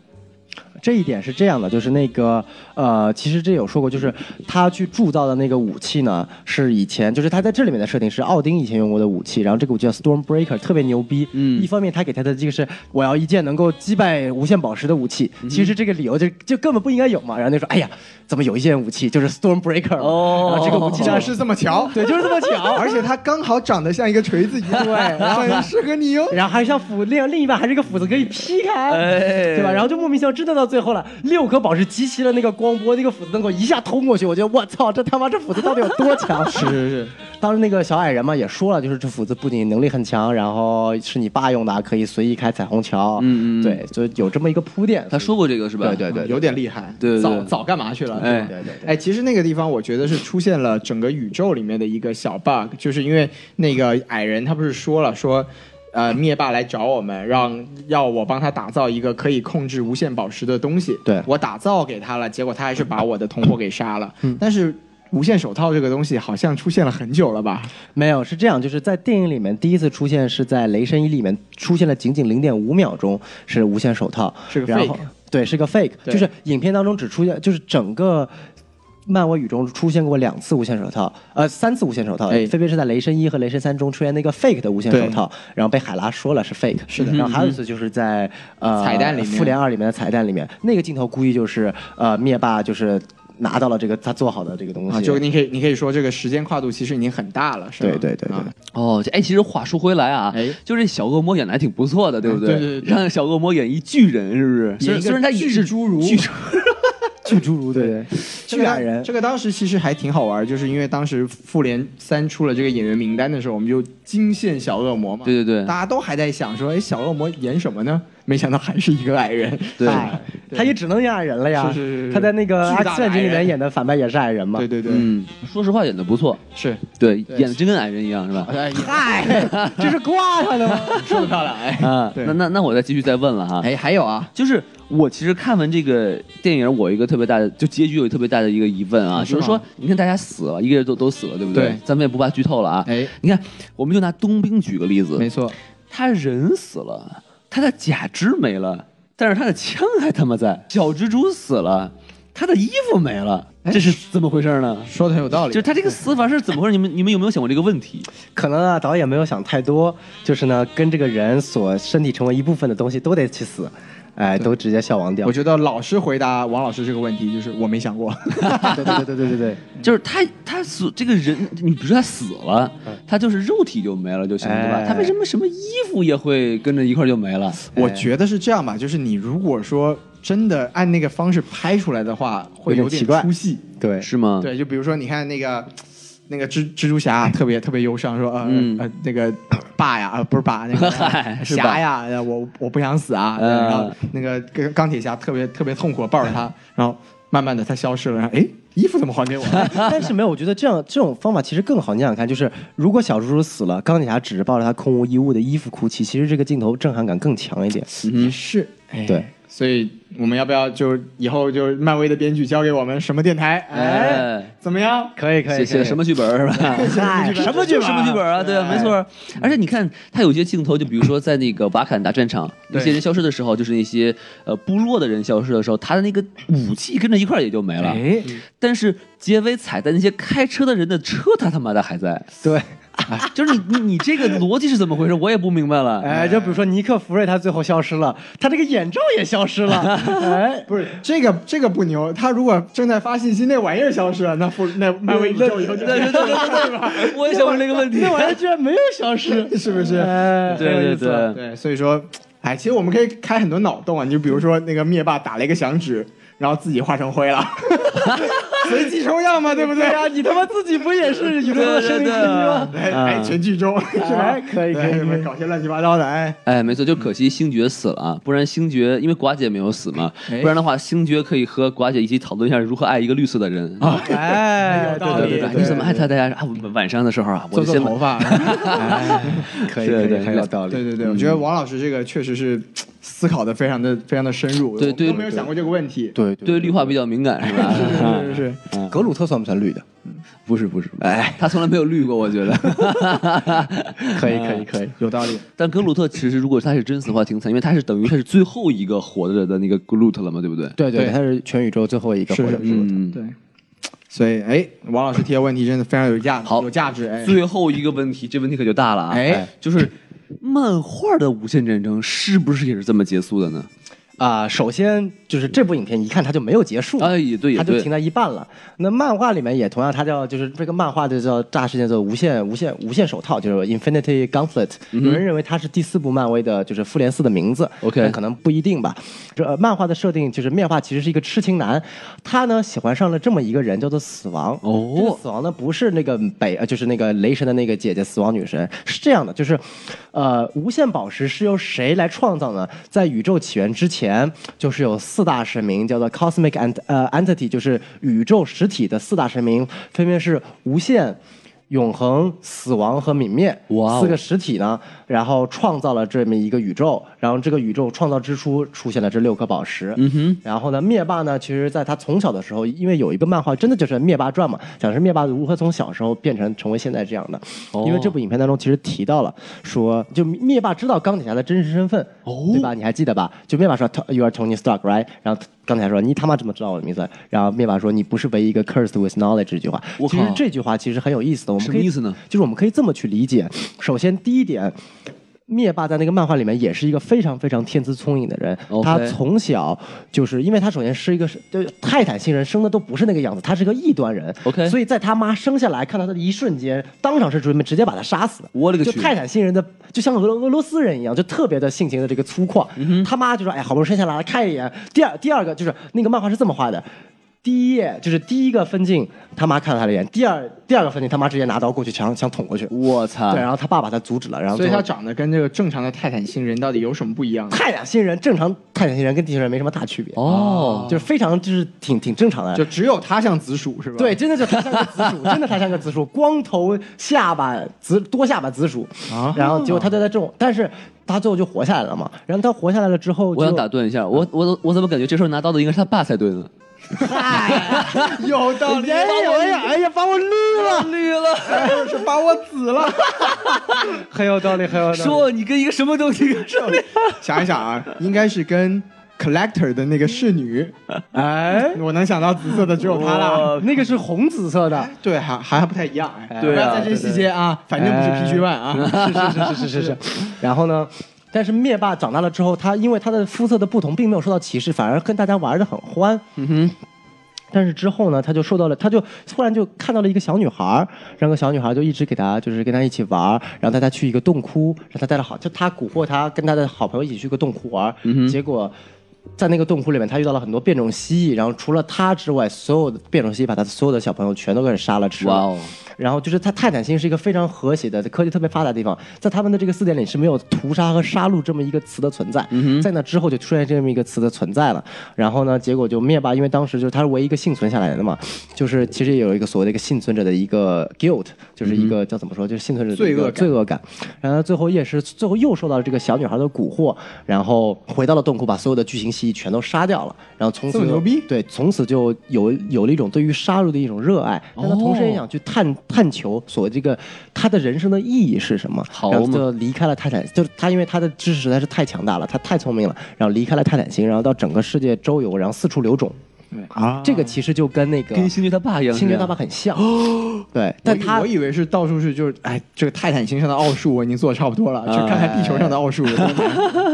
这一点是这样的，就是那个呃，其实这有说过，就是他去铸造的那个武器呢，是以前就是他在这里面的设定是奥丁以前用过的武器，然后这个武器叫 Stormbreaker，特别牛逼。
嗯
一方面他给他的这个是我要一件能够击败无限宝石的武器，
嗯
其实这个理由就就根本不应该有嘛。然后就说，哎呀，怎么有一件武器就是 Stormbreaker？嘛
哦
然后这个武器 呢，
就是是这么巧，
对，就是这么巧。
而且它刚好长得像一个锤子一 样，对，很适合你哦。
然后还像斧另另一半还是个斧子可以劈开，
哎
对吧？然后就莫名其妙真的到最后了，六颗宝石集齐了那个光波，那个斧子能够一下通过去，我觉得我操，这他妈这斧子到底有多强？ 是是是。当时那个小矮人嘛也说了，就是这斧子不仅能力很强，然后是你爸用的，可以随意开彩虹桥。
嗯嗯嗯
对，就有这么一个铺垫。
他说过这个是吧？
对对对
有点厉害，
对对对
早早干嘛去了？
哎
对对对。哎，其实那个地方我觉得是出现了整个宇宙里面的一个小 bug，就是因为那个矮人他不是说了说。呃，灭霸来找我们，让要我帮他打造一个可以控制无限宝石的东西。
对
我打造给他了，结果他还是把我的同伙给杀了。但是无限手套这个东西好像出现了很久了吧？
没有，是这样，就是在电影里面第一次出现是在《雷神一》里面出现了仅仅零点五秒钟是无限手套，
是个
然后
fake
对，是个 fake，
对
就是影片当中只出现，就是整个。漫威宇宙中出现过两次无限手套，呃，三次无限手套，
哎
分别是在《雷神一》和《雷神三》中出现那个 fake 的无限手套，然后被海拉说了是 fake。是的，然后还有一次就是在呃
嗯彩蛋里面
复联二》里面的彩蛋里面，那个镜头估计就是呃灭霸就是拿到了这个他做好的这个东西，
啊，就你可以你可以说这个时间跨度其实已经很大了，是吧？
对对对对
啊
哦，这哎，其实话说回来啊，
哎
就这小恶魔演的还挺不错的，嗯对不
对对对对
让小恶魔演一巨人，是不是？
演一
虽然
个
虽然他也是
巨侏儒
巨侏
巨侏儒对对，
这
巨
个
矮
当
人，
这个当时其实还挺好玩，就是因为当时复联三出了这个演员名单的时候，我们就惊现小恶魔嘛。
对对对
大家都还在想说，哎，小恶魔演什么呢？没想到还是一个矮人。
对
哎
他也只能演矮人了呀。
是是是是
他在那个《
巨
X
大的
战警》里
矮人
面演的反派也是矮人嘛。
对对对，
嗯，说实话演的不错，
是。
对，
对
演的真跟矮人一样，是 吧？
哎，
嗨， 这是挂上的吗？
说的漂亮， 哎。
啊，
对
那那那我再继续再问了哈，
哎，还有啊，
就是我其实看完这个电影，我有一个特别大的，就结局有一个特别大的一个疑问啊，
是
就
吗
是说，你看大家死了，一个人都都死了，对不
对
咱们也不怕剧透了啊。
哎，
你看，我们就拿冬兵举个例子，
没错，
他人死了，他的假肢没了，但是他的枪还他妈在。小蜘蛛死了，他的衣服没了，
哎
这是怎么回事呢？
说的很有道理。
就是他这个死法是怎么回事？你们你们有没有想过这个问题？
可能啊，导演没有想太多，就是呢，跟这个人所身体成为一部分的东西都得去死，哎，都直接消亡掉
我。觉得老师回答王老师这个问题，就是我没想过。
对对对对对对对，
就是他他死这个人，你比如说他死了，他就是肉体就没了就行了，对吧？
嗯哎
他为什么什么衣服也会跟着一块儿就没了？
我觉得是这样吧，就是你如果说真的按那个方式拍出来的话，会
有点
有点
奇怪
出戏。
对，
是吗？
对，就比如说你看那个那个蜘蜘蛛侠啊特别特别忧伤，说呃、
嗯
呃那个爸呀，呃不是爸， 那个
嗨是吧
侠呀，呃我我不想死啊。
嗯
然后那个钢钢铁侠特别特别痛苦，抱着他，然后慢慢的他消失了，然后哎衣服怎么还给我 了？
但是没有，我觉得这样这种方法其实更好。你想想看，就是如果小蜘蛛死了，钢铁侠只是抱着他空无一物的衣服哭泣，其实这个镜头震撼感更强一点。
也是，哎
对。
所以我们要不要就以后就漫威的编剧交给我们什么电台？哎，
哎，
怎么样？
哎可以
写写的什么剧本儿是吧？
嗨，
哎什么剧什么剧本啊？对啊，没错儿。而且你看，他有些镜头，就比如说在那个瓦坎达战场，有
对
些人消失的时候，就是那些呃部落的人消失的时候，他的那个武器跟着一块儿也就没了。
哎，
但是结尾彩蛋，那些开车的人的车，他他妈的还在。
对。
就是你你你这个逻辑是怎么回事？我也不明白了。
哎，就比如说尼克弗瑞，他最后消失了，他这个眼罩也消失 了。哎，
不是这个这个不牛，他如果正在发信息，那玩意儿消失了，那不那漫威宇宙以后就
对对对对对，我也想问这个问题
那。玩意儿居然没有消失，
是不是？
哎，
对
很有
对
意思
对，
对，所以说，哎，其实我们可以开很多脑洞啊，你就比如说那个灭霸打了一个响指，然后自己化成灰了， 随机抽样嘛，对不对？
对
嗯
呀，你他妈自己不也是宇宙的生命之一吗？
哎，哎全剧终是吧
啊
哎？
嗯
可以可以
对
可以
搞些乱七八糟的，哎，
哎，没错，就可惜星爵死了啊，不然星爵因为寡姐没有死嘛，不然的话，星爵可以和寡姐一起讨论一下如何爱一个绿色的人啊。
哎，
有
对
道
对
理
对对
对
对
对，
对
你怎么爱他？大家啊，我晚上的时候啊，我就先
发。
对，可以
对
可
对
以，很有道 理。
嗯
对对对，我觉得王老师这个确实是嘖思考的非常的非常的深入，
对对嗯
我们都没有想过这个问题。
对
对绿化比较敏感是吧？
是是是，
嗯
格鲁特算不算绿的？
不是不是，哎，他从来没有绿过，我觉得。
可
嗯
以可以可以，
有道理。
但格鲁特其实如果他是真死的话，挺惨，因为他是等于他是最后一个活着的那个 Groot 了嘛，对不对？
对对，
对
他是全宇宙最后一个活
是
着
是
的。
嗯，
对，所以哎，王老师提的问题真的非常有价，
好
有价值。哎，
最后一个问题，这问题可就大了啊！
哎，
就是漫画的无限战争是不是也是这么结束的呢？
啊、首先就是这部影片一看它就没有结束，
哎，也对，也
它就
对
停，在一半了。那漫画里面也同样，它叫就是这个漫画就叫大事件叫无限无限无限手套，就是 Infinity Gauntlet、有
嗯
人认为它是第四部漫威的就是复联四的名字
OK
但可能不一定吧。这、呃漫画的设定就是面化其实是一个痴情男，他呢喜欢上了这么一个人叫做死亡。
哦
这个死亡呢不是那个北呃就是那个雷神的那个姐姐死亡女神，是这样的，就是，呃，无限宝石是由谁来创造呢？在宇宙起源之前，就是有四大神明，叫做 cosmic ent 呃 entity，就是宇宙实体的四大神明，分别是无限。永恒、死亡和泯灭
哇哦
四个实体呢，然后创造了这么一个宇宙，然后这个宇宙创造之初出现了这六颗宝石。嗯哼，然后呢，灭霸呢，其实在他从小的时候，因为有一个漫画真的就是《灭霸传》嘛，讲是灭霸如何从小时候变成成为现在这样的。
哦
因为这部影片当中其实提到了说，就灭霸知道钢铁侠的真实身份，
哦
对吧？你还记得吧？就灭霸说 "You are Tony Stark，right？" 然后钢铁侠说你他妈怎么知道我的名字？然后灭霸说你不是唯一一个 cursed with knowledge 这句话。
我
其实
靠
这句话其实很有意思的，我们
什
可
么
以
意思呢？
就是我们可以这么去理解：首先，第一点，灭霸在那个漫画里面也是一个非常非常天资聪颖的人。
OK
他从小就是因为他首先是一个就是泰坦星人，生的都不是那个样子，他是个异端人。
OK
所以在他妈生下来看到他的一瞬间，当场是准备直接把他杀死的。
我勒个去
就泰坦星人的，就像俄罗俄罗斯人一样，就特别的性情的这个粗犷。
嗯
他妈就说：“哎，好不容易生下来了，看一眼。”第二第二个就是那个漫画是这么画的。第一页就是第一个分镜，他妈看了他的眼；第二第二个分镜，他妈直接拿刀过去想想捅过去。
我操
对，！然后他爸把他阻止了，然后
所以
最
他
后
长得跟这个正常的泰坦星人到底有什么不一样呢？
泰坦星人正常泰坦星人跟地球人没什么大区别
哦
就是非常就是挺挺正常的，
就只有他像紫薯是吧？
对，真的就他像个紫 薯，真的他像个紫薯，光头下巴紫多下巴紫薯，
啊
然后结果他就在这种，但是他最后就活下来了嘛，然后他活下来了之后就，
我想打断一下，我我我怎么感觉这时候拿刀的应该是他爸才对呢？
有道理，
哎呀
把我
哎呀哎呀，把我绿了，
绿了，
哎是把我紫了。
很有道理，很有道理。
说你跟一个什么东西商量？
想一想啊，应该是跟 collector 的那个侍女，
哎，
我能想到紫色的只有她了。
那个是红紫色的，
对，还还不太一样哎，
对啊
不要在这细节啊，反正不是
哎
PG One 啊，
是是是是是是。然后呢，但是灭霸长大了之后，他因为他的肤色的不同，并没有受到歧视，反而跟大家玩的很欢。嗯哼。但是之后呢，他就受到了，他就突然就看到了一个小女孩儿，然后小女孩就一直给他，就是跟他一起玩儿，然后带他去一个洞窟，让他带着好，就他蛊惑他跟他的好朋友一起去个洞窟玩儿，
嗯
结果在那个洞窟里面，他遇到了很多变种蜥蜴，然后除了他之外，所有的变种蜥蜴把他所有的小朋友全都给杀了吃了。
哇哦！
然后就是它泰坦星是一个非常和谐的科技特别发达的地方，在他们的这个字典里是没有屠杀和杀戮这么一个词的存在，
嗯
在那之后就出现这么一个词的存在了。然后呢，结果就灭霸，因为当时就是他是唯一一个幸存下来的嘛，就是其实也有一个所谓的一个幸存者的一个 guilt，就是一个叫怎么说，就是幸存者的一个
嗯罪恶感
罪恶感。然后最后也是最后又受到了这个小女孩的蛊惑，然后回到了洞窟，把所有的巨型蜥蜴全都杀掉了，然后从此
这么
就
牛逼
对，从此就有有了一种对于杀戮的一种热爱，但他同时也
哦
想去探探求所谓这个他的人生的意义是什么。
好
然后
嘛
就离开了泰坦，就是他因为他的知识实在是太强大了，他太聪明了，然后离开了泰坦星，然后到整个世界周游，然后四处留种。
啊
这个其实就跟那个
跟星爵他爸一样，
星爵
是吧
大爸很像，对，但
我以
他
我以为是到处是就是，哎，这个泰坦星上的奥数我已经做的差不多了，去看看地球上的奥数。
哎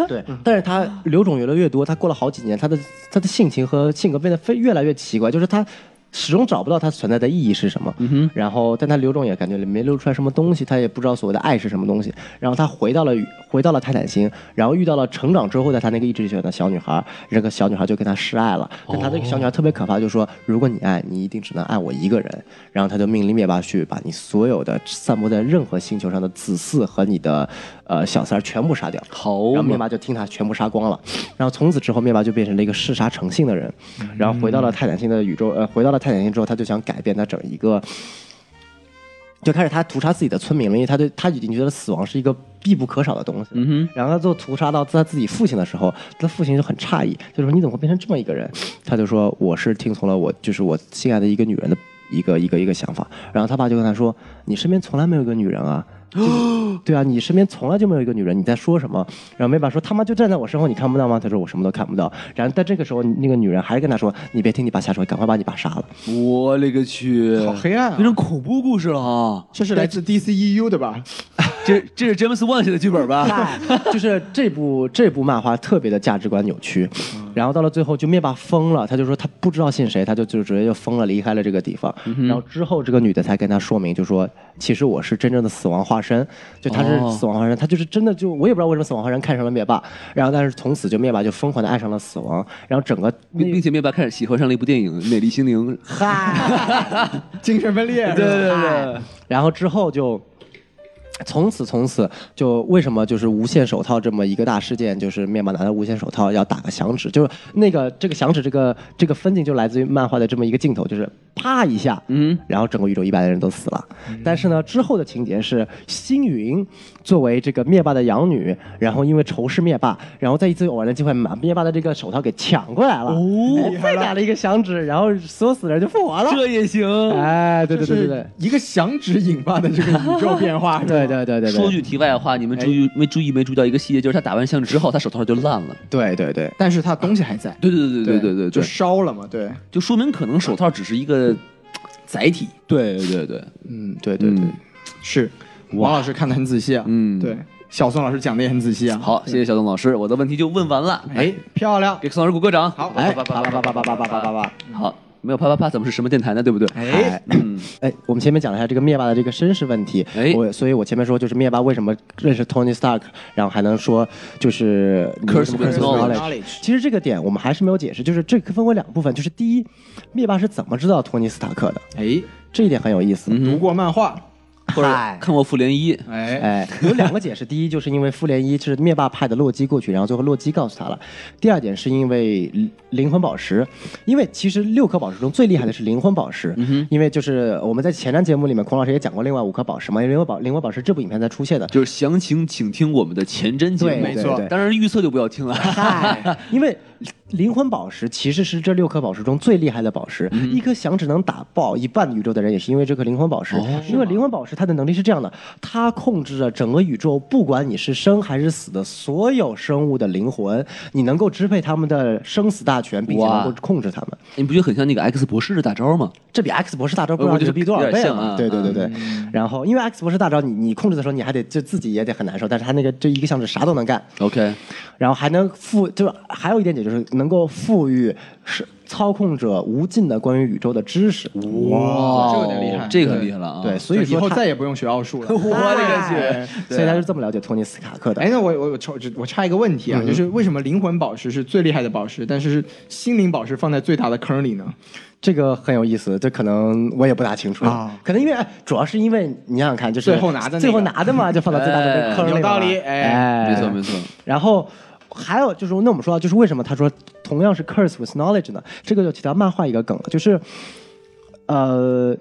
对，但是他留种越来越多，他过了好几年，他的他的性情和性格变得非越来越奇怪，就是他始终找不到他存在的意义是什么。然后，但他留种也感觉没留出来什么东西，他也不知道所谓的爱是什么东西。然后他回到了回到了泰坦星，然后遇到了成长之后的他那个意志选的小女孩，这个小女孩就跟他示爱了。但他那个小女孩特别可怕，就说如果你爱，你一定只能爱我一个人。然后他就命令灭霸去把你所有的散播在任何星球上的子嗣和你的呃小三儿全部杀掉。
好啊
然后灭
嘛，
霸就听他全部杀光了，然后从此之后，灭霸就变成了一个嗜杀成性的人，然后回到了泰坦星的宇宙，呃，回到了泰坦星之后，他就想改变他整一个就开始他屠杀自己的村民了，因为他对他已经觉得死亡是一个必不可少的东西。
嗯
然后他做屠杀到他自己父亲的时候，他父亲就很诧异，就说：“你怎么会变成这么一个人？”他就说：“我是听从了我就是我心爱的一个女人的一个一个一个想法。”然后他爸就跟他说：“你身边从来没有一个女人啊。”就是对啊，你身边从来就没有一个女人，你在说什么？然后梅爸说他妈就站在我身后，你看不到吗？他说我什么都看不到。然后但这个时候，那个女人还是跟他说：“你别听你爸瞎说，赶快把你爸杀了。”
哼，我勒个去，
好黑暗啊
变成恐怖故事了啊！
这是来自 DCEU 的吧？
这这是詹姆斯万写的剧本吧？
就是这部这部漫画特别的价值观扭曲，然后到了最后就灭霸疯了，他就说他不知道信谁，他就就直接就疯了，离开了这个地方。然后之后这个女的才跟他说明，就说其实我是真正的死亡化身，就他是
哦
死亡化身，他就是真的就我也不知道为什么死亡化身看上了灭霸，然后但是从此就灭霸就疯狂的爱上了死亡，然后整个
并并且灭霸开始喜欢上了一部电影《美丽心灵》，
精神分裂，对对
哎
对，
然后之后就。从此，从此就为什么就是无限手套这么一个大事件，就是灭霸拿到无限手套要打个响指，就是那个这个响指这个这个分镜就来自于漫画的这么一个镜头，就是啪一下，嗯，然后整个宇宙一百的人都死了。但是呢，之后的情节是星云作为这个灭霸的养女，然后因为仇视灭霸，然后在一次偶然的机会把灭霸的这个手套给抢过来了，哦
厉害
再
了
打了一个响指，然后所有死的人就复活了。
这也行。
哎，对对对对对
这。是一个响指引发的这个宇宙变化，是吧
对对对对对，
说句题外话，你们注意没注意没注意到一个细节，就是他打完响指之后，他手套就烂了。
对对对，
但是它东西还在，
对对对对对对对，
就
对
烧了嘛，对，
就说明可能手套只是一个载体。对对对，
嗯，
对对对，
是，王老师看的很仔细啊，
嗯
对，小宋老师讲的也很仔细啊，，
好，谢谢小东老师，我的问题就问完了，
哎，漂亮，
给宋老师鼓个掌。
好
哎
哎，叭叭叭叭叭叭叭叭叭，
好，没有啪啪啪，咱们是什么电台呢？对不对？
哎，
哎，我们前面讲了一下这个灭霸的这个身世问题，
哎
我所以我前面说就是灭霸为什么认识 Tony Stark，然后还能说就是
Curse
Curse
with
with
knowledge
knowledge
其实这个点我们还是没有解释，就是这个分为两部分，就是第一，灭霸是怎么知道托尼斯塔克的，
哎，
这一点很有意思。
读过漫画，
或者
嗨
看过《复联一》。
哎，
嗯哎，有两个解释，第一就是因为复联一是灭霸派的洛基过去，然后最后洛基告诉他了；第二点是因为灵灵魂宝石，因为其实六颗宝石中最厉害的是灵魂宝石，因为就是我们在前瞻节目里面，孔老师也讲过另外五颗宝石嘛，因为灵魂宝灵魂宝石这部影片才出现的，
就是详情请听我们的前瞻节
对，
目，
没
对
错
对
当然预测就不要听了。
嗨，因为灵魂宝石其实是这六颗宝石中最厉害的宝石，一颗响指能打爆一半宇宙的人，也是因为这颗灵魂宝石。因为灵魂宝石它的能力是这样的，它控制着整个宇宙，不管你是生还是死的所有生物的灵魂，你能够支配他们的生死大权，并且
哇
能够控制他们。
你不觉得很像那个 X 博士的大招吗？
这比 X 博士大招不知
呃我觉
道
得
牛逼多少
有点
倍
像
了
啊
嘛？对对对对。然后，因为 X 博士大招，你你控制的时候，你还得就自己也得很难受，但是他那个这一个响指啥都能干。
OK，
然后还能赋，就是还有一点点就是能够赋予是操控者无尽的关于宇宙的知识。
哦哇，这个有点厉害，
哦这个很厉害了啊！
对，，所以
以
说
后
他
再也不用学奥 数了。哎
我勒个去！
所以他是这么了解托尼斯卡克的
哎，。那我我我插我插一个问
嗯
题啊，就是为什么灵魂宝石是最厉害的宝石，但是是心灵宝石放在最大的坑里呢？
这个很有意思，这可能我也不大清楚
啊
可能因为哎主要是因为你想想看，就是
最后拿的那个
最后拿的嘛，就放到最大的那个坑里了嘛。
有道理哎
哎，
没错没错。
然后还有就是，那我们说到就是为什么他说同样是 curse with knowledge 呢？这个就提到漫画一个梗了，就是呃，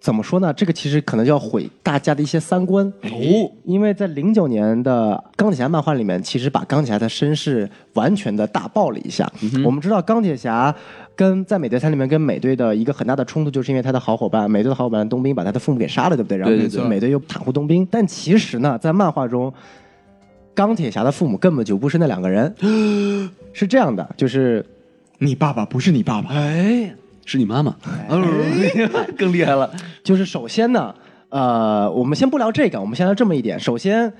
怎么说呢？这个其实可能就要毁大家的一些三观哦，因为在零九年的钢铁侠漫画里面，其实把钢铁侠的身世完全的大爆了一下。我们知道钢铁侠。跟在美队三里面跟美队的一个很大的冲突，就是因为他的好伙伴美队的好伙伴冬兵把他的父母给杀了，对不对？然后
对对
对
美队又袒护冬兵，但其实呢，在漫画中，钢铁侠的父母根本就不是那两个 人，是这样的，就是
你爸爸不是你爸爸，
哎，是你妈妈，
哎
哦 更厉害了。
就是首先呢，呃，我们先不聊这个，我们先聊这么一点。首先，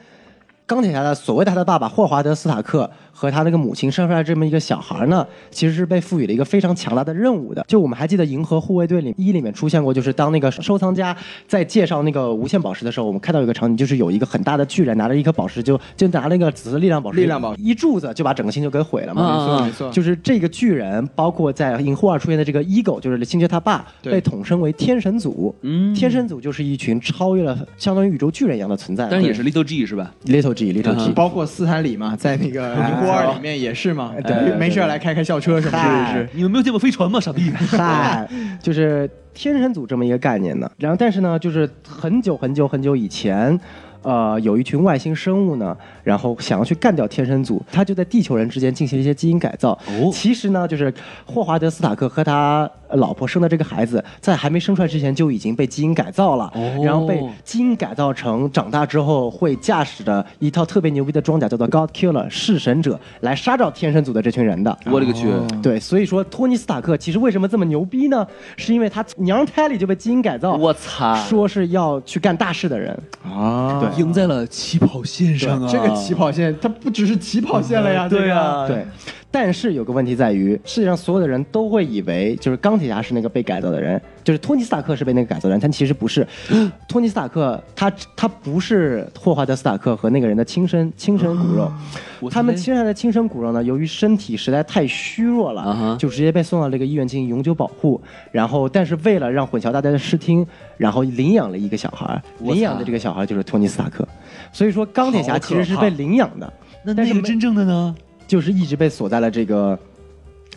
钢铁侠的所谓他的爸爸霍华德·斯塔克和他那个母亲生出来这么一个小孩呢，其实是被赋予了一个非常强大的任务的。就我们还记得《银河护卫队》里一里面出现过，就是当那个收藏家在介绍那个无限宝石的时候，我们看到有一个场景，就是有一个很大的巨人拿着一颗宝石就，就拿了一个紫色力量宝石，
力量宝石
一柱子就把整个星球给毁了嘛。
啊
没错没错，
就是这个巨人，包括在《银护二》出现的这个 Ego，就是星爵他爸，
对
被统称为天神组。
嗯
天神组就是一群超越了相当于宇宙巨人一样的存在，
但是也是 Little G 是吧？
Little G Little
啊
G，
包括斯坦李 嘛，在那个《宁波二》里面也是嘛，
啊
对对对
没事儿来开开校车什么的，是不是？
你们没有见过飞船吗？傻逼！
哦
嗨， 就是天神组这么一个概念呢。然后，但是呢，就是很久很久很久以前。呃，有一群外星生物呢，然后想要去干掉天神组，他就在地球人之间进行一些基因改造。
哦
其实呢，就是霍华德·斯塔克和他老婆生的这个孩子，在还没生出来之前就已经被基因改造了，
哦
然后被基因改造成长大之后会驾驶的一套特别牛逼的装甲，叫做 God Killer 弑神者，来杀掉天神组的这群人的。
我勒个去！
对，所以说托尼·斯塔克其实为什么这么牛逼呢？是因为他娘胎里就被基因改造，
我操！
说是要去干大事的人。
啊，
对
赢在了起跑线上啊！
这个起跑线它不只是起跑线了呀，
对
呀，
啊，
对，但是有个问题在于，世界上所有的人都会以为就是钢铁侠是那个被改造的人，就是托尼·斯塔克是被那个改造的人，但其实不是。 托尼·斯塔克他他不是霍华德·斯塔克和那个人的亲生亲生骨肉，
啊我
他们
猜
亲生的亲生骨肉呢，由于身体实在太虚弱了，
啊哈
就直接被送到这个医院进行永久保护。然后，但是为了让混淆大家的视听，然后领养了一个小孩儿，
我操
领养的这个小孩就是托尼·斯塔克。所以说，钢铁侠
好
其实是被
可怕
领养的。
那
但
那个
是没
真正的呢？
就是一直被锁在了这个，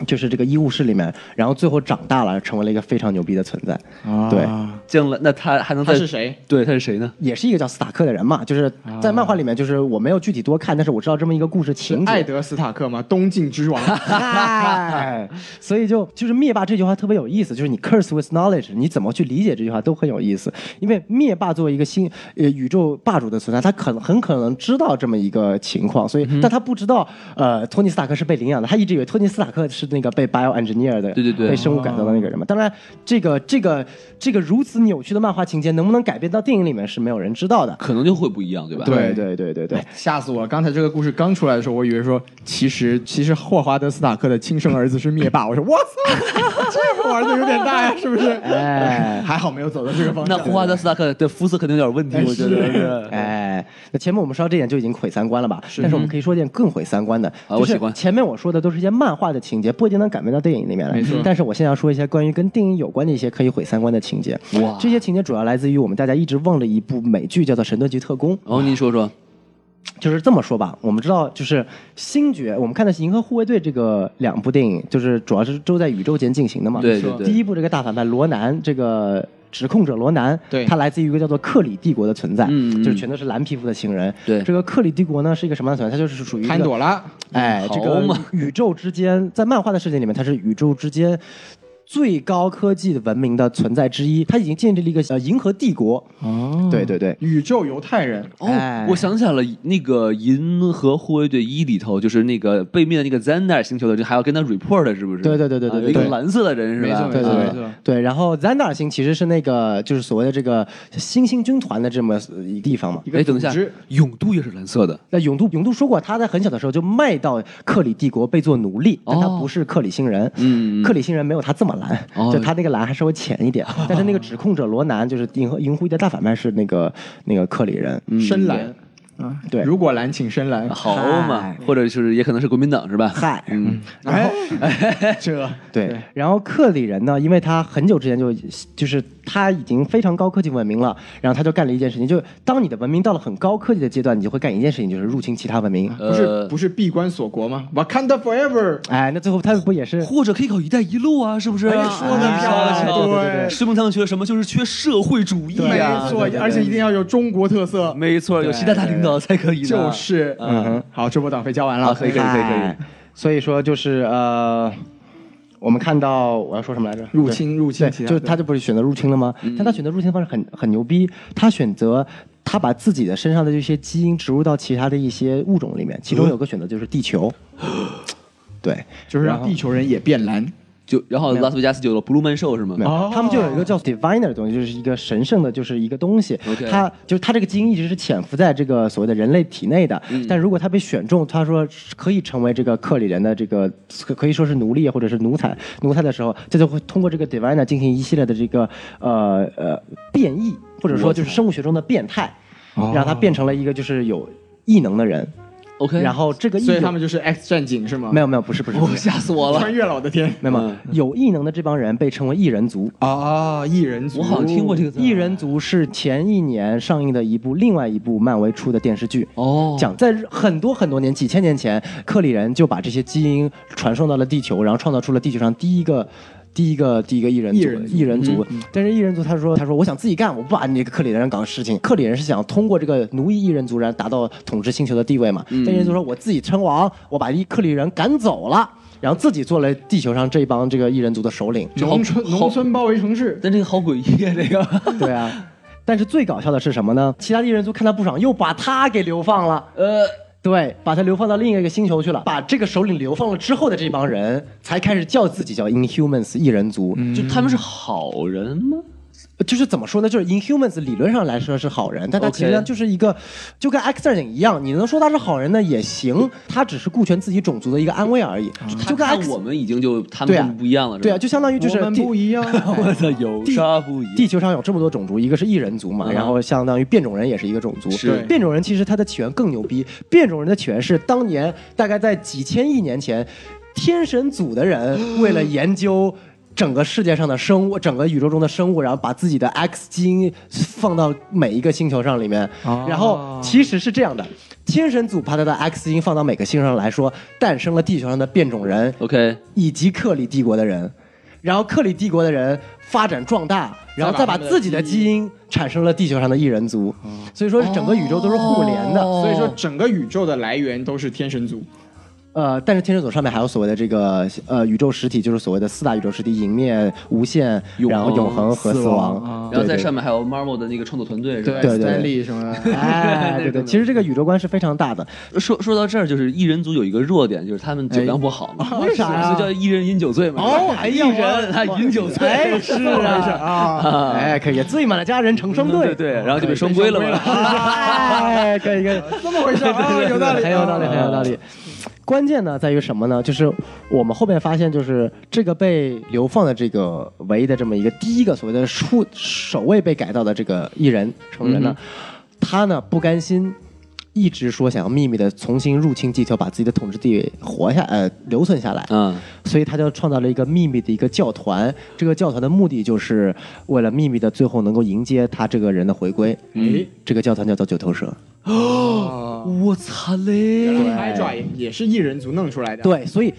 就是这个医务室里面，然后最后长大了，成为了一个非常牛逼的存在，
啊
对
将来那他还能
他
再
是谁？
对，他是谁呢？
也是一个叫斯塔克的人嘛，就是在漫画里面，就是我没有具体多看，但是我知道这么一个故事情
艾
节。
德·斯塔克吗？东晋之王。
哎， 所以就就是灭霸这句话特别有意思，就是你 curse with knowledge，你怎么去理解这句话都很有意思。因为灭霸作为一个新呃宇宙霸主的存在，他可能很可能知道这么一个情况，
嗯
所以、但他不知道呃托尼斯塔克是被领养的，他一直以为托尼斯塔克是那个被 bio engineer 的，
对对对
被生物改造的那个人嘛。当然，这个这个这个如此扭曲的漫画情节能不能改编到电影里面是没有人知道的。
可能就会不一样，对吧？
对
对对 对对，
吓死我了！刚才这个故事刚出来的时候，我以为说，其实其实霍华德·斯塔克的亲生儿子是灭 霸。我说我操，这玩的有点大呀，是不是？
哎
还好没有走到这个方
那
向。
霍华德·斯塔克的肤色肯定有点问题，我觉得是。
哎，那前面我们说到这点就已经毁三观了吧？但是我们可以说点更毁三观的。
啊
就
我
是
喜欢
前面我说的都是一些漫画的情节，不一定能改编到电影里面来。
没错
但是我现在要说一些关于跟电影有关的一些可以毁三观的情节。
哇
这些情节主要来自于我们大家一直忘了一部美剧，叫做《神盾局特工》。
哦，您说说，
就是这么说吧，我们知道，就是星爵，我们看的是《银河护卫队》这个两部电影，就是主要是都在宇宙间进行的嘛。
对对对
第一部这个大反派罗南，这个指控者罗南，
对
他来自于一个叫做克里帝国的存在，
嗯嗯
就是全都是蓝皮肤的星人。
对
这个克里帝国呢是一个什么样的存在？它就是属于一个
潘朵拉，
哎，
嗯
这
好
个
嘛
宇宙之间，在漫画的世界里面，它是宇宙之间最高科技的文明的存在之一。它已经建立了一个呃银河帝国。
哦
对对对，
宇宙犹太人，
哦
哎，
我想起来了，那个《银河护卫队一》里头，就是那个背面那个 Zander 星球的人，还要跟他 report 的，是不是？
对对对对对
啊
对
有一个
对
蓝色的人是
没
吧？啊
错没错
对
没
对
错。
对，然后 Xandar 星其实是那个就是所谓的这个新兴军团的这么一个地方嘛。
一个
哎，
组
等一下
织。，
勇度也是蓝色的，
那永度永度说过，他在很小的时候就卖到克里帝国被做奴隶，但他
哦
不是克里星人。
嗯嗯
克里星人没有他这么蓝，
哦
就他那个蓝还稍微浅 一点。但是那个指控者罗南就是银河银狐一的大反派是那个那个克里人。
嗯
深蓝，
对
如果蓝，请深蓝。
好嘛，或者就是也可能是国民党是吧？
嗨，
嗯，
然后 这
对，然后克里人呢，因为他很久之前就就是他已经非常高科技文明了，然后他就干了一件事情，就当你的文明到了很高科技的阶段，你就会干一件事情，就是入侵其他文明。
不是
呃
不是闭关锁国吗？Wakanda forever。
哎，那最后他不也是？
或者可以搞“一带一路”啊，是不是？
哎说得
哎
漂亮
瞧瞧
对对对
生命上缺什么？就是缺社会主义啊
没
呀。
错，而且一定要有中国特色。
没错，有习大大领导才可以呢。
就是，
嗯
嗯，好，这波党费交完了，
啊可以可以可以可以
哎所以说就是呃，我们看到我要说什么来着？
入侵入侵
对，
其
对
他
就是他就不是选择入侵了吗？
嗯
但他选择入侵的方式很很牛逼，他选择。他把自己的身上的这些基因植入到其他的一些物种里面，其中有个选择就是 地球，对，
就是让地球人也变蓝。
就然后拉斯维加斯就有了 Blue Man Show 是吗
没？有，
哦
他们就有一个叫 diviner 的东西，就是一个神圣的，就是一个东西。
OK
它就是它这个基因一直是潜伏在这个所谓的人类体内的，
嗯
但如果它被选中，他说可以成为这个克里人的这个可可以说是奴隶或者是奴才奴才的时候，这就会通过这个 diviner 进行一系列的这个呃呃变异，
哦
或者说就是生物学中的变态，让它变成了一个就是有异能的人。
OK
然后这个异
所以
能
他们就是 X 战警是吗？
没有没有不是不是，不
我
是
吓死我了
穿，越了，我的天！
没有没有有异能的这帮人被称为异人族。
啊，异人族，
我好像听过这个字。啊
异人族是前一年上映的一部另外一部漫威出的电视剧。
哦，
讲在很多很多年，几千年前，克里人就把这些基因传送到了地球，然后创造出了地球上第一个。第一个第一个异人
异
族
人，族
异人族，但是异人族他说他说我想自己干，我不把你这个克里人搞事情。克里人是想通过这个奴役异人族，然后达到统治星球的地位嘛。但异人族说我自己称王，我把一克里人赶走了，然后自己做了地球上这帮这个异人族的首领。
农村
好
农村包围城市，
但这个好诡异啊，这个，
对啊，但是最搞笑的是什么呢？其他的异人族看他不爽，又把他给流放了。
呃，
对，把他流放到另一个星球去了。把这个首领流放了之后的这帮人，才开始叫自己叫 Inhumans
嗯
异人族。
就他们是好人吗？
就是怎么说呢？就是 Inhumans 理论上来说是好人，但他
OK
其实上就是一个就跟 X 战警一样，你能说他是好人呢也行，他只是顾全自己种族的一个安危而已。就跟
啊他看
X
我们已经就他们
对啊
根本不一样了，是吧
对啊，就相当于就是
我们
地
不一样。
我操，有啥不一样？
地球上有这么多种族，一个是异人族嘛，
嗯
然后相当于变种人也是一个种族。
是
变种人其实它的起源更牛逼，变种人的起源是当年大概在几千亿年前，天神组的人为了研究。整个世界上的生物，整个宇宙中的生物，然后把自己的 X 基因放到每一个星球上里面，
啊
哦
然后其实是这样的，天神组把它的 X 基因放到每个星球上来说，诞生了地球上的变种人，
OK，
以及克里帝国的人，然后克里帝国的人发展壮大，然后再把自己的基因产生了地球上的异人族，所以说是整个宇宙都是互联的。
所以
哦
说，整个宇宙的来源都是天神族。
呃，但是天神组上面还有所谓的这个呃宇宙实体，就是所谓的四大宇宙实体：影灭、无限、
永
然后
恒
永恒和
死
死
亡啊
亡。
然后在
对对
上面还有 Marvel 的那个创作团队，是吧？
对对
Stanley 什么的，
哎，对对，其实这个宇宙观是非常大的。
说说到这儿，就是异人族有一个弱点，就是他们酒量不好嘛，
哎 为啥
所
呀
以叫一人饮酒醉嘛。
哦哎呀
一人
我
他饮酒醉，
哎， 是啊，哎，可以，醉满了佳人成 双
对
对，
对，然后就被双规了嘛。
哎，可以可以。
这么回事啊？ 有道理，
很有道理，很有道理。关键呢在于什么呢？就是我们后面发现，就是这个被流放的这个唯一的这么一个第一个所谓的初首位被改造的这个艺人成
嗯
人呢，他呢不甘心。一直说想要秘密的重新入侵地球，把自己的统治地位活下呃留存下来，
嗯，
所以他就创造了一个秘密的一个教团。这个教团的目的就是为了秘密的最后能够迎接他这个人的回归。
哎，
这个教团叫做九头蛇。
我操嘞！
原来拍爪也也是异人族弄出来的。，
对，所以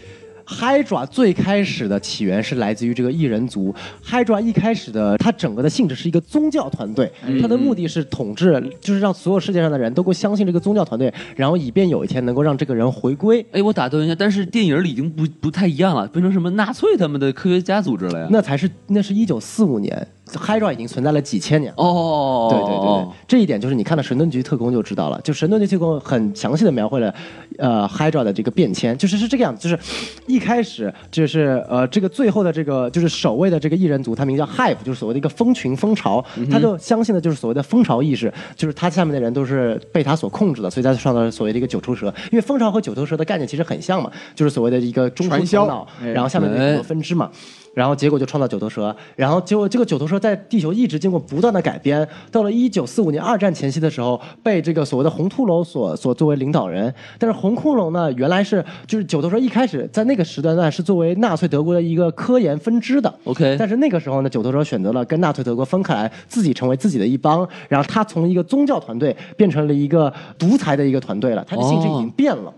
Hydra 最开始的起源是来自于这个异人族。Hydra 一开始的它整个的性质是一个宗教团队，它的目的是统治，就是让所有世界上的人都够相信这个宗教团队，然后以便有一天能够让这个人回归。
哎，我打断一下，但是电影里已经不不太一样了，变成什么纳粹他们的科学家组织了呀？
那才是那是一九四五年，Hydra 已经存在了几千年了。
哦，
对对对对，这一点就是你看到《神盾局特工》就知道了。就《神盾局特工》很详细的描绘了，呃，Hydra 的这个变迁，就是是这个样子，就是一开始就是呃，这个最后的这个就是守卫的这个异人族，他名叫 Hive，就是所谓的一个蜂群蜂巢，
嗯
他就相信的就是所谓的蜂巢意识，就是他下面的人都是被他所控制的，所以他创造了所谓的一个九头蛇。因为蜂巢和九头蛇的概念其实很像嘛，就是所谓的一个中枢
传
头
销
脑，
哎
然后下面的
哎
很多分支嘛。然后结果就创造九头蛇，然后结果这个九头蛇在地球一直经过不断的改编，到了一九四五年二战前夕的时候，被这个所谓的红骷髅所所作为领导人。但是红骷髅呢，原来是就是九头蛇一开始在那个时段段是作为纳粹德国的一个科研分支的。
OK
但是那个时候呢，九头蛇选择了跟纳粹德国分开来，自己成为自己的一帮，然后他从一个宗教团队变成了一个独裁的一个团队了，他的性质已经变了。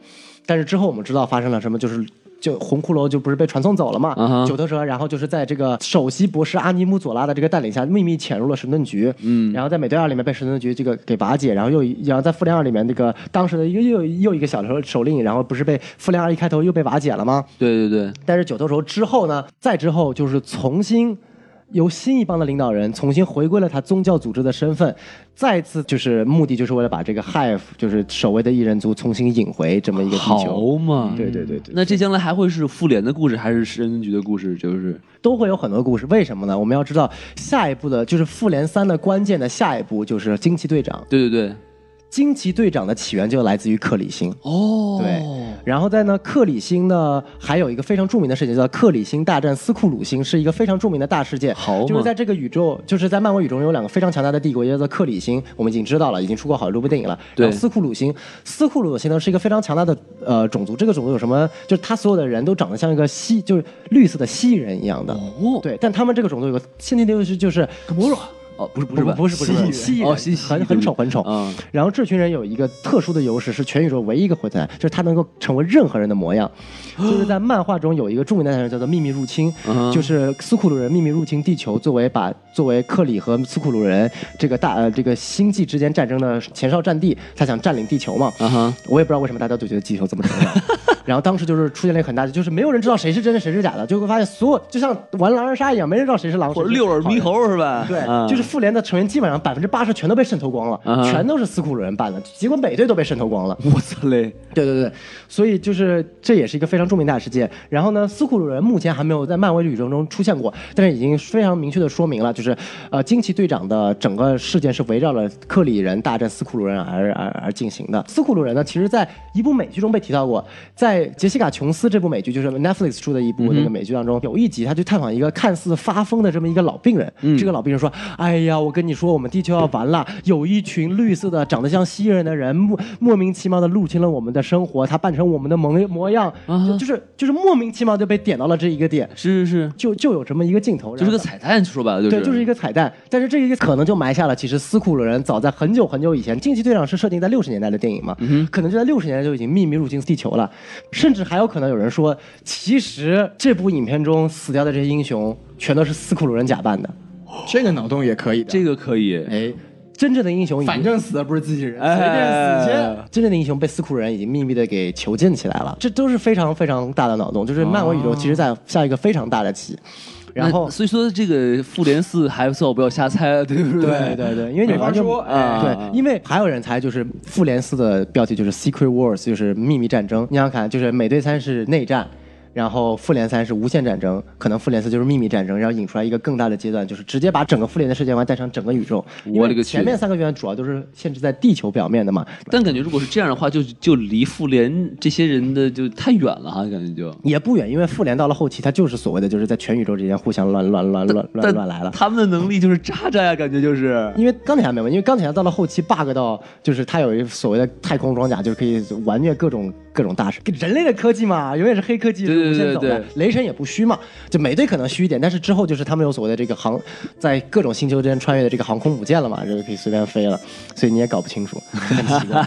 但是之后我们知道发生了什么，就是。就红骷髅就不是被传送走了嘛
嗯哼
九头蛇，然后就是在这个首席博士阿尼姆佐拉的这个带领下，秘密潜入了神盾局，嗯，然后在美队二里面被神盾局这个给瓦解，然后又然后在复联二里面这个当时的又又又一个小首首领，然后不是被复联二一开头又被瓦解了吗？
对对对
但是九头蛇之后呢，再之后就是重新由新一帮的领导人重新回归了他宗教组织的身份，再次就是目的就是为了把这个 Hive 就是守卫的异人族重新引回这么一个
对，
地球。嗯
好嘛。
对对对对，
那这将来还会是复联的故事，还是神盾局的故事？就是
都会有很多故事。为什么呢？我们要知道下一步的就是复联三的关键的下一步就是惊奇队长。
对对对，
惊奇队长的起源就来自于克里星。
哦
对，然后在呢，克里星呢还有一个非常著名的事件叫克里星大战斯库鲁星，是一个非常著名的大事件。
好嘛
就是在这个宇宙，就是在漫威宇宙中有两个非常强大的帝国，一个叫做克里星，我们已经知道了，已经出过好多部电影了。
对
然后斯库鲁星，斯库鲁星呢是一个非常强大的呃种族，这个种族有什么？就是他所有的人都长得像一个蜥，就是绿色的蜥蜴人一样的。
哦，
对，但他们这个种族有个先天优势，就是
摩罗哦，不是不是
不是不
蜥蜴
是蜥
人
蜴人
哦，蜥蜴
很很丑很丑
啊，
然后这群人有一个特殊的优势，是全宇宙唯一一个回弹，就是他能够成为任何人的模 样。就是在漫画中有一个著名的台词叫做“秘密入侵”，
嗯
就是斯库鲁人秘密入侵地球，作为把作为克里和斯库鲁人这个大呃这个星际之间战争的前哨战地，他想占领地球嘛。
啊哈，
我也不知道为什么大家都觉得地球这么重 要。然后当时就是出现了一个很大的，就是没有人知道谁是真的谁是假的，就会发现所有就像玩狼人杀一样，没人知道谁是狼，
或者
谁是
六耳
好
猕
人
猴是吧？
对，
啊
就是复联的成员基本上百分之八十全都被渗透光了，
啊哈
全都是斯库鲁人办的，结果每队都被渗透光了。
我操嘞，
对对对，所以就是这也是一个非常著名的大事件。然后呢，斯库鲁人目前还没有在漫威宇宙中出现过，但是已经非常明确的说明了，就是呃，惊奇队长的整个事件是围绕了克里人大战斯库鲁人而而而进行的。斯库鲁人呢，其实在一部美剧中被提到过，在杰西卡琼斯这部美剧，就是 Netflix 出的一
嗯
部那个美剧当中，有一集他去探访一个看似发疯的这么一个老病人，
嗯
这个老病人说：“哎呀，我跟你说，我们地球要完了，有一群绿色的长得像蜥蜴人的人莫莫名其妙的入侵了我们的生活，他扮成我们的模模样，
啊
就就是就是莫名其妙就被点到了这一个点，
是是是，
就就有这么一个镜头，
就是
然
个
后
彩蛋，说白了就是
对，就是一个彩蛋。但是这一个可能就埋下了，其实斯库鲁人早在很久很久以前，《惊奇队长》是设定在六十年代的电影嘛，
嗯
可能就在六十年代就已经秘密入侵地球了。甚至还有可能有人说，其实这部影片中死掉的这些英雄全都是斯库鲁人假扮的。
这个脑洞也可以的。
这个可以，
哎，
真正的英雄已
反
经，
正死的不是自己人，
哎
随便死去。
真正的英雄被斯库鲁人已经秘密的给囚禁起来了。这都是非常非常大的脑洞，就是漫威宇宙其实在下一个非常大的棋。然后
那所以说这个复联四还最好不要瞎猜，啊对不
对对对，因为你
没法
完全啊
说
哎
对，因为还有人猜，就是复联四的标题就是 Secret Wars，就是秘密战争。你想想看，就是美队三是内战。然后复联三是无限战争，可能复联四就是秘密战争，然后引出来一个更大的阶段，就是直接把整个复联的世界观带上整个宇宙。因
我勒
为
个去
前面三个阶段主要都是限制在地球表面的嘛，
但感觉如果是这样的话，就就离复联这些人的就太远了哈，感觉就。
也不远，因为复联到了后期，它就是所谓的就是在全宇宙之间互相乱乱乱乱乱
但
乱来了。
他们的能力就是渣渣呀，感觉就是。
因为钢铁侠没问，因为钢铁侠到了后期 bug 到，就是它有一所谓的太空装甲，就是可以完虐各种各种大事。人类的科技嘛，永远是黑科技，
对
是无限走
对对
的。雷神也不虚嘛，就美队可能虚一点，但是之后就是他们有所谓的这个航，在各种星球之间穿越的这个航空母舰了嘛，就是可以随便飞了，所以你也搞不清楚，很奇怪。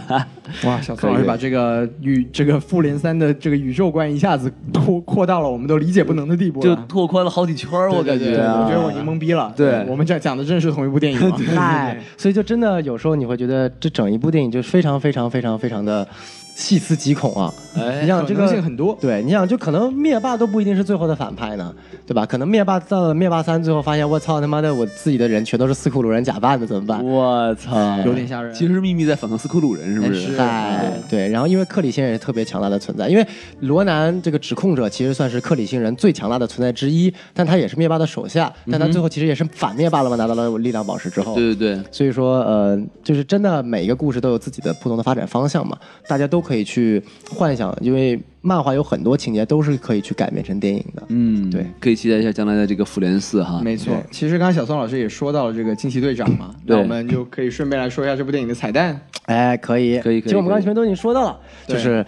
哇，小宋老师把这个宇这个复联三的这个宇宙观一下子扩扩到了我们都理解不能的地步
就
了。
拓宽了好几圈儿，我感
对
觉
对对我
啊
觉。得我已经懵逼了。
对
我们讲讲的真是同一部电影 吗？
哎，所以就真的有时候你会觉得这整一部电影就非常非常非常非常的细思极恐啊。
哎
你想这
可
个
能性很多
对，你想就可能灭霸都不一定是最后的反派呢，对吧？可能灭霸到了灭霸三最后发现，我操他妈的，我自己的人全都是斯库鲁人假扮的，怎么办？
我操，
有点吓人
其实秘密在反抗斯库鲁人，是不
哎
是？
是
哎，对，然后因为克里星人是特别强大的存在，因为罗南这个指控者其实算是克里星人最强大的存在之一，但他也是灭霸的手下，但他最后其实也是反灭霸了嘛，拿到了力量宝石之后，
对对对，
所以说，呃，就是真的每一个故事都有自己的不同的发展方向嘛，大家都可以去幻想，因为漫画有很多情节都是可以去改编成电影的。
嗯，
对，
可以期待一下将来的这个复联四哈。
没错，其实刚刚小宋老师也说到了这个惊奇队长嘛，那
对
我们就可以顺便来说一下这部电影的彩蛋。
哎，可以，
可以可以
其实我们刚才前面都已经说到了，
对
就是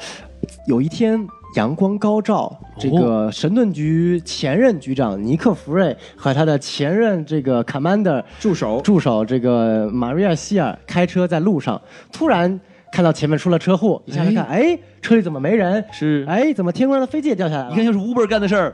有一天阳光高
哦
照，这个神盾局前任局长尼克弗瑞和他的前任这个 commander
助手
助手这个玛瑞亚希尔开车在路上，突然看到前面出了车祸，一下就看，哎，车里怎么没人？
是
哎，怎么天空上的飞机也掉下来了？
一看就是 Uber 干的事儿，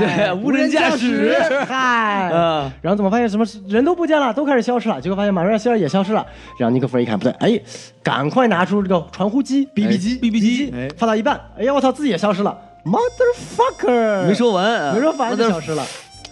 对，无人驾驶，
嗨，
啊
然后怎么发现什么人都不见了，都开始消失了，结果发现马瑞亚希尔也消失了，然后尼克弗瑞一看不对，哎，赶快拿出这个传呼机
哎
BB 机，
，BB 机，
哎
发到一半，哎呀我操，自己也消失了，motherfucker，
没说完啊，
没说完就消失了，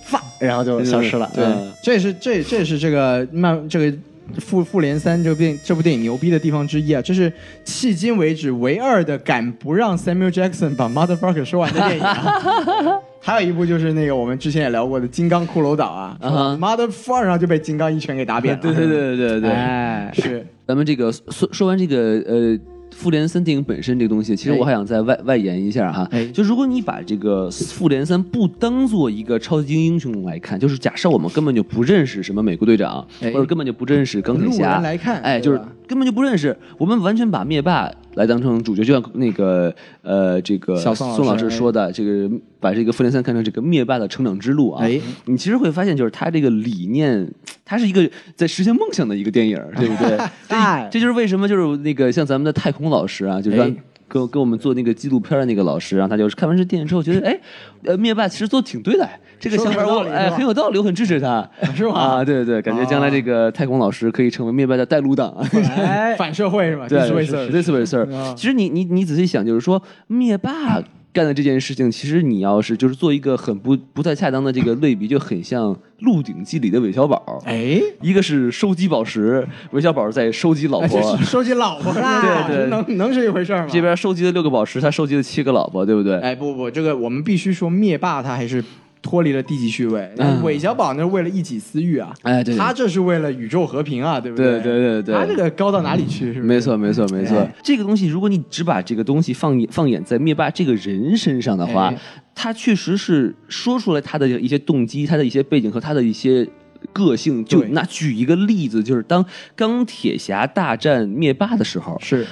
发，然后就消失了，
对
对，这也是这也这也是这个漫这个复复联三这部电这部电影牛逼的地方之一啊，这是迄今为止唯二的敢不让 Samuel Jackson 把 Motherfucker 说完的电影、 啊。还有一部就是那个我们之前也聊过的《金刚骷髅岛》啊、
啊哈
m o t h e r f u c k e r 然后就被金刚一拳给打扁了。
对对对对对对。
哎，是
咱们这个说说完这个呃复联三电影本身这个东西，其实我还想再外、外延一下哈，
哎
就如果你把这个复联三不当做一个超级英雄来看，就是假设我们根本就不认识什么美国队长，
哎
或者根本就不认识钢铁
路
侠，
人来看，
哎，就是
对吧
根本就不认识，我们完全把灭霸来当成主角，就像那个呃，这个
小宋
宋
老师
老师说的，这个把这个复联三看成这个灭霸的成长之路啊，
哎
你其实会发现，就是他这个理念，它是一个在实现梦想的一个电影，对不 对？
哎
这就是为什么就是那个像咱们的太空老师啊，就是让。
哎
跟跟我们做那个纪录片的那个老师啊，他就是看完这电影之后 觉得，哎，呃，灭霸其实做的挺对的，这个
说
想
得
法
很有
我
道理
哎
是吧
很有道理，我很支持 他，是吧？啊，对对，感觉将来这个太空老师可以成为灭霸的带路 党，
哎，
反社会是吧？
对
就是为此
是，this way
啊
sir。其实你你你仔细想，就是说灭霸干的这件事情，其实你要是就是做一个很不不太恰当的这个类比，就很像《鹿鼎记》里的韦小宝，
哎，
一个是收集宝石，韦小宝在收集老
哎
婆。
收集老婆啦，
对对
这能能是一回事儿吗？
这边收集了六个宝石，他收集了七个老婆，对不对？
哎，不不，这个我们必须说，灭霸他还是脱离了低级趣味。
嗯
韦小宝那是为了一己私欲啊，
哎对
他这是为了宇宙和平啊，对不
对
对
对对对
他这个高到哪里去？是不是？
没错，没错，没错
哎。
这个东西，如果你只把这个东西放眼放眼在灭霸这个人身上的话
哎，
他确实是说出来他的一些动机、他的一些背景和他的一些。个性就
对
那举一个例子，就是当钢铁侠大战灭霸的时候，
是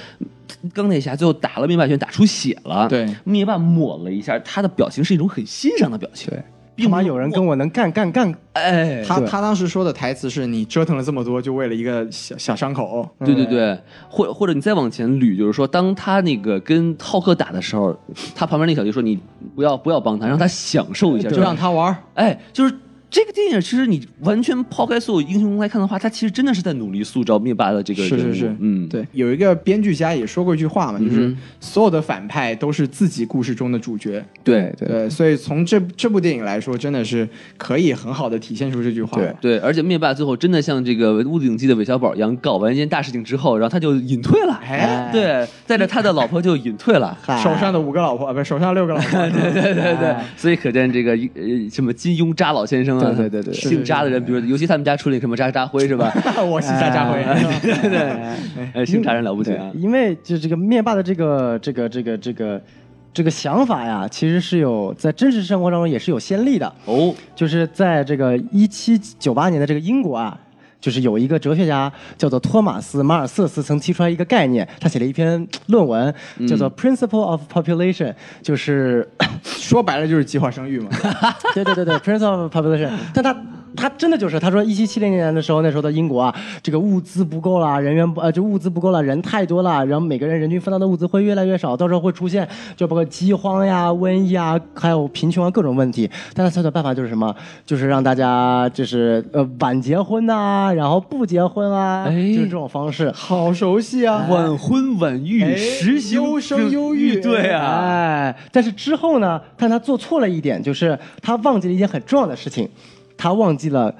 钢铁侠最后打了灭霸一拳，打出血了。
对
灭霸抹了一下，他的表情是一种很欣赏的表情。对，
他妈有人跟我能干干干，
哎，
他他当时说的台词是：“你折腾了这么多，就为了一个小小伤口。
对对对，或或者你再往前捋，就是说，当他那个跟浩克打的时候，他旁边那小弟说：“你不要不要帮他，让他享受一下。””
嗯就让他玩儿，
哎，就是这个电影，其实你完全抛开所有英雄来看的话，他其实真的是在努力塑造灭霸的这个
是
人
是
物
是，
嗯，，
对，有一个编剧家也说过一句话嘛，就是
嗯
所有的反派都是自己故事中的主角，
对对
对，所以从这这部电影来说，真的是可以很好的体现出这句话。
对
对，而且灭霸最后真的像这个《鹿鼎记》的韦小宝一样，搞完一件大事情之后，然后他就隐退了，
哎
对，带着他的老婆就隐退了。
手上的五个老婆，啊不是手上六个老婆， 对对
对对，所以可见这个呃什么金庸渣老先生啊，
对对对对
姓渣的人，比如尤其他们家出那个什么渣渣辉是吧？
对，我是夏家辉，
对对，哎，姓渣人了不起啊！
因为就这个灭霸的这个这个这个这个这个想法呀，其实是有在真实生活当中也是有先例的，
哦，
就是在这个一七九八年的这个英国啊。就是有一个哲学家叫做托马斯·马尔瑟斯曾提出来一个概念，他写了一篇论文，叫做《Principle of Population》，就是
说白了就是计划生育嘛。
对对对对，Prince of Population，但他他真的就是，他说一七七零年的时候，那时候的英国啊，这个物资不够了，人员不呃就物资不够了，人太多了，然后每个人人均分到的物资会越来越少，到时候会出现就包括饥荒呀、瘟疫啊，还有贫穷啊各种问题。但他最好的办法就是什么？就是让大家就是呃晚结婚呐、然后不结婚啊，
哎
就是这种方式。
好熟悉啊！
晚婚晚育，
哎
实行
优生优育
对啊，
哎，但是之后呢，但他做错了一点，就是他忘记了一件很重要的事情，他忘记了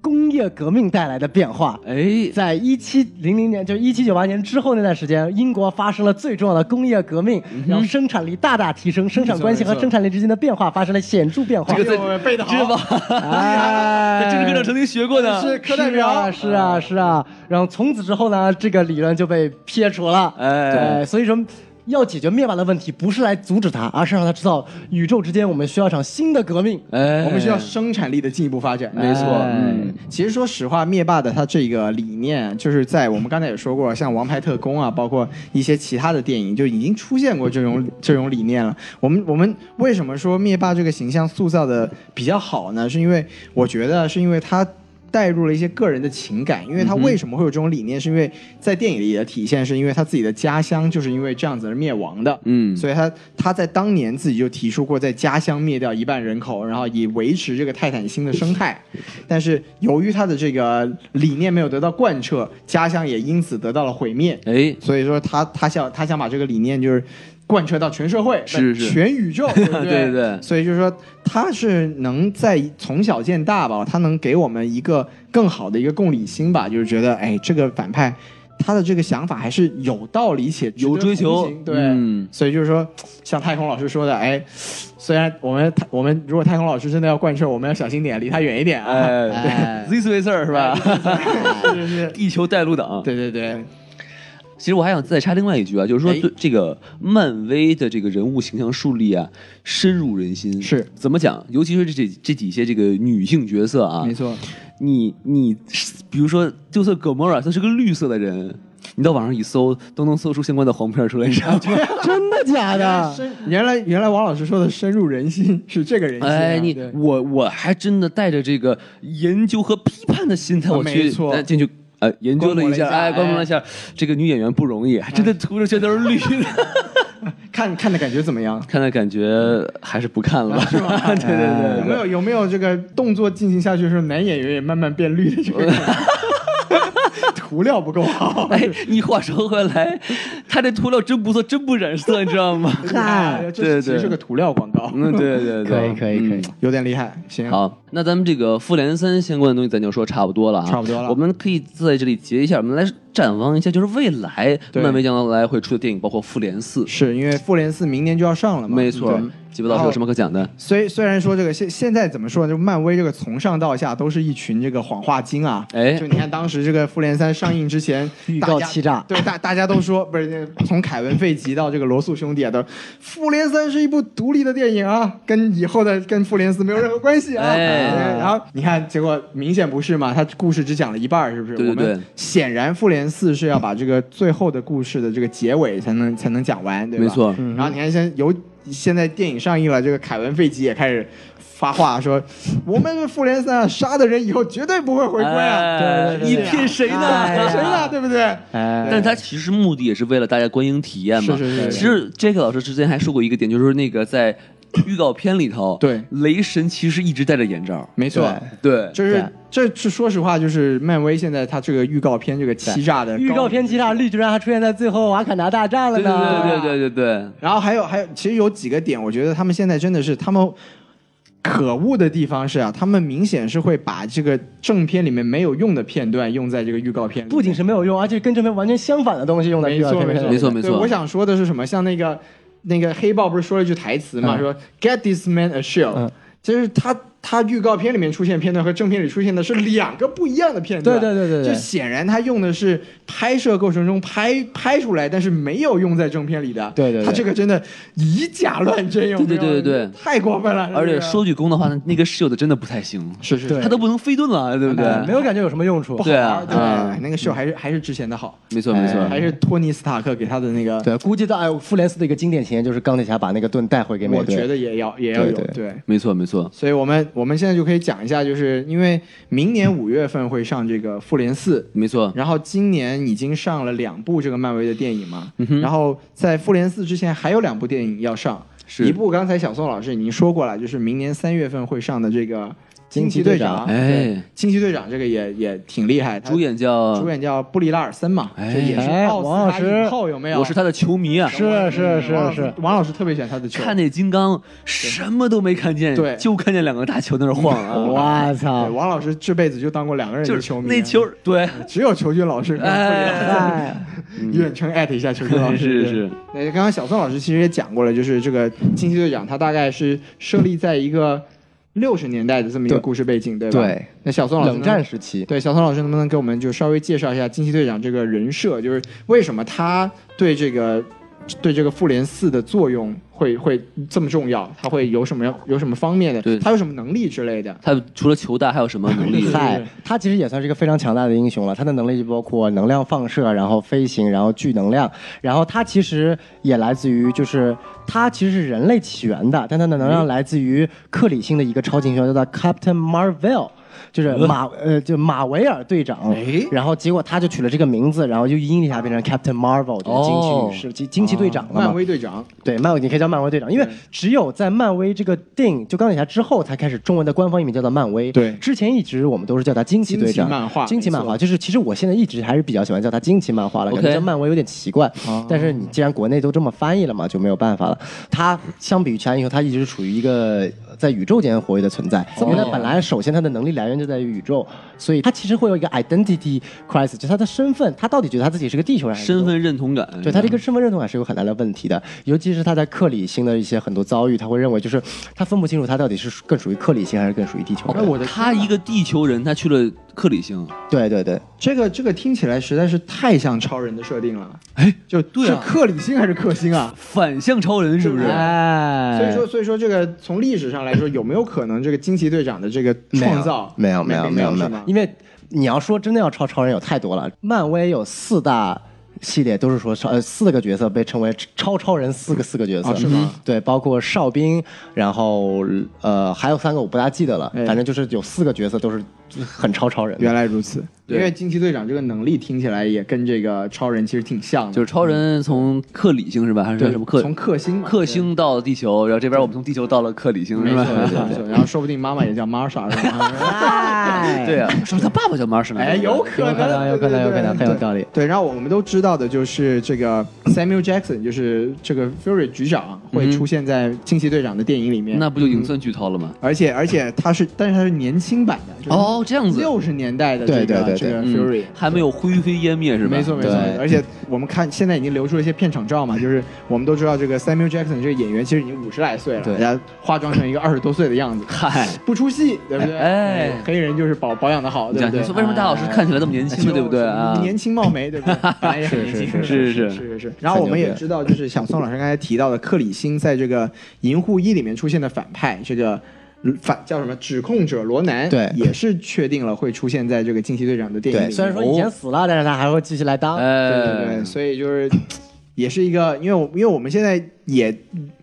工业革命带来的变化。
哎，
在一七零零年，就是一七九八年之后那段时间，英国发生了最重要的工业革命，
嗯
然后生产力大大提升，生产关系和
没错
生产力之间的变化发生了显著变化。
这个在
哎我背的
知
好，
道吧？
哎，
在政治课上曾经学过的，
是课代表
是啊，是啊，是啊。然后从此之后呢，这个理论就被撇除了。
哎
对，所以说。嗯要解决灭霸的问题，不是来阻止他，而是让他知道宇宙之间我们需要一场新的革命。
哎，
我们需要生产力的进一步发展。
没错，
哎
嗯，
其实说实话，灭霸的他这个理念，就是在我们刚才也说过，像《王牌特工》啊，包括一些其他的电影，就已经出现过这种这种理念了。我们我们为什么说灭霸这个形象塑造的比较好呢？是因为我觉得是因为他。带入了一些个人的情感，因为他为什么会有这种理念，是因为在电影里的体现，是因为他自己的家乡就是因为这样子而灭亡的，
嗯
所以他他在当年自己就提出过，在家乡灭掉一半人口，然后以维持这个泰坦星的生态。但是由于他的这个理念没有得到贯彻，家乡也因此得到了毁灭。
哎，
所以说他他想他想把这个理念就是贯彻到全社会，
是是
全宇 宙，对不
对对
所以就是说他是能在从小见大吧，他能给我们一个更好的一个共理心吧，就是觉得哎，这个反派他的这个想法还是有道理且值得
有追求
同情对。
嗯
所以就是说，像太空老师说的，哎，虽然我们太我们如果太空老师真的要贯彻，我们要小心点，离他远一点啊。哎
哎哎，this way sir 是吧？
是是是，
地球带路党，
对对对，
其实我还想再插另外一句啊，就是说
哎
对这个漫威的这个人物形象树立啊，深入人心。
是
怎么讲？尤其是这这几些这个女性角色啊，
没错，
你你比如说，就算葛莫尔他是个绿色的人，你到网上一搜，都能搜出相关的黄片儿出来，你知
啊
道吗？
真的假的？
深原来原来王老师说的深入人心是这个人心啊、
哎，你
对
我我还真的带着这个研究和批判的心态，我
啊没
去
错
呃进去呃研究了
观摩了
一下，
一下哎
哎，观摩了一下，这个女演员不容易，还真的涂着全都是绿的。
看看的感觉怎么样？
看来感觉还是不看
啊
了吧，是吗？ 对对对对
有没有有没有这个动作进行下去的时候，男演员也慢慢变绿的这 个感觉？涂料不够好，
哎，你话说回来，他这涂料真不错，真不染色，你知道吗？
嗨，
对
哎这
对
其实是个涂料广告，
嗯，对对对，
可以可以可以
嗯
有点厉害。行，
好，那咱们这个复联三相关的东西咱就说差不多了啊，
差不多了
我们可以在这里结一下，我们来展望一下，就是未来
对
漫威将来会出的电影，包括复联四，嗯
是因为复联四明年就要上了嘛？
没错
对。，
基本老师有什么可讲的？
虽虽然说这个现现在怎么说呢，就漫威这个从上到下都是一群这个谎话精啊。
哎
就你看当时这个复联三上映之前，
预
大
告
家
欺诈
对大大家都说不是，那从凯文费吉到这个罗素兄弟啊，都复联三是一部独立的电影啊，跟以后的跟复联四没有任何关系啊。对
哎
然后你看结果明显不是嘛，他故事只讲了一半儿，是不是？
对对对
我们显然复联四是要把这个最后的故事的这个结尾才能才能讲完，对吧？
没错
然后你看，现在有现在电影上映了，这个凯文费吉也开始发话说，我们复联三啊杀的人以后绝对不会回归啊，
哎
对对对
你骗谁
哎
呢？
谁呢？对不对？
哎，
但他其实目的也是为了大家观影体验嘛。
是是是
其实 Jack 老师之前还说过一个点，就是那个在预告片里头，
对
雷神其实一直戴着眼罩。
没错。
对，
就是
对
这是说实话，就是漫威现在它这个预告片这个欺诈的
预
高
告，片欺诈率居然还出现在最后瓦坎达大战了
对对
呢！
对对对对对。
然后还有还有，其实有几个点，我觉得他们现在真的是他们可恶的地方是啊，他们明显是会把这个正片里面没有用的片段用在这个预告片里面，
不仅是没有用，而且跟这边完全相反的东西用在
没
预告
错
片
没
上
错
没错没错
对我想说的是什么？像那个那个黑豹不是说了一句台词嘛，
嗯
说 “Get this man a shield”，、
嗯
就是他他预告片里面出现片段和正片里出现的是两个不一样的片段。
对对对对对
就显然他用的是拍摄过程中拍拍出来，但是没有用在正片里的。
对对对
他这个真的以假乱真，有没有
对对对对对
太过分了。是不
而
是
且说句公道话，那个 shield 真的不太行，
是是
对
他都不能飞盾了，对不对？
哎没有感觉有什么用处。
对啊，
对、
啊
那个秀还是还是之前的好，哎
没错没错，
还是托尼斯塔克给他的那个，
对，估计到哎，复联四的一个经典情节就是钢铁侠把那个盾带回给美
我
队。
觉得也要也要有
对对
对
没错没错。
所以我们我们现在就可以讲一下，就是因为明年五月份会上这个《复联四》，
没错，
然后今年已经上了两部这个漫威的电影嘛，然后在《复联四》之前还有两部电影要上，
是
一部刚才小宋老师已经说过了，就是明年三月份会上的这个《惊
惊
奇
奇
队
队
长
长》
哎
对惊奇队长》这个也也挺厉害，他
主演叫
主演叫布里拉尔森嘛，
哎
这也是
哎
奥斯
王老
卡
师
影后有没有？
我是他的球迷啊，
是是
王老
是
师
是，
王老师特别喜欢他的球，
看那金刚什么都没看见，
对
就看见两个大球在那儿晃 啊，
我
对
操！
王老师这辈子就当过两个人
就
的
是
球迷，啊
那球，对，
只有球军老师跟布里拉尔森
哎，
哎，嗯
远程艾特一下球球老师。
是
对
是。
那刚刚小宋老师其实也讲过了，就是这个惊奇队长，他大概是设立在一个六十年代的这么一个
对
故事背景，对吧？
对。
那小宋老师
冷
能
战时期，
对小宋老师能不能给我们就稍微介绍一下惊奇队长这个人设，就是为什么他对这个对这个复联四的作用会会这么重要？他会有什么样有什么方面
对
的？他有什么能力之类的？
他除了球大还有什么 能力？
嗨，他其实也算是一个非常强大的英雄了。他的能力就包括能量放射，然后飞行，然后聚能量。然后他其实也来自于，就是他其实是人类起源的，但他的能
嗯
量来自于克里星的一个超级英雄，叫做 Captain Marvel。就是马呃，就马维尔队长
哎，
然后结果他就取了这个名字，然后就音译一下变成 Captain Marvel，就是惊奇
哦
女士、惊惊奇队长了嘛
漫。威队长，
对，漫威你可以叫漫威队长，因
嗯
为只有在漫威这个电影就钢铁侠之后，才开始中文的官方译名叫做漫威。
对
之前一直我们都是叫它惊奇队
惊
长。
奇漫画
惊奇漫
没
画就是其实我现在一直还是比较喜欢叫它惊奇漫画了，感
OK
觉叫漫威有点奇怪。
哦
但是你既然国内都这么翻译了嘛，就没有办法了。它相比于其他英雄，它一直是处于一个呃在宇宙间活跃的存在，
哦
因为他本来首先他的能力来源就在于宇宙，所以他其实会有一个 identity crisis，就他的身份，他到底觉得他自己是个地球人还是
身份认同
嗯
感，
对他这个身份认同感是有很大的问题的，尤其是他在克里星的一些很多遭遇，他会认为就是他分不清楚他到底是更属于克里星还是更属于地球
哎，
人。
我的
他一个地球人，他去了克里星，
对对对，
这个这个听起来实在是太像超人的设定了，
哎，
就
对啊
是克里星还是克星啊？
反向超人是不是？
哎
所以说，所以说这个从历史上来说，有没有可能这个惊奇队长的这个创造
没有没有
没
有没
是
有
吗，
因为你要说真的要超超人有太多了，漫威有四大。系列都是说超呃四个角色被称为超超人四个四个角色、嗯
啊是吗？
对，包括哨兵，然后呃还有三个我不大记得了，
哎
反正就是有四个角色都是很超超人的。
原来如此，因
对
为惊奇队长这个能力听起来也跟这个超人其实挺像的，
就是超人从克里星是吧？还是叫
对
什么克？
从克星嘛
克星到了地球，然后这边我们从地球到了克里星
没
是
错
吧？
没错没错，然后说不定妈妈也叫 Marsha 是 吧？
对啊，是不是他爸爸叫马什呢？
哎，有
有
可
可能，有可能，有可能，很有道理。
对，然后我们都知道的就是这个 Samuel Jackson，就是这个 Fury 局长会
嗯
出现在惊奇队长的电影里面，
那不就已经算剧透了吗？
而且而且他是，但是他是年轻版的，就是
哦，这样子，
六十年代的这
对
个
对对
这个
嗯
Fury，、
还没有灰飞烟灭是吧？
没错没错，
对
而且我们看现在已经流出了一些片场照嘛，就是我们都知道这个 Samuel Jackson 这个演员其实已经五十来岁了，
对
大家化妆成一个二十多岁的样子，
嗨，
不出戏，对不对？
哎
黑人就是保保养的好，
你
对
讲
不
你
对？哎
说为什么大老师
哎
看起来那么年轻
就
呢？对不对啊？
年轻貌美，对 不对？本来也很年轻，
是
是是
是
是
是是。然后我们也知道，就是像宋老师刚才提到的，克里星在这个《银护一》里面出现的反派，这个反叫什么？指控者罗南，
对
也是确定了会出现在这个惊奇队长的电影里
对，
面。
虽然说以前死了，但是他还会继续来当。
对对
哎
对，，所以就是。也是一个，因为我因为我们现在也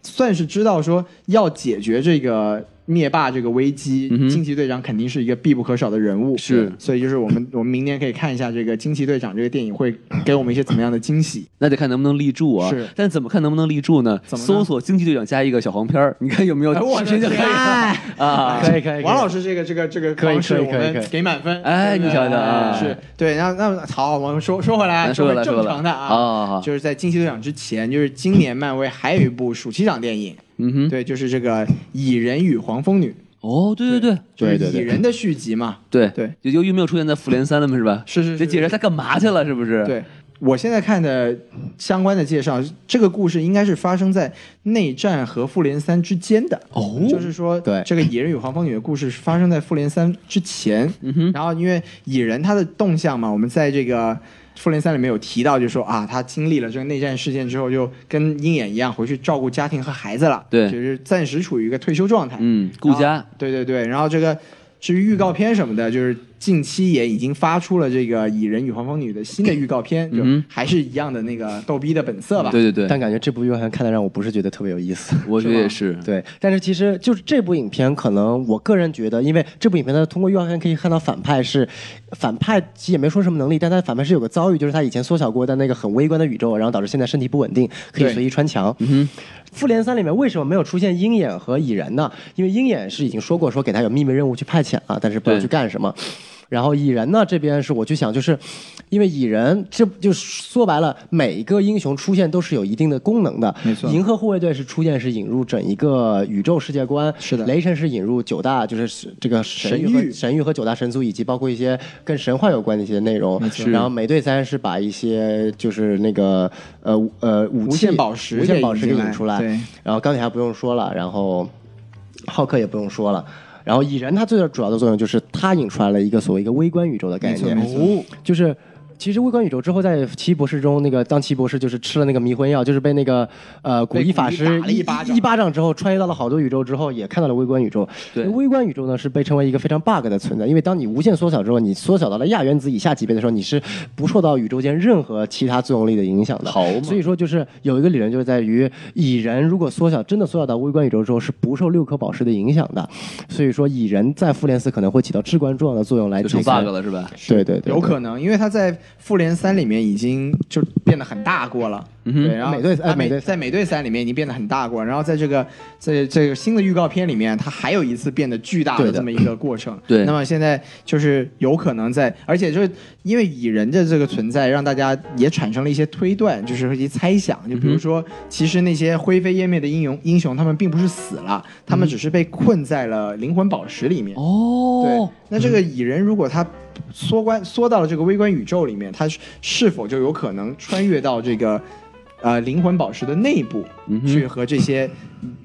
算是知道说要解决这个灭霸这个危机，
嗯哼
惊奇队长肯定是一个必不可少的人物，
是
所以就是我们我 们明年可以看一下这个惊奇队长这个电影会给我们一些怎么样的惊 喜。
那得看能不能立住啊。
是
但怎么看能不能立住呢？
怎么呢
搜索“惊奇队长”加一个小黄片儿， 你看有没有
哎我的
视频就可以
天
了啊？
可以可以，
哎王老
师
师这个这个这个
可以
方式
可以
我们
可以可以
给满分，
哎你瞧瞧啊
是对，然后那好，我们说说回来，
咱啊说回来
回
说
哎正
回来
常的
好好
啊
好，
就是在惊奇队长之前，就是今年漫威还有一部暑期档电影，
嗯哼，
对，就是这个《蚁人与黄蜂女》，
哦，对对对
就是
对对对
蚁人的续集嘛。
对
对，
就由于没有出现在复联三了嘛，是吧？
是是是
这解释他干嘛去了，是不是？，
对，我现在看的相关的介绍，这个故事应该是发生在内战和复联三之间的。
哦，
就是说，
对
这个蚁人与黄蜂女的故事是发生在复联三之前。
嗯哼，
然后，因为蚁人他的动向嘛，我们在这个复联三里面有提到，就说啊，他经历了这个内战事件之后，就跟鹰眼一样回去照顾家庭和孩子了。
对
就是暂时处于一个退休状态。
嗯，顾家，
对对对，然后这个至于预告片什么的，就是近期也已经发出了这个《蚁人与黄蜂女》的新的预告片，就
嗯哼
还是一样的那个逗逼的本色吧。
对对对，
但感觉这部约翰看的让我不是觉得特别有意思。
我觉得也是，
对，但是其实就是这部影片，可能我个人觉得，因为这部影片呢，通过约翰可以看到反派是，反派其实也没说什么能力，但他反派是有个遭遇，就是他以前缩小过在那个很微观的宇宙，然后导致现在身体不稳定，可以
对
随意穿墙。嗯复联三里面为什么没有出现鹰眼和蚁人呢？因为鹰眼是已经说过说给他有秘密任务去派遣了，但是不知道
对
去干什么。然后蚁人呢，这边是我去想，就是因为蚁人这就是说白了，每一个英雄出现都是有一定的功能的。
没错
银河护卫队是出现是引入整一个宇宙世界观，
是的
雷神是引入九大就是这个神域
神
和
域
神域和九大神族，以及包括一些跟神话有关的一些内容。然后美队三是把一些就是那个呃武呃武器
无限宝石
无限宝石给
给引进
引出
来
来
对。
然后钢铁侠不用说了，然后浩克也不用说了。然后蚁人他最主要的作用就是他引出来了一个所谓一个微观宇宙的概念，
哦，
就是其实微观宇宙之后，在奇异博士中，那个当奇异博士就是吃了那个迷魂药，就是被那个呃古
被
一
古
法
一
师
打了一巴掌
一巴掌之后，穿越到了好多宇宙之后，也看到了微观宇宙。
对
微观宇宙呢是被称为一个非常 bug 的存在，因为当你无限缩小之后，你缩小到了亚原子以下级别的时候，你是不受到宇宙间任何其他作用力的影响的。
好嘛
所以说就是有一个理论就是在于，蚁人如果缩小真的缩小到微观宇宙之后，是不受六颗宝石的影响的。所以说蚁人在复联四可能会起到至关重要的作用来
就成
解决
bug 了是吧？
对对对，
有
对
可能，因为他在复联三里面已经就变得很大过了。
嗯哼
对，然后
美队呃
啊
美队三
在美队三里面已经变得很大过，然后在这个在这个新的预告片里面，它还有一次变得巨大
对
的
的
这么一个过程。
对
那么现在就是有可能在，而且就是因为蚁人的这个存在，让大家也产生了一些推断，就是一些猜想，就
嗯
比如说，其实那些灰飞烟灭的英雄英雄，他们并不是死了，他
嗯
们只是被困在了灵魂宝石里面。对
哦，，
那这个蚁人如果他缩关缩到了这个微观宇宙里面，他是是否就有可能穿越到这个呃灵魂宝石的内部，去和这些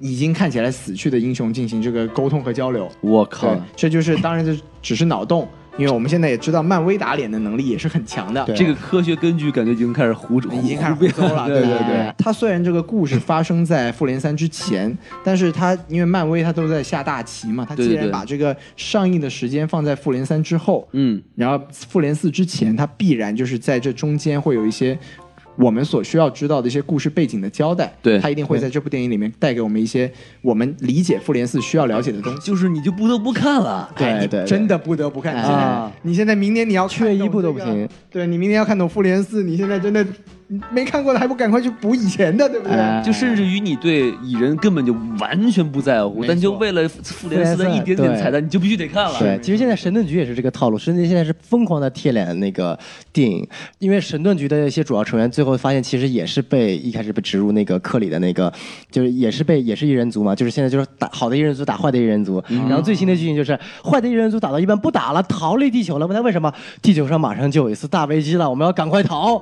已经看起来死去的英雄进行这个沟通和交流？
我
对
靠，，
这就是当然这只是脑洞，因为我们现在也知道漫威打脸的能力也是很强的。
对
这个科学根据感觉已经开始胡扯，
已经开始胡
胡编
诌 了，
对
对
对，
对。它虽然这个故事发生在复联三之前，但是它因为漫威它都在下大棋嘛，它
对
既
对
然
对
把这个上映的时间放在复联三之后，
嗯，
然后复联四之前，它必然就是在这中间会有一些我们所需要知道的一些故事背景的交代。
对
它一定会在这部电影里面带给我们一些我们理解复联四需要了解的东西。
就是你就不得不看了。
对
哎你
对对
真的不得不看。
哎
现在
啊
你现在明年你要看懂
缺一部都不
这个
行。
对你明年要看懂复联四，你现在真的没看过的还不赶快去补以前的，对不对？
哎
就甚至于你对蚁人根本就完全不在乎，
没错
但就为了复联四的一点点彩蛋，你就必须得看了。
对，其实现在神盾局也是这个套路，神盾局现在是疯狂的贴脸那个电影，因为神盾局的一些主要成员最后发现其实也是被一开始被植入那个克里的那个，就是也是被也是异人族嘛，就是现在就是打好的异人族打坏的异人族，然后最新的剧情就是坏的异人族打到一半不打了，逃离地球了，问他为什么？地球上马上就有一次大危机了，我们要赶快逃。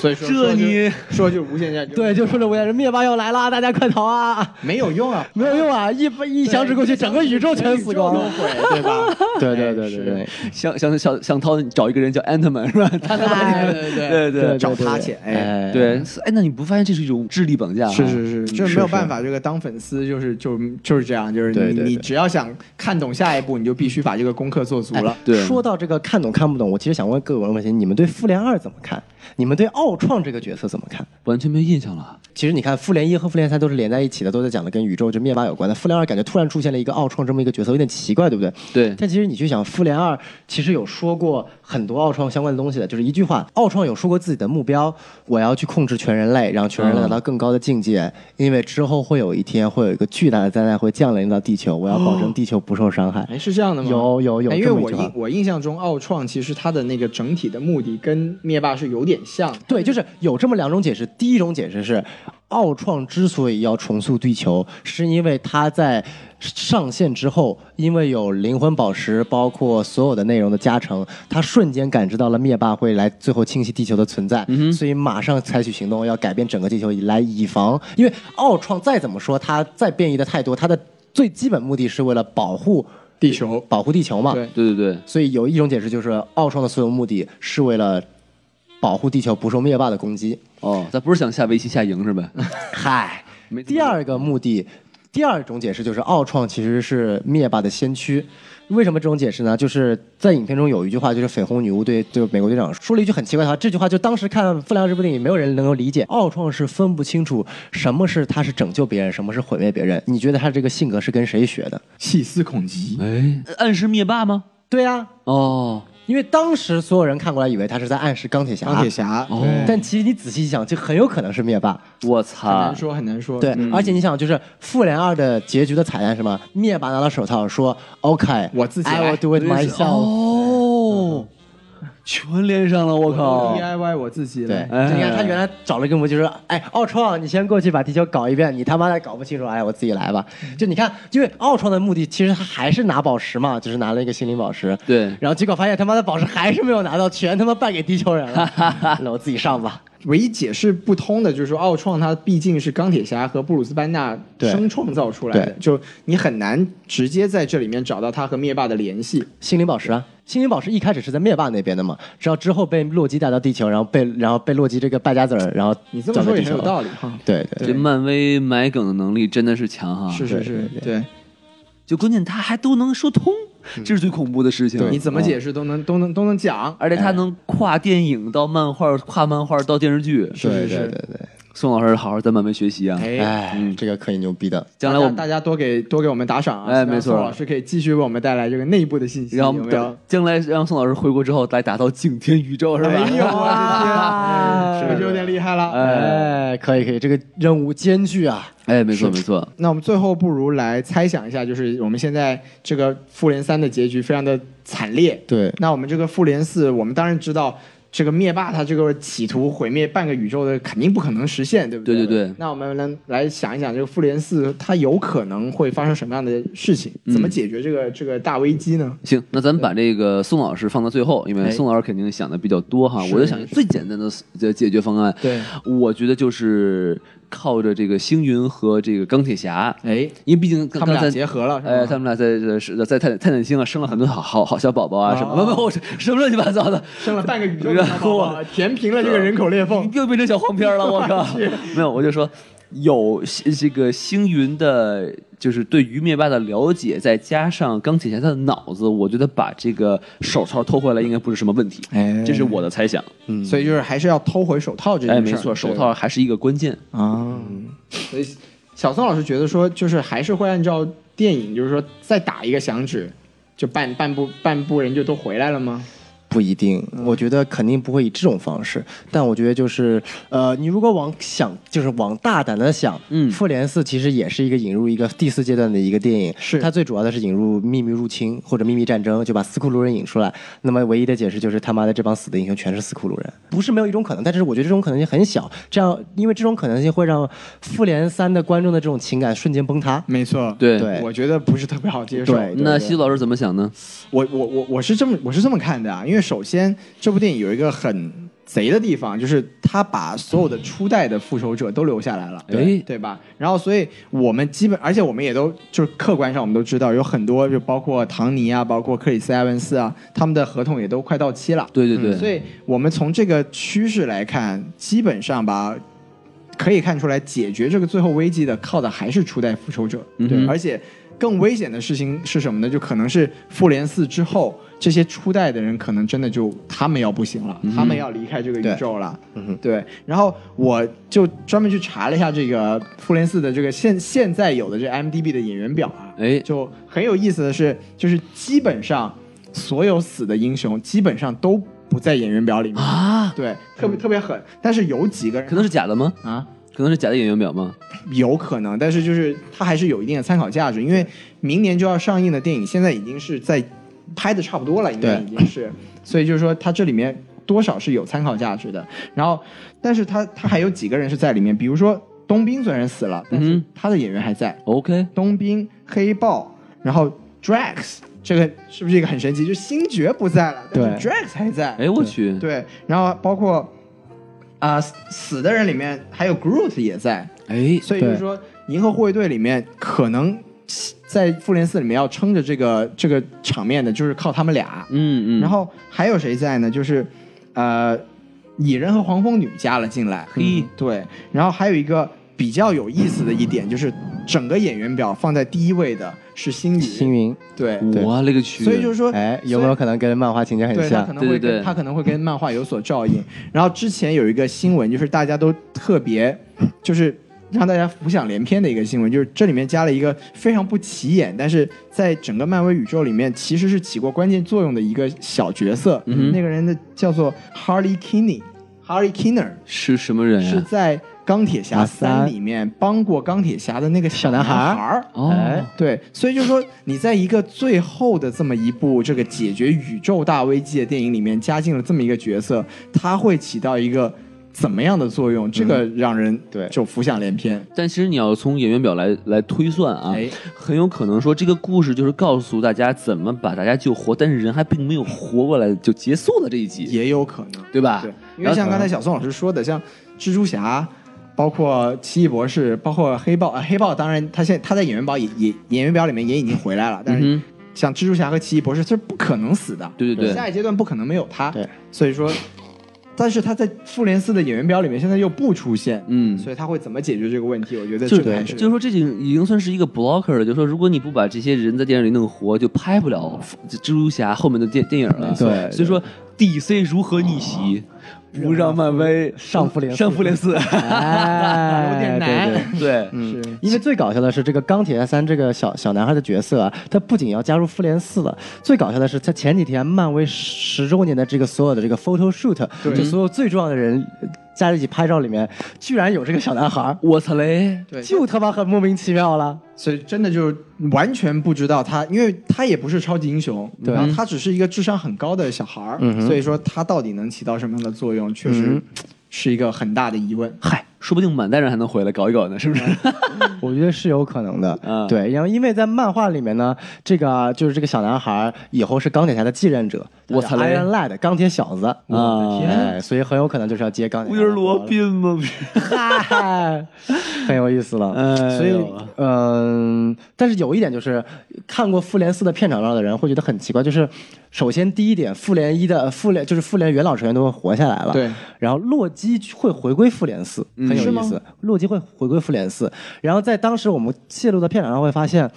所以说
这你
说就无限下去，
对，就顺着无言人灭霸要来啦，大家快逃啊！
没有用啊，
没有用啊，一一响指过去，整个宇宙全死光
宇宙
了
都。毁，对吧？
对对对对对
是。
想想想想涛找一个人叫 Antman 是吧？他能把你
对
对对
找他去，哎。
哎，
对，哎，那你不发现这是一种智力绑架？
是是是，这没
是
有办法，这个当粉丝就是就就是这样，就是
对
你
对
你
对
只要想看懂下一步，你就必须把这个功课做足了
哎。
对
说到这个看懂看不懂，我其实想问各位问题：你们对复联二怎么看？你们对奥创这个角色怎么看？
完全没印象了。
其实你看，复联一和复联三都是连在一起的，都在讲的跟宇宙就灭霸有关的。复联二感觉突然出现了一个奥创这么一个角色，有点奇怪，对不对？
对
但其实你去想，复联二其实有说过很多奥创相关的东西的，就是一句话，奥创有说过自己的目标，我要去控制全人类，让全人类
嗯
达到更高的境界，因为之后会有一天会有一个巨大的灾难会降临到地球，我要保
哦
证地球不受伤害。
哎，是这样的吗？
有有有
哎因为
这么一
我
句话
印我印象中，奥创其实它的那个整体的目的跟灭霸是有点像的。
对，就是有这么两种解释。第一种解释是，奥创之所以要重塑地球，是因为它在上线之后，因为有灵魂宝石，包括所有的内容的加成，他瞬间感知到了灭霸会来最后清洗地球的存
嗯
在，所以马上采取行动，要改变整个地球，以来以防。因为奥创再怎么说，它再变异的太多，它的最基本目的是为了保护
地球
保护地球嘛。
对
对对对，
所以有一种解释就是，奥创的所有目的是为了保护地球不受灭霸的攻击。
哦，咱不是想下围棋下赢是吧？
嗨
没，怎么
第二个目的，第二种解释就是奥创其实是灭霸的先驱。为什么这种解释呢？就是在影片中有一句话，就是绯红女巫对对美国队长说了一句很奇怪的话。这句话就当时看《复联》这部电影，没有人能够理解。奥创是分不清楚什么是他是拯救别人，什么是毁灭别人。你觉得他这个性格是跟谁学的？
细思恐极。
哎，暗示灭霸吗？
对啊呀、
哦，
因为当时所有人看过来以为他是在暗示钢铁侠，
钢铁侠，
哦
对
但其实你仔细一想，就很有可能是灭霸。
我
很
擦
难！说，很难说。
对，
嗯
而且你想，就是复联二的结局的彩蛋是什么？灭霸拿到手套说：“OK，
我自己
I
来
will do it
真是
myself。
哦，全连上了，我靠！
，DIY 我自”己呃
对，
来。
哎
就你看他原来找了一个模就是，哎，奥创，你先过去把地球搞一遍，你他妈的搞不清楚，哎，我自己来吧。
嗯
就你看，因为奥创的目的其实他还是拿宝石嘛，就是拿了一个心灵 宝石。
对
然后结果发现他妈的宝石还是没有拿到，全他妈败给地球人 了。那我自己上吧。
唯一解释不通的就是说，奥创它毕竟是钢铁侠和布鲁斯班纳
对
生创造出来的，
对
就你很难直接在这里面找到他和灭霸的联系。
心灵宝石啊，心灵宝石一开始是在灭霸那边的嘛，直到之后被洛基带到地球，然后被然后被洛基这个败家子儿，然后
你这么说也很有
理。
道理哈。
对对，
这漫威埋梗的能力真的是强哈！
是是是，对，
就关键他还都能说通，
嗯
这是最恐怖的事情。嗯
你怎么解释都能都能都能讲。
而且他能跨电影到漫画，跨漫画到电视剧，
对
是
对
是
对对，
宋老师好好在慢慢学习啊。
哎，
哎，这个可以牛逼的。
将来我
大家大家多给多给我们打赏啊！
哎没错
宋老师可以继续为我们带来这个内部的信息，
然
有
后
没有？
将来让宋老师回国之后来打造惊天宇宙是吧？
哎呦，我的天，是不是有点厉害了？
哎，可以可以，这个任务艰巨啊！
哎，没错没错，
那我们最后不如来猜想一下，就是我们现在这个复联三的结局非常的惨烈。
对，
那我们这个复联四，我们当然知道这个灭霸他这个企图毁灭半个宇宙的肯定不可能实现，对不对
对对对
那我们来来想一想，这个复联四它有可能会发生什么样的事情？
嗯
怎么解决这个这个大危机呢？
行，那咱们把这个宋老师放到最后，因为
哎
宋老师肯定想的比较多哈。我就想最简单的的解决方案，
对，
我觉得就是靠着这个星云和这个钢铁侠，
哎，
因为毕竟
他
刚
们
刚
俩
才
结合了，是吧？
哎，他们俩在在是在泰泰坦星啊生了很多好好好小宝宝啊什么，不不，我什么乱七八糟的，
生了半个宇 宙的小宝宝了，填平了这个人口裂缝。
又变成小黄片了，我靠！没有，我就说有这个星云的，就是对于灭霸的了解，再加上钢铁侠他的脑子，我觉得把这个手套偷回来应该不是什么问题。
哎
这是我的猜想。
所以就是还是要偷回手套这件
嗯哎，
事儿。
没错，手套还是一个关键。
啊，所以小宋老师觉得说，就是还是会按照电影，就是说再打一个响指，就半半部半部人就都回来了吗？
不一定，
我
我觉得肯定不会以这种方式。
但我觉得就是，呃，你如果往想，就是往大胆的想，
嗯
复联四其实也是一个引入一个第四阶段的一个电影，
是
它最主要的是引入秘密入侵或者秘密战争，就把斯库鲁人引出来。那么唯一的解释就是他妈的这帮死的英雄全是斯库鲁人，不是没有一种可能，但是我觉得这种可能性很小。这样，因为这种可能性会让复联三的观众的这种情感瞬间崩塌。
没错，
对
对
我觉得不是特别好接受。
对
那西子老师怎么想呢？
我我我我是这么我是这么看的啊，因为首先这部电影有一个很贼的地方，就是他把所有的初代的复仇者都留下来了，
对
对吧？然后所以我们基本，而且我们也都就是客观上我们都知道，有很多就包括唐尼啊，包括克里斯埃文斯啊，他们的合同也都快到期了，
对对对，
所以我们从这个趋势来看，基本上吧，可以看出来，解决这个最后危机的靠的还是初代复仇者。
嗯
对，
哼
而且更危险的事情是什么呢？就可能是复联四之后，这些初代的人可能真的就他们要不行了，
嗯
他们要离开这个宇宙了。对，然后我就专门去查了一下这个复联四的这个现现在有的这 MDB 的演员表啊，
哎
就很有意思的是，就是基本上所有死的英雄基本上都不在演员表里面，
啊，
对，特别特别狠。但是有几个人
可能是假的吗？
啊，
可能是假的演员表吗？
有可能，但是就是它还是有一定的参考价值，因为明年就要上映的电影现在已经是在拍的差不多了，应该已经是，所以就是说它这里面多少是有参考价值的。然后，但是它它还有几个人是在里面，比如说冬兵虽然死了，但是
嗯
他的演员还在，
OK，
冬兵、黑豹，然后 Drax，这个是不是一个很神奇？就星爵不在了，但是 Drax 还在。
哎我去，
对，然后包括啊、死死的人里面还有 Groot 也在，
哎，
所以就是说，《银河护卫队》里面可能在复联四里面要撑着这个这个场面的，就是靠他们俩。
嗯嗯，
然后还有谁在呢？就是呃，蚁人和黄蜂女加了进来。
嗯
嘿
对，然后还有一个比较有意思的一点就是，整个演员表放在第一位的是星宇，
星云，
对，
我嗯勒个去，
所以嗯就是说，
哎，有没有可能跟漫画情节很
对他
像
可？能会
对对
跟
对
他可能会跟漫画有所照应。然后之前有一个新闻，就是大家都特别，就是让大家浮想联翩的一个新闻，就是这里面加了一个非常不起眼，但是在整个漫威宇宙里面其实是起过关键作用的一个小角色，
嗯哼
那个人的叫做 Harley Kinney，Harley Kinner
是什么人
是
哎呀？
在钢铁侠
啊三
三里面帮过钢铁侠的那个小男孩儿。哎
哦，
对，所以就是说，你在一个最后的这么一部这个解决宇宙大危机的电影里面加进了这么一个角色，它会起到一个怎么样的作用？这个让人
对
就浮想联翩。
但其实你要从演员表来来推算啊，
哎
很有可能说这个故事就是告诉大家怎么把大家救活，但是人还并没有活过来就结束了这一集，
也有可能，
对吧？
对，因
啊然
为
后
像刚才小宋老师说的，像蜘蛛侠。包括奇异博士，包括黑豹啊、黑豹当然他现他在演员表也也演员表里面也已经回来了，但是
嗯哼，
像蜘蛛侠和奇异博士是不可能死的，
对对
下
对，
一阶段不可能没有他。
对，
所以说，但是他在复联四的演员表里面现在又不出现，
嗯。
所以他会怎么解决这个问题？我觉得
就
这
是
个还
就是是说，这已经已经算是一个 blocker 了。就是说，如果你不把这些人在电影里弄活，就拍不了蜘蛛侠后面的电电影了。
错对
所以说 DC 如何逆袭，
哦
不让漫威
上复联四
上复 联四。
哎，有点难。对对
对，
是
嗯因为最搞笑的是，这个钢铁侠三这个小小男孩的角色啊，他不仅要加入复联四了，最搞笑的是，他前几天漫威十周年的这个所有的这个 photo shoot，
对
就所有最重要的人呃加在一起拍照里面，居然有这个小男孩，
我操嘞！
对，
就他妈很莫名其妙了。
所以真的就是完全不知道他，因为他也不是超级英雄，
对嗯
然后他只是一个智商很高的小孩儿，所以说他到底能起到什么样的作用，确实是一个很大的疑
嗯
问。
嗨，说不定满代人还能回来搞一搞呢，是不是？
我觉得是有可能的，
嗯
对，然后因为在漫画里面呢，这个就是这个小男孩以后是钢铁侠的继任者，
我操嘞
，Iron Lad 钢铁小子
我的天
哎，所以很有可能就是要接钢 铁
乌
侠
云
的活了。
罗宾 吗？不是，
嗨， 很有意思了。
哎
所以
呦，
嗯、但是有一点就是，看过《复联四》的片场照的人会觉得很奇怪，就是首先第一点，《复联一》的复联就是复联元老成员都活下来了，
对。
然后洛基会回归复联四，很有意思。洛基会回归复联四，然后在当时我们泄露的片场上会发现。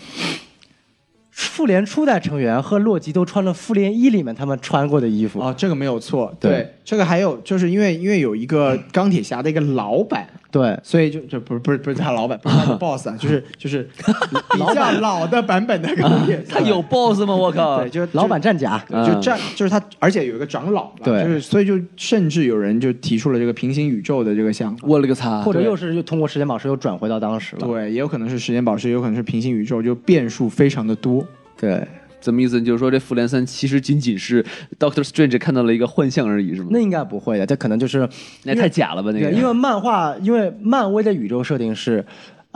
复联初代成员和洛基都穿了复联一里面他们穿过的衣服，
哦，这个没有错，
对
这个还有就是因为因为有一个钢铁侠的一个老板，
对，
所以就就不是不是不是他老板，不是他的 boss 啊，就是就是比较老的版本的钢铁侠，
他 有 boss 吗？我靠！
对，就啊
老板战甲，
对就这样，就是他，而且有一个长老嘛，
嗯对
就是所以就甚至有人就提出了这个平行宇宙的这个想法。
我勒个擦！
或者又是又通过时间宝石又转回到当时了。
对，也有可能是时间宝石，也有可能是平行宇宙，就变数非常的多。
对，
怎么意思？你就是说这复联三其实仅仅是 Doctor Strange 看到了一个幻象而已，是吗？
那应该不会的，这可能就是
那也太假了吧？那个，
对，因为漫画，因为漫威的宇宙设定是。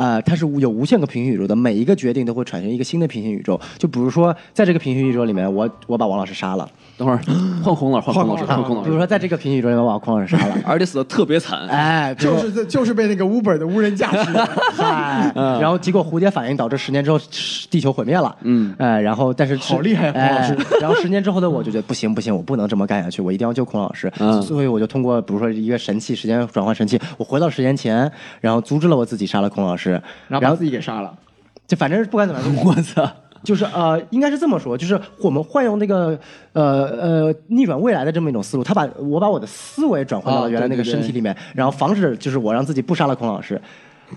呃，它是无有无限个平行宇宙的，每一个决定都会产生一个新的平行宇宙。就比如说，在这个平行宇宙里面，我我把王老师杀了；
等 会儿换孔老师，换孔老师，换孔老
比如
师，
说，在这个平行宇宙里面，我把匡老师杀了。
而且死的特别惨。
啊哎，比如说
这就是被那个 Uber 的无人驾驶，
嗨，哎
嗯
然后结果蝴蝶反应导致十年之后地球毁灭了。
嗯
哎，然后但是
好厉害啊
哎
孔老师。
然后十年之后的我就觉得不行不行，我不能这么干下去，我一定要救孔老师。
嗯
所以我就通过比如说一个神器，时间转换神器，我回到十年前，然后阻止了我自己杀了孔老师。
然后把自己给杀了。
就反正不管怎么样，
我操！
就是呃，应该是这么说，就是我们换用那个呃呃逆转未来的这么一种思路，他把我把我的思维转换到了
哦
原来那个
对对
身体里面，然后防止就是我让自己不杀了孔老师，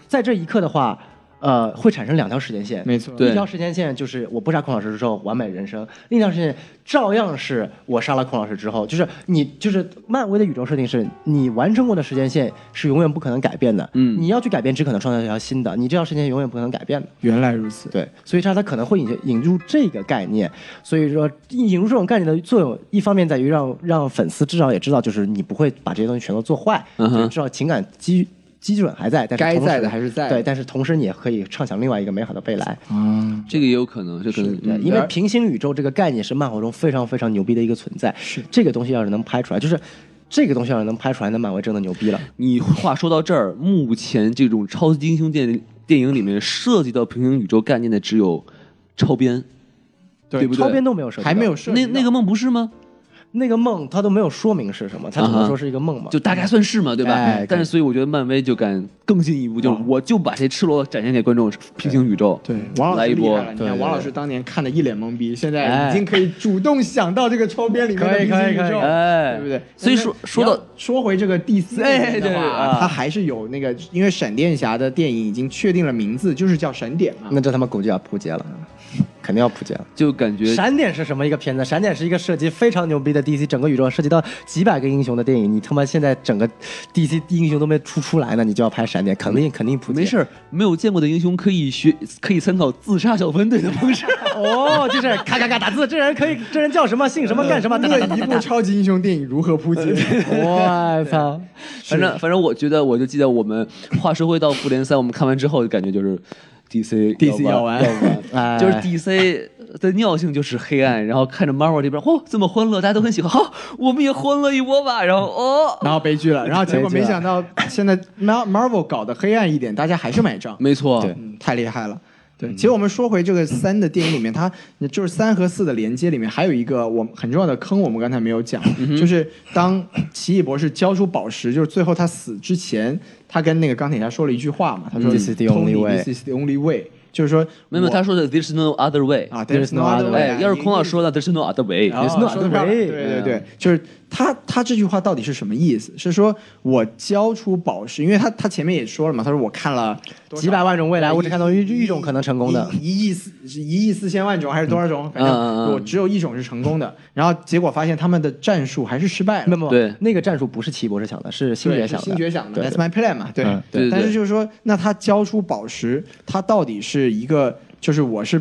在这一刻的话，呃，会产生两条时间线，
没错
对
一条时间线就是我不杀孔老师之后完美人生，另一条时间线照样是我杀了孔老师之后，就是你就是漫威的宇宙设定是你完成过的时间线是永远不可能改变的，
嗯
你要去改变，只可能创造一条新的，你这条时间线永远不可能改变的。
原来如此，
对，所以它它可能会引引入这个概念，所以说引入这种概念的作用，一方面在于让让粉丝至少也知道，就是你不会把这些东西全都做坏，
嗯哼
就是至少情感基基准还在，但是
该
同
在
时
的还是在的
对，但是同时你也可以畅想另外一个美好的未来，
这个也有可能，这可能嗯
对，因为平行宇宙这个概念是漫画中非常非常牛逼的一个存在，是这个东西要是能拍出来，就是这个东西要是能拍出来，那漫威真的牛逼了。
你话说到这儿，目前这种超级英雄电电影里面涉及到平行宇宙概念的只有超编，对不对
超编都没有涉及到，
还没有设计
那
到
那个梦不是吗？
那个梦，他都没有说明是什么，他只
嗯
啊
能
哈
说是一个梦嘛。
就大概算是嘛，对吧？
哎对
但是所以我觉得漫威就敢更进一步，就是我就把这赤裸裸展现给观众，平行宇宙，
对王老
来
师
一
厉
波
害了，。你看
对
王老师当年看的一脸懵逼，现在
哎
已经可以主动想到这个超编里面的
可以
平
可
行
以
宇
可以
宙，
哎
对不对？
所以说
那
说
你要
到
说回这个 DC
哎
那边
对
的
对
话
啊，
他还是有那个，因为闪电侠的电影已经确定了名字，就是叫闪点嘛。
那这他妈狗就要扑街了，肯定要扑街了。
就感觉
闪点是什么一个片子？闪点是一个涉及非常牛逼的 DC 整个宇宙，涉及到几百个英雄的电影。你他妈现在整个 DC 英雄都没出出来呢，你就要拍闪点，肯定肯定扑
嗯
街。
没事，儿，没有见过的英雄可以学，可以参考自杀小分队的 方式。
哦，就是咔咔咔打字，这人 可以，这人叫什么，姓什么，干什么，哒哒哒
那
哒
一部超级英雄电影如何扑街？
我操！
反正反正我觉得，我就记得我们话说回到复联三，我们看完之后感觉就是 DC
DC
要
要
完
完
哎
就是 DC 的尿性就是黑暗，然后看着 Marvel 这边，哦，这么欢乐，大家都很喜欢，好、我们也欢乐一波吧。然后哦，
然后悲 剧了，然后结果
悲剧了
没想到现在 Mar- Marvel 搞得黑暗一点，大家还是买账，
没错，
对
嗯，太厉害了。对，其实我们说回这个三的电影里面，它就是三和四的连接里面还有一个我们很重要的坑，我们刚才没有讲，
嗯
就是当奇异博士交出宝石，就是最后他死之前，他跟那个钢铁侠说了一句话嘛，他说
嗯 This is the only
"Tony,
way
This is the only way，就是说
没有
我啊
他说的 There's no other way
啊，There's no other way，
哎，要是孔老师
说哦
说的 There's no other way，
，There's
说得
no other way，
对
呃对对对，就是他他这句话到底是什么意思？是说我教出宝石，因为他他前面也说了嘛，他说我看了多少
几百万种未来，我只看到一一种可能成功的。
一一亿四是一亿四千万种还是多少种？反
嗯嗯
正
嗯
我只有一种是成功的，然后结果发现他们的战术还是失败
没
了
有。没有，
对
那个战术不是齐博士想的，是星
对
爵
是
想的。
星爵想
对
的，That's my plan 嘛，对
嗯
对对对
但是就是说，那他交出宝石，他到底是一个，就是我是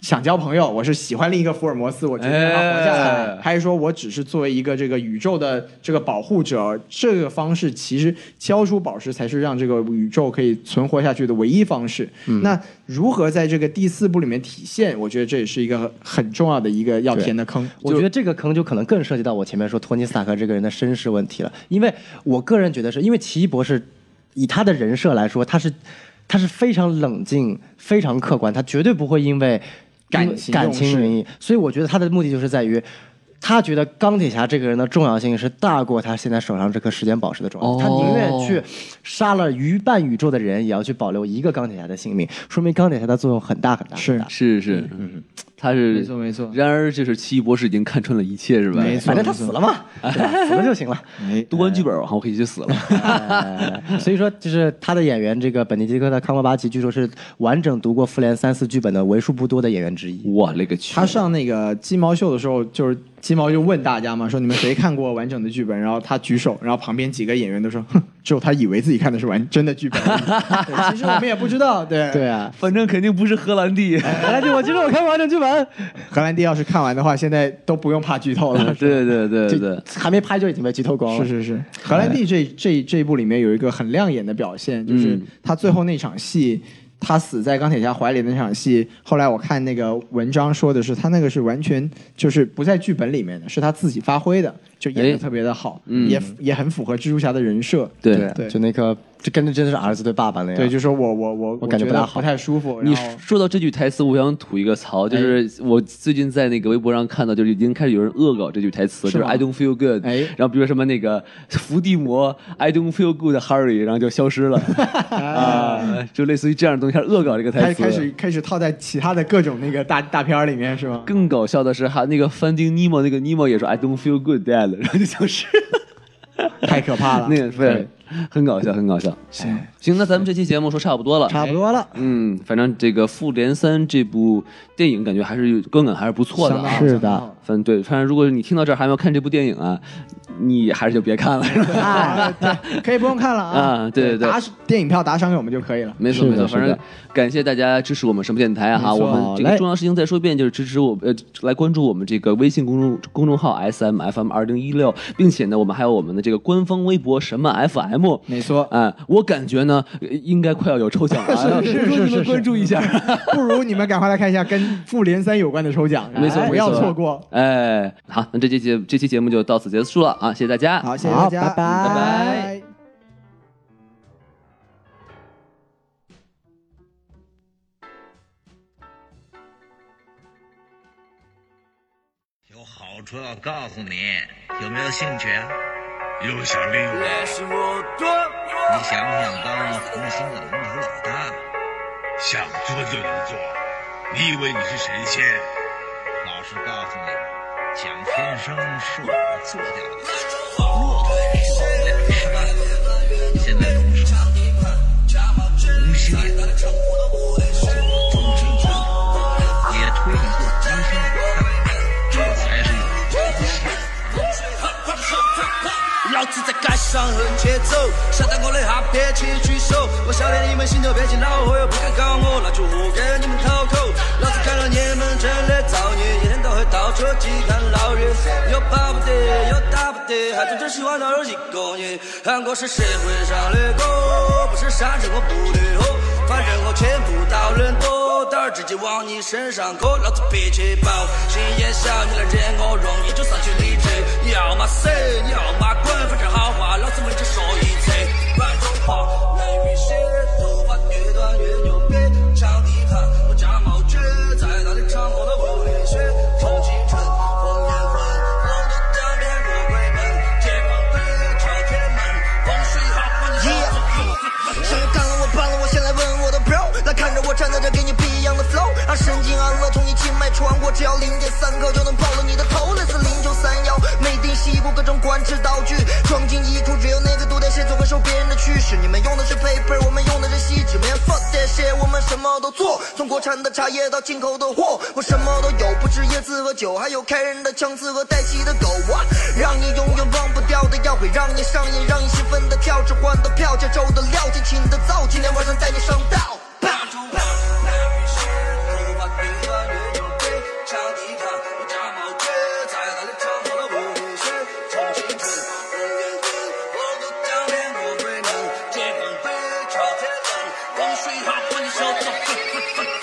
想交朋友，我是喜欢另一个福尔摩斯，我决定让他活下来，
哎
还是说我只是作为一个这个宇宙的这个保护者？这个方式其实交出宝石才是让这个宇宙可以存活下去的唯一方式。
嗯
那如何在这个第四部里面体现？我觉得这也是一个很重要的一个要填的坑。
我觉得这个坑就可能更涉及到我前面说托尼·斯塔克这个人的身世问题了，因为我个人觉得是因为奇异博士以他的人设来说，他是他是非常冷静、非常客观，他绝对不会因为
感
因为
情
感
用
情
事
原因，所以我觉得他的目的就是在于。他觉得钢铁侠这个人的重要性是大过他现在手上这颗时间宝石的重要
哦
性，他宁愿去杀了于半宇宙的人，也要去保留一个钢铁侠的性命，说明钢铁侠的作用很大很大很大。
是是，嗯他是
嗯没错没错
然而就是奇异博士已经看穿了一切，是吧？
没错
反正他死了嘛，对吧死了就行了。
哎
读完剧本，然后我 就死了。
哎所以说，就是他的演员，这个本尼迪克的康伯巴奇，据说是完整读过《复联三四》剧本的为数不多的演员之一。
我勒个去！
他上那个鸡毛秀的时候，就是鸡毛就问大家嘛，说你们谁看过完整的剧本？然后他举手，然后旁边几个演员都说，哼，只有他以为自己看的是完真的剧本，对其实我们也不知道。对
对，啊，
反正肯定不是荷兰弟。
荷
哎
兰弟，我记得我看过完整剧本，
荷兰弟要是看完的话，现在都不用怕剧透 了。
对对对对，
还没拍就已经被剧透光了。
是是是，荷兰弟这这这一部里面有一个很亮眼的表现，就是
哎嗯
他最后那场戏，他死在钢铁侠怀里的那场戏。后来我看那个文章说的是，他那个是完全就是不在剧本里面的，是他自己发挥的，就演
哎
的特别的好，
嗯
也也很符合蜘蛛侠的人设。
对
对啊，
对
就那个，就跟着真的是儿子对爸爸那样。
对，就说我我我
我感觉不
不
大好
不太舒服。
你
然后哎
说到这句台词，我想吐一个槽，就是我最近在那个微博上看到，就是已经开始有人恶搞这句台词，
是
就是
吗
"I don't feel good"，
哎
然后比如什么那个伏地魔 "I don't feel good Harry"，然后就消失 了啊，就类似于这样的东西，开始恶搞这个台
开
词。
开始开始套在其他的各种那个大大片儿里面是 吗？
更搞笑的是，还那个翻丁尼莫，那个尼莫也说 "I don't feel good dad"，然后就消失 了。
太可怕了。
那个对，很搞笑，很搞笑。行行，那咱们这期节目说差不多了，
差不多了。
嗯，反正这个《复联三》这部电影感觉还是有观感还是不错的
相当
啊
好。
是
相当
的
好
反正对，反正如果你听到这儿还没有看这部电影啊，你还是就别看 了，是吧？
啊，对，可以不用看了啊。
啊对对对
打电影票打赏给我们就可以了。
没错
是的
没错，
是的
反正感谢大家支持我们什么电台哈、啊
没错
我们这个
好嘞
重要事情再说一遍，就是支持我呃来关注我们这个微信公众公众号 S M F M 二零一六，并且呢，我们还有我们的这个官方微博什么 F M。
没 错，
啊、我感觉呢，呃应该快要有抽奖了，
是是
不
是
你们
是
关注一下。
不如你们赶快来看一下跟复联三有关的抽奖，
没
哎
错没错
不要错过。
哎，好，那这期节这期节目就到此结束了啊，谢谢大家。
好，谢谢大家，
好拜拜
拜拜
有好处要告诉你，有没有兴趣啊？有想利用
那是我多
你想不想当红星的龙头老大？
想做就能做，你以为你是神仙？
老实告诉你，蒋天生是我们做掉的，骆驼也是我们两个吃饭的。现在龙什么？红星也当上，众星捧月，也推你做红星老大，这才是有出息。
老子在街上横切走，想打我的哈别请举手。我晓得你们心头憋起恼火，又不敢搞我，那就活该你们讨口。老子看到你们真的造孽，一天到黑到处鸡汤捞月，又跑不得，又打不得，还总真喜欢闹着一个人。喊我是社会上的我，不是山城我不对吼，反正我钱不到人多，胆儿直接往你身上磕，老子憋气爆，心眼小，你来惹我容易就丧失理智，你要么死，你要么滚，反正好话老子们只说一次。观众怕内比血，头发越短越牛逼，抢地盘，我家毛卷，再大的场我都不流血，臭青春，风烟魂，我的当面入鬼门，解放碑，朝天门，风水好把你烧死。
谁干了我办了我，先来问我的 bro，来看着我站在这给你不一样的 flow。而神经啊安慰从你静脉穿过，只要零点三克就能爆了你的头，类似零九三幺，美的西部各种官制道具，装进衣裤，只有那个毒点谁总会受别人的驱使。你们用的是 paper，我们用的是锡纸棉，fuck that shit，我们什么都做，从国产的茶叶到进口的货，我什么都有，不止椰子和酒，还有开人的枪刺和带血的狗啊，让你永远忘不掉的药，会让你上瘾，让你兴奋的跳，置换的票，加州的料，尽情的造，今天晚上带你上道。
霸主吧。那于是头发越乱越牛逼，长笛卡我扎毛巾，在那里唱我的舞曲，从青春到年龄，我都当年我未能这捧杯朝天走，光水好换你手，走走走走走。